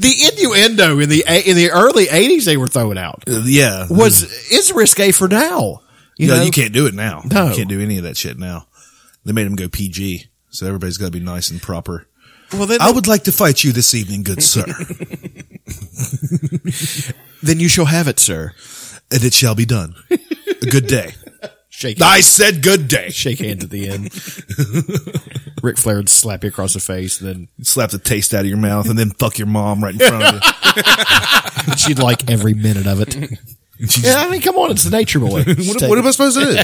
the innuendo in the in the early '80s they were throwing out Uh, yeah, was is risque for now. You no, know? you can't do it now. No. You can't do any of that shit now. They made him go PG, so everybody's got to be nice and proper. Well, then, I would like to fight you this evening, good sir, then you shall have it, sir. and it shall be done. A good day. Shake. I said good day. Shake hands at the end. (laughs) Ric Flair would slap you across the face, then slap the taste out of your mouth, and then fuck your mom right in front of she'd like every minute of (laughs) it. yeah, I mean, come on, it's the Nature (laughs) Boy. you. (laughs) what, what am I supposed to do?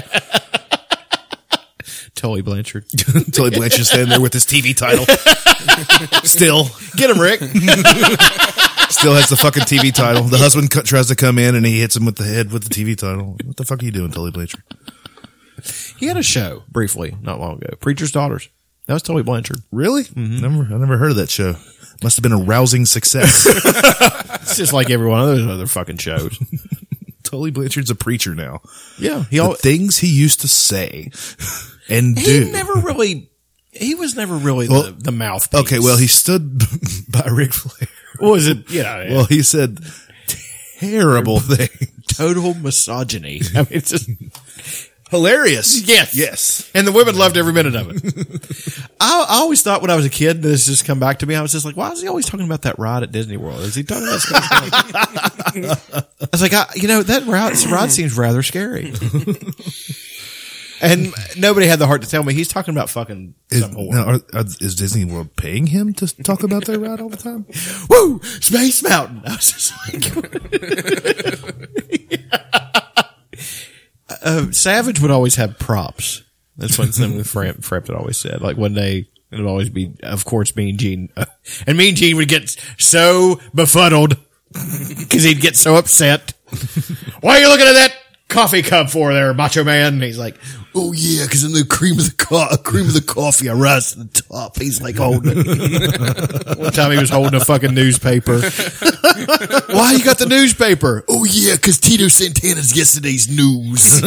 Tully (laughs) Blanchard. Tully Blanchard's standing there with his TV title. Still, Get him, (laughs) Rick. still has the fucking TV title. The husband co- tries to come in and he hits him with the head with the TV title. What the fuck are you doing, Tully Blanchard? (laughs) he had a show briefly not long ago. Preacher's Daughters. That was Tully Blanchard. Really? Mm-hmm. Never, I never heard of that show. Must have been a rousing success. (laughs) It's just like every one of those other fucking shows. Tully Blanchard's a preacher now. (laughs) yeah, he The al- things he used to say and he do. never really. He was never really Well, the, the mouthpiece. Okay, (laughs) well, he stood (laughs) by Ric Flair. was it. (laughs) You know, Well, he said terrible things. total misogyny. I mean, it's (laughs) just Hilarious. yes, Yes. (laughs) And the women loved every minute of it. (laughs) I, I always thought when I was a kid, this just come back to me. I was just like, why is he always talking about that ride at Disney World? Is he talking about? Scottish Widows? (laughs) I was like, I, you know, that route ride seems rather (laughs) scary. and nobody had the heart to tell me he's talking about fucking Is, some whore. now, are, are, is Disney World paying him to talk about their ride all the time? Woo, Space Mountain. (laughs) I was just like. Uh, Savage would always have props. That's one thing that Framp, Framp had always said. Like one day, it would always be, of course, Mean Gene. uh, and Mean Gene would get so befuddled because he'd get so upset. (laughs) Why are you looking at that coffee cup for there, Macho Man? And he's like, Oh yeah, because in the cream of the co- cream of the coffee, I rise to the top. He's like "Oh, holding. it. One time he was holding a fucking newspaper. (laughs) Why you got the newspaper? Oh yeah, because Tito Santana's yesterday's news.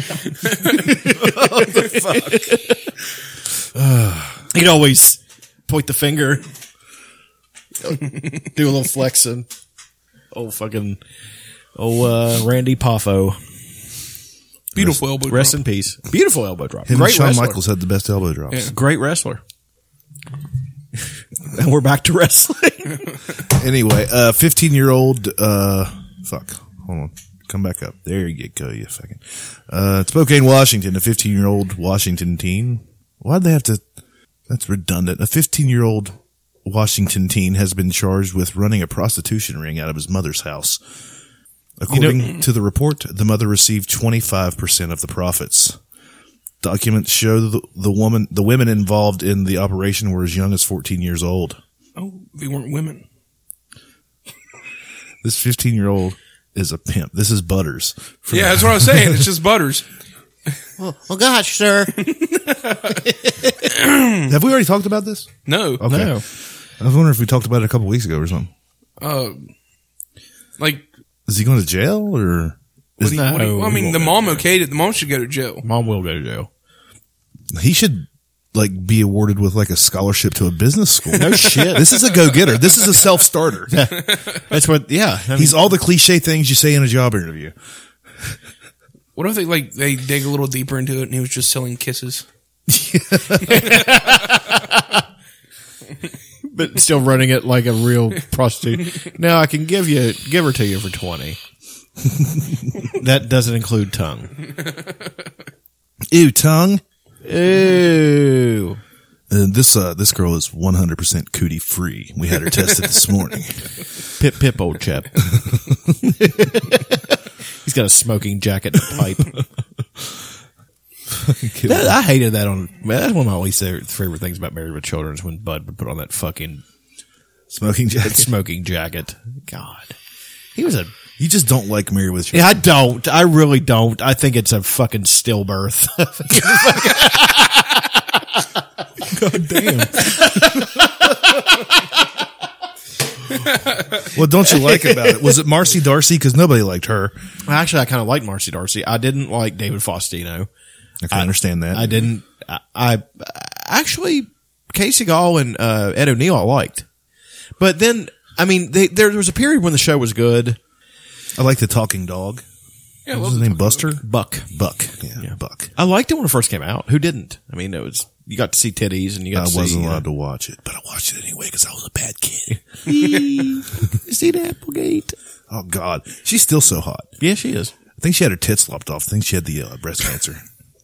(laughs) He'd always point the finger, do a little flexing. Oh fucking, oh uh, Randy Poffo, Beautiful elbow. rest drop. in peace. Beautiful elbow drop. Him Great and Shawn wrestler. Michaels had the best elbow drops. Great wrestler. and we're back to wrestling. Anyway, uh, 15 year old, uh, fuck, hold on. Come back up. There you go, you fucking. Uh, Spokane, Washington, a 15 year old Washington teen. Why'd they have to? That's redundant. A 15 year old Washington teen has been charged with running a prostitution ring out of his mother's house. According to the report, the mother received 25% of the profits. Documents show the, the woman, the women involved in the operation were as young as 14 years old. Oh, they weren't women. This 15 year old is a pimp. This is Butters. Yeah, that's what I was saying. It's just butters. well, gosh, sir. Have we already talked about this? No, Okay. (laughs) Hmm. I No. was wondering if we talked about it a couple weeks ago or something. uh, like Is he going to jail or is he, what do you- I mean, the mom okayed it. The mom should go to jail. Mom will go to jail. he should like be awarded with like a scholarship to a business school? No shit. this is a go getter. This is a self (laughs) starter. That's what. Yeah. I mean, He's all the cliche things you say in a job interview. What if they like they dig a little deeper into it and he was just selling kisses? but still running it like a (laughs) real prostitute. Now I can give you give her to you for (laughs) twenty. that doesn't include tongue. Ew, tongue. Ew. And this uh, this girl is 100% cootie free. We had her tested this (laughs) morning. Pip pip old chap. (laughs) He's got a smoking jacket and (laughs) a pipe. That- I hated that on. Man, that's one of my least favorite things about Married with Children is when Bud would put on that fucking Smoking that jacket. smoking jacket. God, he was a. You just don't like Mary with Children. Yeah, I don't. I really don't. I think it's a fucking stillbirth. (laughs) What don't you like (laughs) about it? Was it Marcy Darcy? Because nobody liked her. Actually, I kind of like Marcy Darcy. I didn't like David Faustino. I can understand that. I didn't. I, I actually Casey Gall and uh, Ed O'Neill I liked, but then I mean, they, there was a period when the show was good. I like the talking dog. Yeah, what well, was his name? Buster? Buck. Buck. Yeah, Buck. I liked it when it first came out. Who didn't? I mean, it was you got to see titties and you got I to wasn't see, uh, allowed to watch it, but I watched it anyway because I was a bad kid. (laughs) You know, see the Applegate. Oh God, she's still so hot. Yeah, she is. I think she had her tits lopped off. I think she had the uh, breast cancer.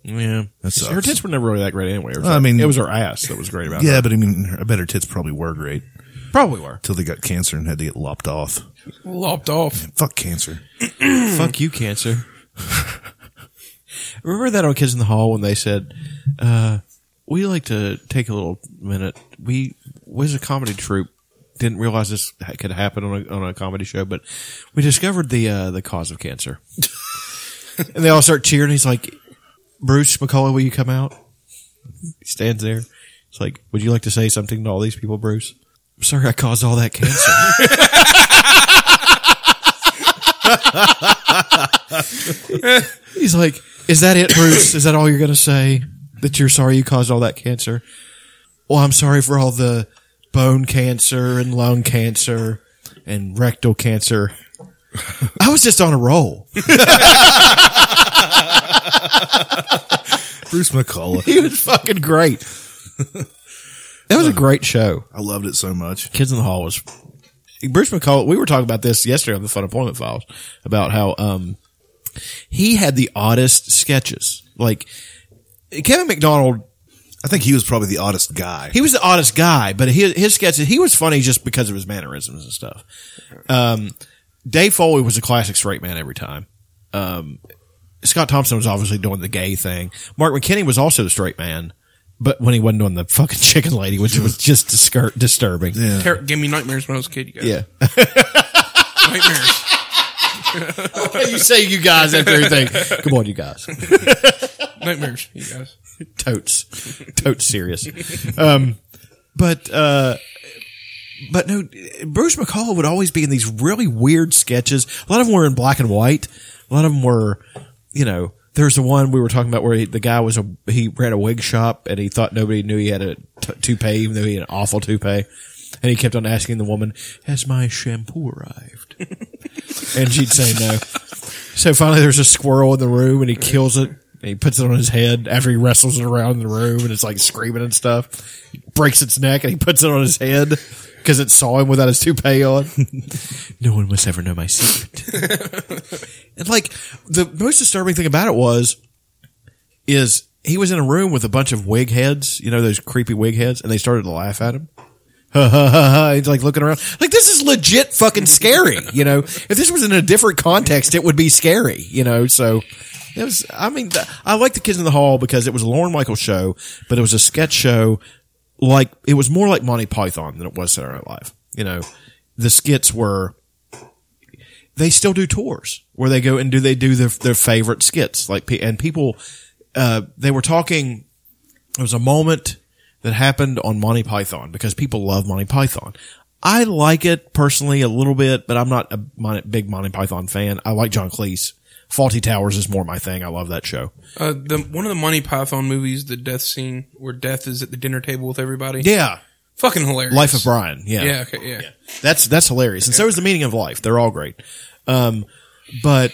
Yeah, That See, sucks. her tits were never really that great anyway. It was Well, I like- mean- it was her ass that was great about. yeah, her. but I mean, her- I bet her tits probably were great probably were. until they got cancer and had to get lopped off. Lopped off. Fuck cancer. Fuck you, cancer. (laughs) Remember that on Kids in the Hall when they said, uh, "We like to take a little minute. We was a comedy troupe. Didn't realize this ha- could happen on a, on a comedy show, but we discovered the uh, the cause of (laughs) cancer." and they all start cheering. He's like, "Bruce McCullough, will you come out?" He stands there. It's like, "Would you like to say something to all these people, Bruce?" I'm sorry, I caused all that cancer. He's like, "Is that it, Bruce? Is that all you're going to say that you're sorry you caused all that cancer?" Well, I'm sorry for all the bone cancer and lung cancer and rectal (laughs) cancer. I was just on a roll. Bruce McCullough. He was fucking great. That was a great show. I loved it so much. Kids in the Hall was Bruce McCullough. We were talking about this yesterday on the Fun Employment Files about how um, he had the oddest sketches. Like Kevin McDonald I think he was probably the oddest guy. he was the oddest guy, but his, his sketches, he was funny just because of his mannerisms and stuff. Um, Dave Foley was a classic straight man every time. Um, Scott Thompson was obviously doing the gay thing. Mark McKinney was also the straight man, but when he wasn't doing the fucking (laughs) chicken lady, which was just discur- disturbing. yeah. Ter- gave me nightmares when I was a kid. You guys. Yeah. Nightmares. (laughs) you say you guys after everything. Come on, you guys. Nightmares. You guys. totes totes serious um but uh but no bruce mccall would always be in these really weird sketches a lot of them were in black and white a lot of them were you know there's the one we were talking about where he, the guy was a he ran a wig shop and he thought nobody knew he had a t- toupee even though he had an awful toupee and he kept on asking the woman has my shampoo arrived (laughs) and she'd say no so finally, there's a squirrel in the room, and he kills it. And he puts it on his head after he wrestles it around the room, and it's like screaming and stuff. He breaks its neck, and he puts it on his head because it saw him without his toupee on. (laughs) no one must ever know my secret. (laughs) and like the most disturbing thing about it was, is he was in a room with a bunch of wig heads, you know those creepy wig heads, and they started to laugh at him. Ha, ha, ha, ha. (laughs) He's like looking around. Like this is legit fucking scary. You know, if this was in a different context, it would be scary. You know, so it was. I mean, th- I like the Kids in the Hall because it was a Lauren Michaels show, but it was a sketch show. Like it was more like Monty Python than it was Saturday Night Live. You know, the skits were. They still do tours where they go and do they do their their favorite skits like pe- and people. Uh, they were talking there was a moment that happened on Monty Python because people love Monty Python. I like it personally a little bit, but I'm not a Mon- big Monty Python fan. I like John Cleese. Faulty Towers is more my thing. I love that show. Uh, the one of the Monty Python movies, the death scene where death is at the dinner table with everybody. Yeah, Fucking hilarious. Life of Brian. Yeah. Yeah, okay. Yeah. that's that's hilarious. And so is the meaning of life. They're all great. Um, but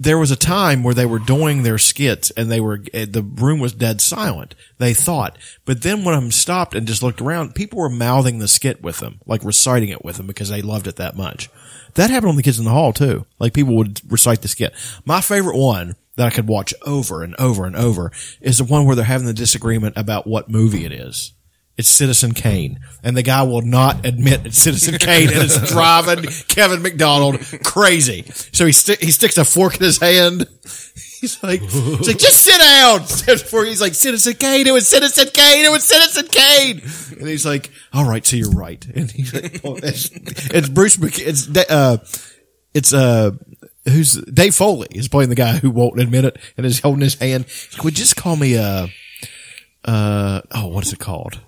there was a time where they were doing their skits and they were eh, the room was dead silent. They thought, but then when I'm stopped and just looked around, people were mouthing the skit with them, like reciting it with them because they loved it that much. That happened on the Kids in the Hall too. Like people would recite the skit. My favorite one that I could watch over and over and over is the one where they're having the disagreement about what movie it is. It's Citizen Kane, and the guy will not admit it's Citizen Kane, and it's driving Kevin McDonald crazy. So he sti he sticks a fork in his hand. (laughs) He's like, he's like, just sit down. (laughs) Before he's like, Citizen Kane, it was Citizen Kane, it was Citizen Kane. And he's like, all right, so you're right. And he's like, oh, that's, it's Bruce. Mc, it's Da- uh, it's uh, who's Dave Foley is playing the guy who won't admit it, and is holding his hand. He's like, well, just call me uh, uh, oh, what is it called?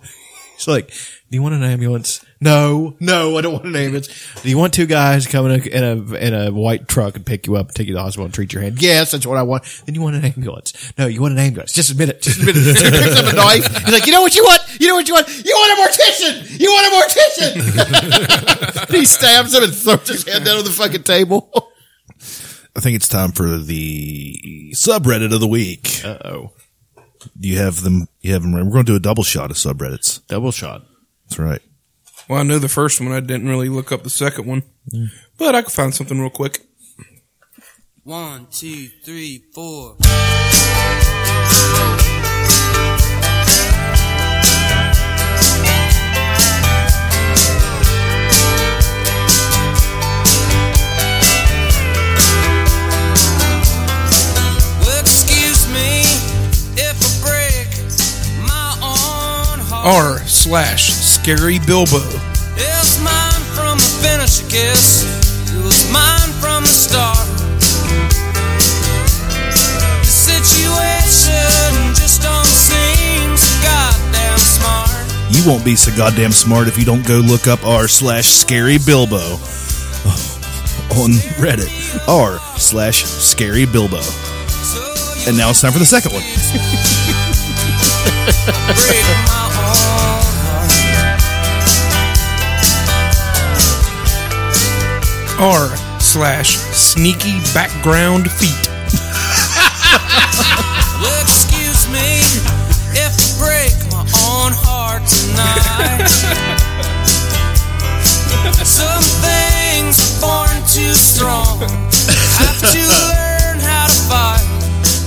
It's like, do you want an ambulance? No, no, I don't want an ambulance. Do you want two guys coming in a, in a, in a white truck and pick you up, take you to the hospital and treat your hand? Yes, that's what I want. Then you want an ambulance. No, you want an ambulance. Just admit it. Just admit it. So he picks up a knife. He's like, you know what you want? You know what you want? You want a mortician! You want a mortician! (laughs) And he stabs him and throws his hand down on the fucking table. I think it's time for the subreddit of the week. Uh oh. You have them. You have them. We're going to do a double shot of subreddits. Double shot. That's right. Well, I know the first one. I didn't really look up the second one. Mm. But I could find something real quick. One, two, three, four. Well, excuse me if I break my own heart. R slash Scary Bilbo. It's mine from the finish, I guess. It was mine from the start. The situation just don't seem so goddamn smart. You won't be so goddamn smart if you don't go look up r slash scary Bilbo (laughs) on Reddit. R slash scary Bilbo. And now it's time for the second one. Break my own heart. R slash Sneaky Background Feet. Well, excuse me if I break my own heart tonight. Some things are born too strong. Have to learn how to fight.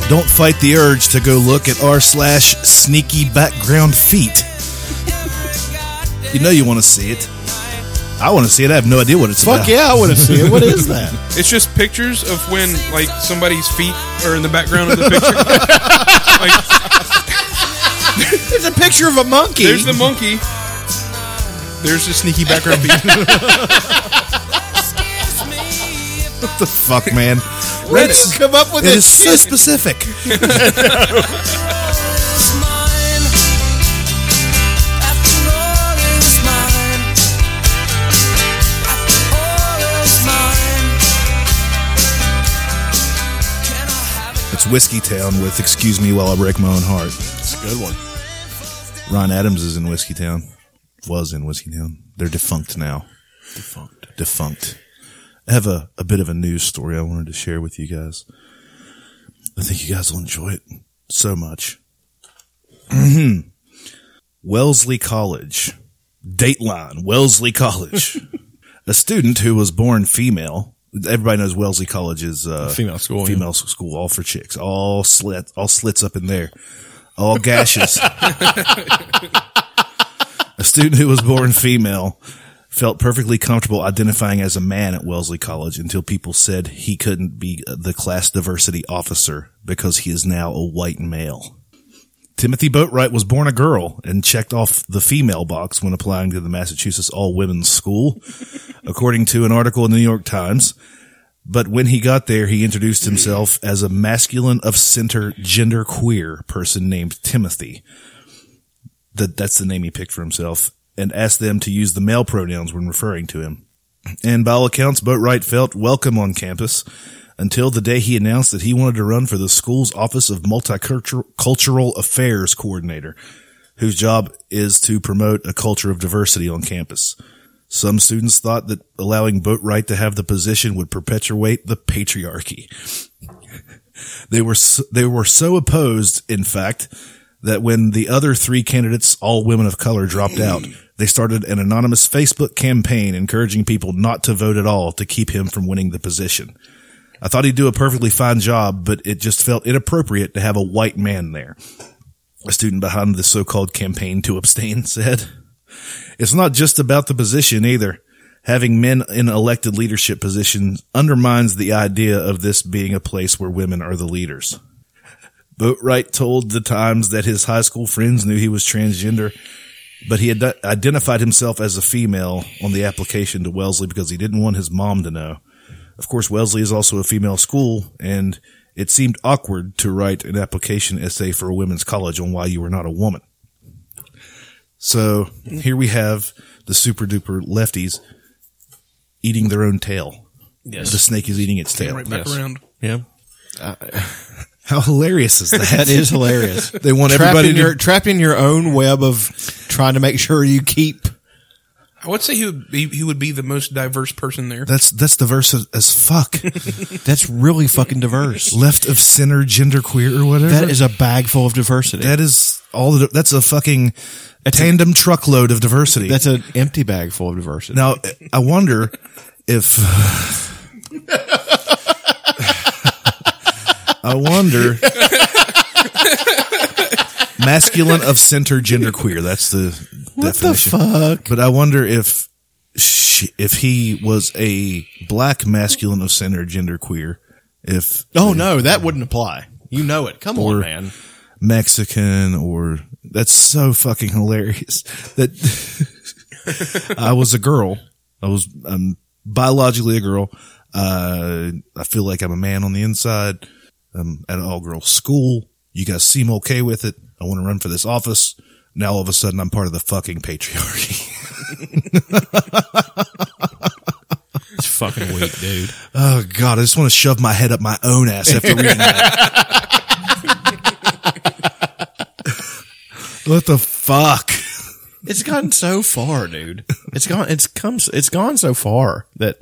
Don't fight the urge to go look at r slash sneaky background feet. You know you want to see it. I want to see it. I have no idea what it's Fuck about. yeah, I want to see it. What (laughs) is that? It's just pictures of when like somebody's feet are in the background of the picture. (laughs) like, There's a picture of a monkey. there's the monkey. There's the sneaky background (laughs) feet. Excuse me if I What the fuck, man? Let's come up with It is this so (laughs) shit. specific. was mine. After all, it was mine. After all, it was mine. Can I have it? It's Whiskey Town with "Excuse Me While I Break My Own Heart." It's a good one. Ron Adams is in Whiskey Town. Was in Whiskey Town. They're defunct now. Defunct. Defunct. I have a, a bit of a news story I wanted to share with you guys. I think you guys will enjoy it so much. (clears throat) Wellesley College. Dateline. Wellesley College. (laughs) a student who was born female. Everybody knows Wellesley College is uh, Female school, yeah. Female school, all for chicks, all slit, all slits up in there, all (laughs) gashes. a student who was born female felt perfectly comfortable identifying as a man at Wellesley College until people said he couldn't be the class diversity officer because he is now a white male. Timothy Boatwright was born a girl and checked off the female box when applying to the Massachusetts All Women's School, according to an article in the New York Times. But when he got there, he introduced himself as a masculine of center gender queer person named Timothy. That that's the name he picked for himself, and asked them to use the male pronouns when referring to him. And by all accounts, Boatwright felt welcome on campus until the day he announced that he wanted to run for the school's Office of Multicultural Cultural Affairs Coordinator, whose job is to promote a culture of diversity on campus. Some students thought that allowing Boatwright to have the position would perpetuate the patriarchy. (laughs) they were so, they were so opposed, in fact, that when the other three candidates, all women of color, dropped out, they started an anonymous Facebook campaign encouraging people not to vote at all to keep him from winning the position. I thought he'd do a perfectly fine job, but it just felt inappropriate to have a white man there. A student behind the so-called campaign to abstain (laughs) said. It's not just about the position either. Having men in elected leadership positions undermines the idea of this being a place where women are the leaders. Boatwright told the Times that his high school friends knew he was transgender, but he had identified himself as a female on the application to Wellesley because he didn't want his mom to know. Of course, Wellesley is also a female school, and it seemed awkward to write an application essay for a women's college on why you were not a woman. So here we have the super duper lefties eating their own tail. Yes. The snake is eating its tail. right back Yes. around. Yeah. How hilarious is that? That is (laughs) hilarious. They want trapped everybody in to- your, trapped in your own web of trying to make sure you keep. I would say he would be, he would be the most diverse person there. That's that's diverse as, as (laughs) fuck. That's really fucking diverse. Left of center, genderqueer, or whatever. That is a bag full of diversity. that is all. The, that's a fucking tandem truckload of diversity. That's an empty bag full of diversity. now I wonder if I wonder masculine of center gender queer that's the What the definition fuck? but I wonder if she, if he was a black masculine of center gender queer if Oh no, that wouldn't apply. You know it. Come on, man. Mexican or that's so fucking hilarious (laughs) that I was a girl. I was I'm biologically a girl. Uh, I feel like I'm a man on the inside. I'm at an all girl school. You guys seem okay with it. I want to run for this office. Now all of a sudden I'm part of the fucking patriarchy. It's fucking weak, dude. (laughs) Oh god, I just want to shove my head up my own ass after reading that. (laughs) what the fuck? It's gotten so far, dude. It's gone. It's come. It's gone so far that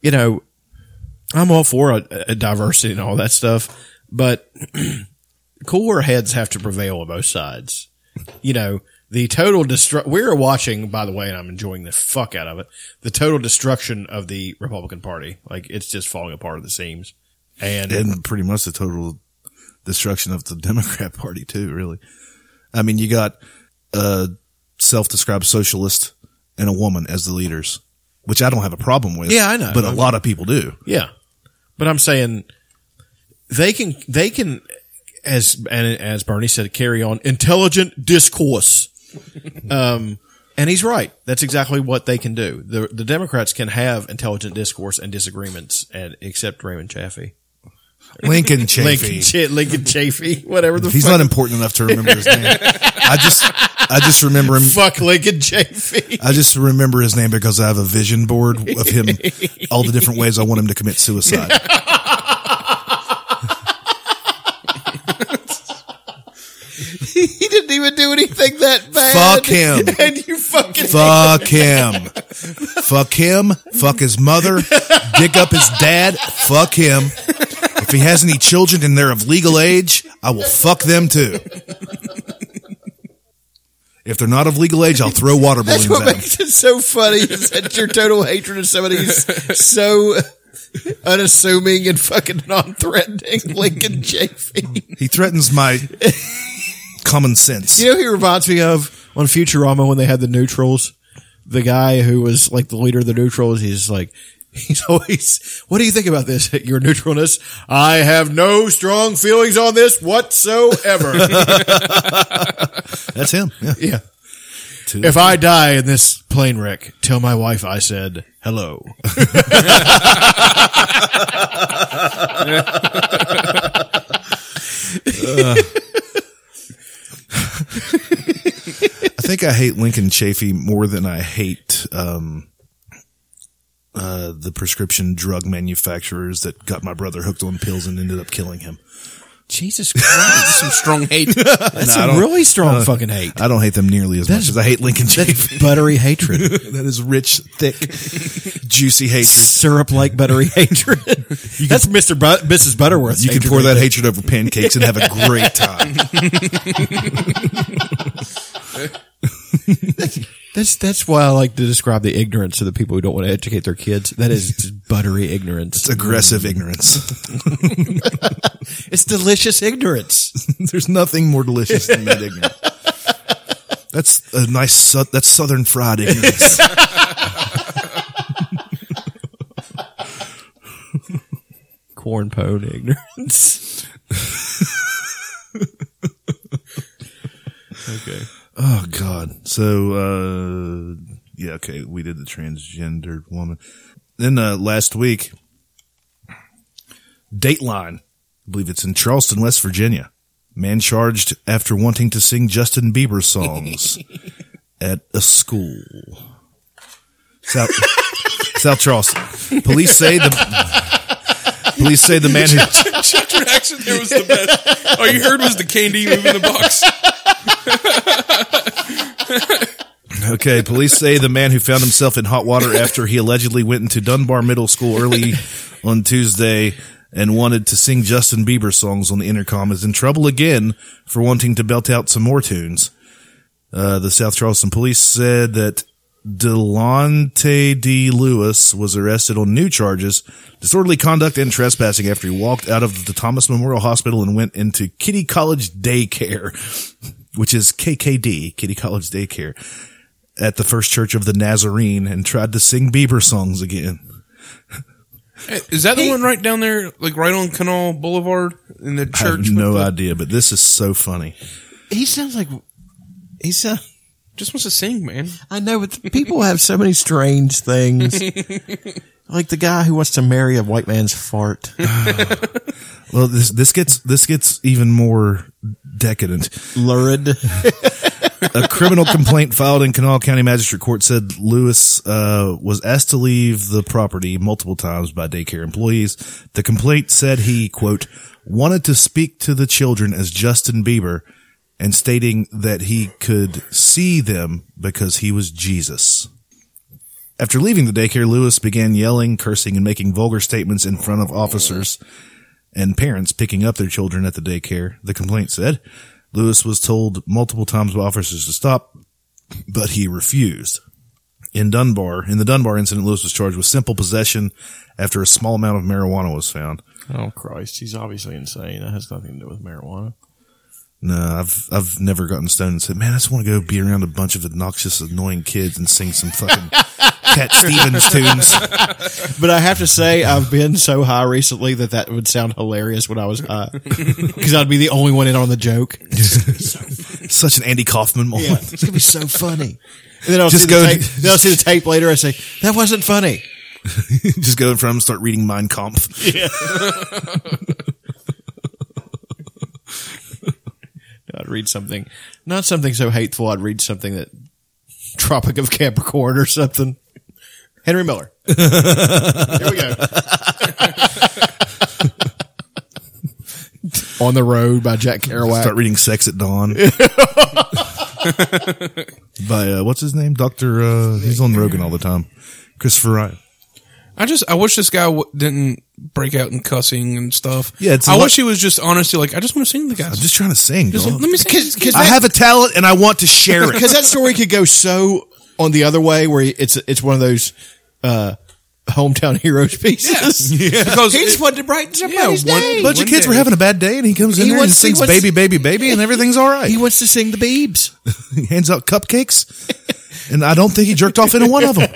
you know I'm all for a, a diversity and all that stuff, but (clears throat) cooler heads have to prevail on both sides. You know the total destruct. We're watching, by the way, and I'm enjoying the fuck out of it. The total destruction of the Republican Party. Like it's just falling apart at the seams. And and pretty much the total destruction of the (laughs) Democrat Party too. Really, I mean, you got a self-described socialist and a woman as the leaders, which I don't have a problem with. Yeah, I know. but a lot of people do. Yeah. But I'm saying they can they can as and as Bernie said carry on intelligent discourse. (laughs) um and he's right. That's exactly what they can do. The the Democrats can have intelligent discourse and disagreements and except Raymond Chaffee. Lincoln Lincoln, Chafee. Ch- Lincoln Chafee, (laughs) whatever the He's fuck. not important enough to remember his name. I just, I just remember him. Fuck Lincoln Chafee. I just remember his name because I have a vision board of him, all the different ways I want him to commit suicide. (laughs) he didn't even do anything that bad. Fuck him. (laughs) And you fucking Fuck him. Fuck him. Fuck his mother. Dig up his dad. Fuck him. If he has any children and they're of legal age, I will fuck them too. If they're not of legal age, I'll throw water balloons That's at what them. makes it so funny is that your total hatred of somebody is so unassuming and fucking non-threatening. (laughs) Lincoln Chafee. He threatens my common sense. You know, who he reminds me of on Futurama when they had the neutrals. The guy who was like the leader of the neutrals, he's like, he's (laughs) always, what do you think about this? (laughs) Your neutralness? I have no strong feelings on this whatsoever. That's him. Yeah. (laughs) Yeah. (laughs) If I die in this plane wreck, tell my wife I said hello. Uh, I think I hate Lincoln Chafee more than I hate um, uh, the prescription drug manufacturers that got my brother hooked on pills and ended up killing him. Jesus (laughs) Christ. some strong hate. (laughs) No, I don't- I don't- I don't hate them nearly as That's- much as I hate Lincoln That's Chafee. (laughs) buttery (laughs) hatred. that is rich, (laughs) thick, juicy hatred. Syrup like buttery (laughs) hatred. That's Mr. But- Mrs. Butterworth. You can pour that hatred over pancakes and have a great (laughs) time. That's that's why I like to describe the ignorance of the people who don't want to educate their kids. That is just buttery ignorance. It's aggressive ignorance. it's delicious ignorance. (laughs) There's nothing more delicious than (laughs) that ignorance. That's a nice. Su- that's southern fried ignorance. Corn pone ignorance. okay. Oh God. So uh yeah, okay, we did the transgendered woman. Then uh last week Dateline, I believe it's in Charleston, West Virginia. Man charged after wanting to sing Justin Bieber songs at a school. South (laughs) South Charleston. Police say the Police say the man who Chuck's reaction there was the best. All you heard was the candy moving the box. Okay, police say the man who found himself in hot water after he allegedly went into Dunbar Middle School early on Tuesday and wanted to sing Justin Bieber songs on the intercom is in trouble again for wanting to belt out some more tunes. Uh, the South Charleston police said that Delonte D. Lewis was arrested on new charges, disorderly conduct and trespassing after he walked out of the Thomas Memorial Hospital and went into Kitty College Daycare, (laughs) which is KKD, Kitty College Daycare, at the First Church of the Nazarene and tried to sing Bieber songs again. Hey, (laughs) Is that the one right down there, like right on Canal Boulevard in the I church? have no idea, but this is so funny. He sounds like he sounds. Just wants to sing, man. I know, but the people have so many strange things. like the guy who wants to marry a white man's fart. Well, this this gets this gets even more decadent, lurid. a criminal complaint filed in Kanawha County Magistrate Court said Lewis uh, was asked to leave the property multiple times by daycare employees. The complaint said he quote wanted to speak to the children as Justin Bieber, and stating that he could see them because he was Jesus. After leaving the daycare, Lewis began yelling, cursing, and making vulgar statements in front of officers and parents picking up their children at the daycare, the complaint said. Lewis was told multiple times by officers to stop, but he refused. In Dunbar, in the Dunbar incident, Lewis was charged with simple possession after a small amount of marijuana was found. Oh Christ, he's obviously insane. That has nothing to do with marijuana. No, I've I've never gotten stoned and said, "Man, I just want to go be around a bunch of obnoxious, annoying kids and sing some fucking Cat Stevens tunes." But I have to say, I've been so high recently that that would sound hilarious when I was high, because I'd be the only one in on the joke. Such an Andy Kaufman moment. Yeah, (laughs) it's gonna be so funny. And then I'll Just see go- the tape. Then I'll see the tape later. I say that wasn't funny. (laughs) just go in front of him, start reading Mein Kampf. Yeah. I'd read something, not something so hateful. I'd read something that Tropic of Capricorn or something. Henry Miller. Here (laughs) we go. On the Road by Jack Kerouac. Start reading Sex at (laughs) Dawn. By uh, what's his name? Doctor. Uh, he's on Rogan all the time. Christopher Ryan. I just I wish this guy w- didn't break out in cussing and stuff. Yeah, it's a I lot- wish he was just honestly like I just want to sing to the guys. I'm just trying to sing. Just dog. let me sing. Because I have a talent and I want to share it. (laughs) because that story could go so on the other way where it's it's one of those uh, hometown (laughs) heroes pieces. Yeah. Because he it- just wanted to brighten somebody's one day. bunch of kids were having a bad day, and he comes in He there and wants- he sings wants- "Baby, Baby, Baby," and everything's all right. (laughs) (laughs) He wants to sing the Beebs. He hands out cupcakes, and I don't think he jerked off into one (laughs) of them.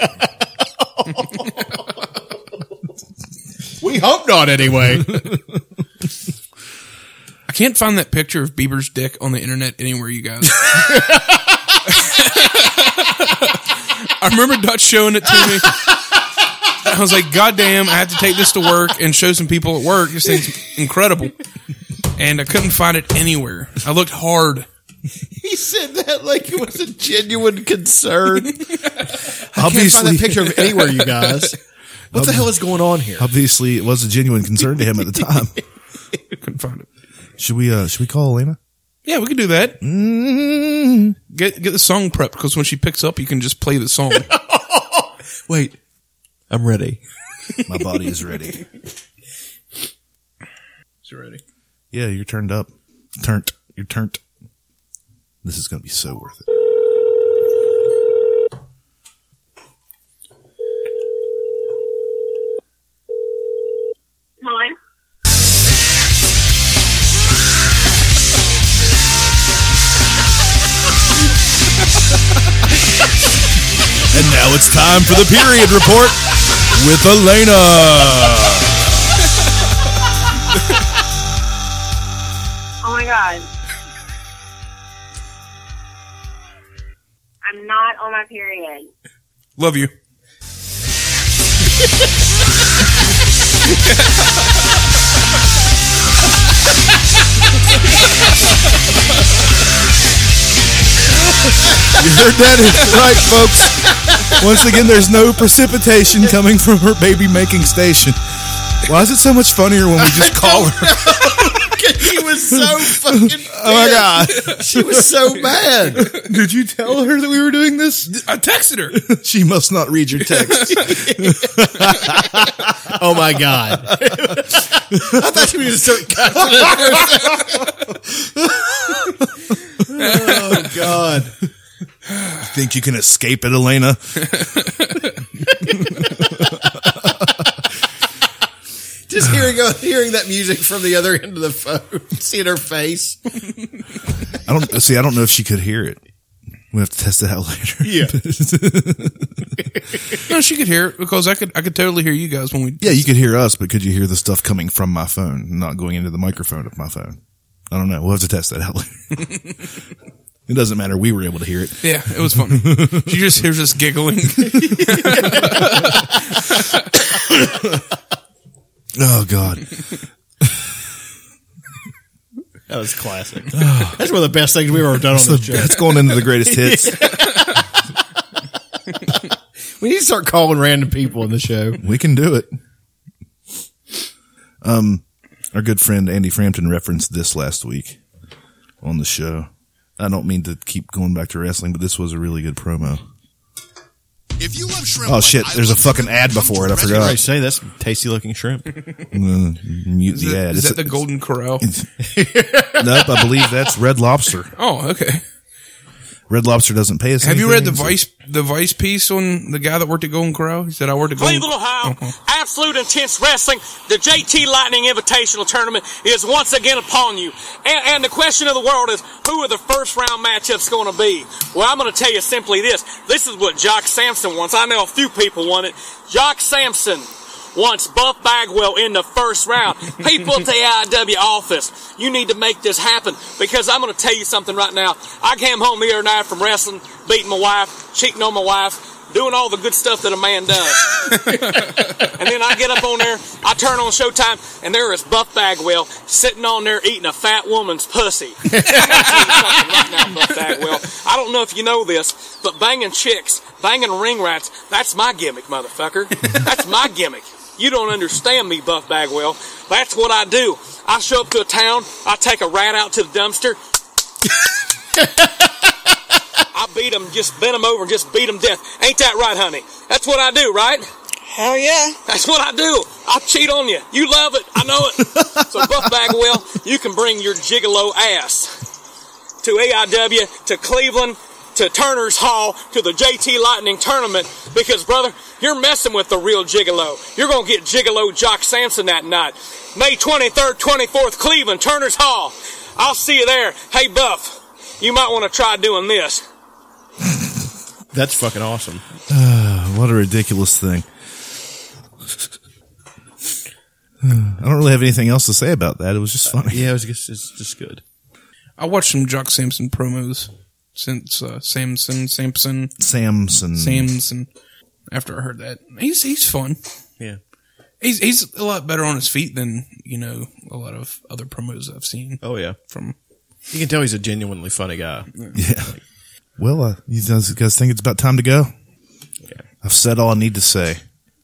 We hope not, anyway. I can't find that picture of Bieber's dick on the internet anywhere, you (laughs) guys. I remember Dutch showing it to me. I was like, God damn, I have to take this to work and show some people at work. This thing's incredible. And I couldn't find it anywhere. I looked hard. he said that like it was a (laughs) genuine concern. I can't find Obviously, that picture of anywhere, you guys. What the hell is going on here? (laughs) obviously, it was a genuine concern to him at the time. (laughs) Couldn't find it. Should we? uh Should we call Elena? Yeah, we can do that. Mm-hmm. Get get the song prepped because when she picks up, you can just play the song. Wait, I'm ready. My body is (laughs) ready. Is you ready? Yeah, you're turned up. Turned. You're turned. This is going to be so worth it. Hello? And now it's time for the period report with Elena. Oh my god. I'm not on my period. (laughs) Love you. You heard that? It's right, folks. Once again, there's no precipitation coming from her baby making station. Why is it so much funnier when we just call her? (laughs) he was so fucking. Oh my god, she was so bad. Did you tell her that we were doing this? I texted her. She must not read your text. (laughs) Oh my god! I thought you were just start cussing. (laughs) oh god! think you can escape it, Elena? Just hearing uh, hearing that music from the other end of the phone, (laughs) seeing her face. I don't see. I don't know if she could hear it. We have to test it out later. no, she could hear it because I could. I could totally hear you guys when we. yeah, you could hear us, but could you hear the stuff coming from my phone, not going into the microphone of my phone? I don't know. We'll have to test that out later. it doesn't matter. We were able to hear it. Yeah, it was funny. she just hears us giggling. Oh God. That was (sighs) classic. That's one of the best things we've ever done That's on the the- show. that's going into (laughs) the greatest hits. we need to start calling random people on the show. We can do it. Um, our good friend Andy Frampton referenced this last week on the show. I don't mean to keep going back to wrestling, but this was a really good promo. If you love shrimp, Oh shit! There's a fucking ad before it. I I forgot. say that's tasty (laughs) looking shrimp. Mm, mute Is the that- ad. is It's that the a- Golden Corral? nope, I believe that's Red Lobster. oh, okay. Red Lobster doesn't pay us. Have you read the anything, so- Vice the Vice piece on the guy that worked at Golden Corral? He said I worked at Golden Cleveland, Ohio. Absolute intense wrestling. The JT Lightning Invitational Tournament is once again upon you. And, and the question of the world is, who are the first round matchups going to be? Well, I'm going to tell you simply this. This is what Jock Sampson wants. I know a few people want it. Jock Sampson wants Buff Bagwell in the first round. People at the AIW office, you need to make this happen because I'm going to tell you something right now. I came home the other night from wrestling, beating my wife, cheating on my wife. Doing all the good stuff that a man does. And then I get up on there, I turn on Showtime, and there is Buff Bagwell sitting on there eating a fat woman's pussy. I'm gonna tell you something right now, Buff Bagwell. I don't know if you know this, but banging chicks, banging ring rats, that's my gimmick, motherfucker. That's my gimmick. You don't understand me, Buff Bagwell. That's what I do. I show up to a town, I take a rat out to the dumpster, I beat 'em, just bent 'em over, just beat 'em death. Ain't that right, honey? That's what I do, right? Hell yeah. That's what I do. I cheat on you. You love it. I know (laughs) it. so, Buff Bagwell, you can bring your gigolo ass to AIW, to Cleveland, to Turner's Hall, to the JT Lightning Tournament because, brother, you're messing with the real gigolo. You're going to get gigolo Jock Sampson that night. May 23rd, 24th, Cleveland, Turner's Hall. I'll see you there. Hey, Buff, you might want to try doing this. That's fucking awesome. Ah, what a ridiculous thing. I don't really have anything else to say about that. It was just funny. Yeah, it was just, it's just good. I watched some Jock Sampson promos since uh, Samson Sampson Mm. Samson. Samson. After I heard that, he's he's fun. Yeah. He's he's a lot better on his feet than you know a lot of other promos I've seen. Oh yeah, from you can tell he's a genuinely funny guy. Yeah. Well, uh, you guys, you guys think it's about time to go? I've said all I need to say.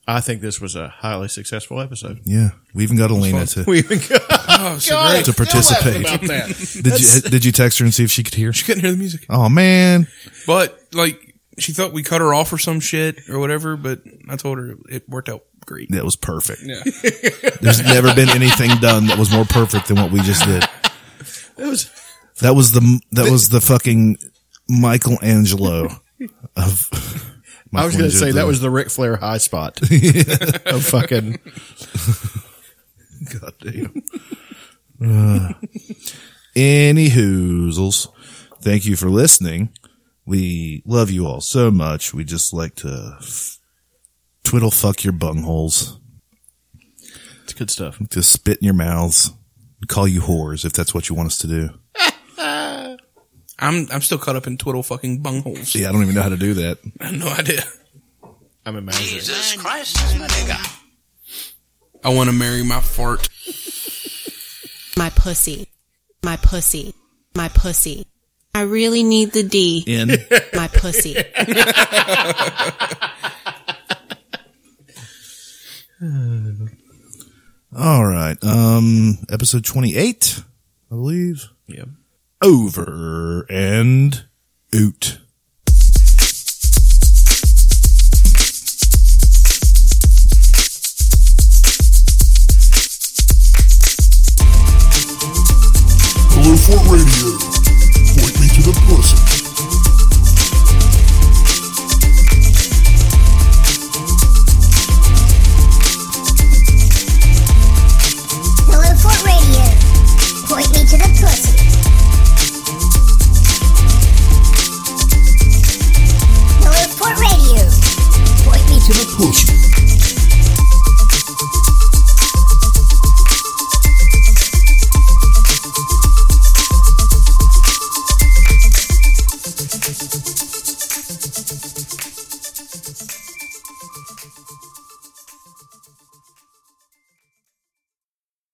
I think this was a highly successful episode. Yeah, we even got Elena to We even got oh, so God, great. to participate. (laughs) did you That's- did you text her and see if she could hear? She couldn't hear the music. Oh man, But like she thought we cut her off or some shit or whatever. But I told her it worked out great. that was perfect. Yeah. There's never been anything done that was more perfect than what we just did. That was That was the that was the fucking Michelangelo (laughs) of. I was going to say that was the Ric Flair high (laughs) spot of fucking. God damn. Uh, any hoozles, thank you for listening. We love you all so much. We just like to f- twiddle fuck your bungholes. It's good stuff. Just spit in your mouths. Call you whores if that's what you want us to do. I'm I'm still caught up in twiddle fucking bungholes. Yeah, I don't even know how to do that. I have (laughs) no idea. I'm imagining. Jesus Christ, my nigga. I want to marry my fart. My pussy. My pussy. My pussy. I really need the D. In. My (laughs) pussy. (laughs) All right. Um, episode 28, I believe. Yeah. Over and out.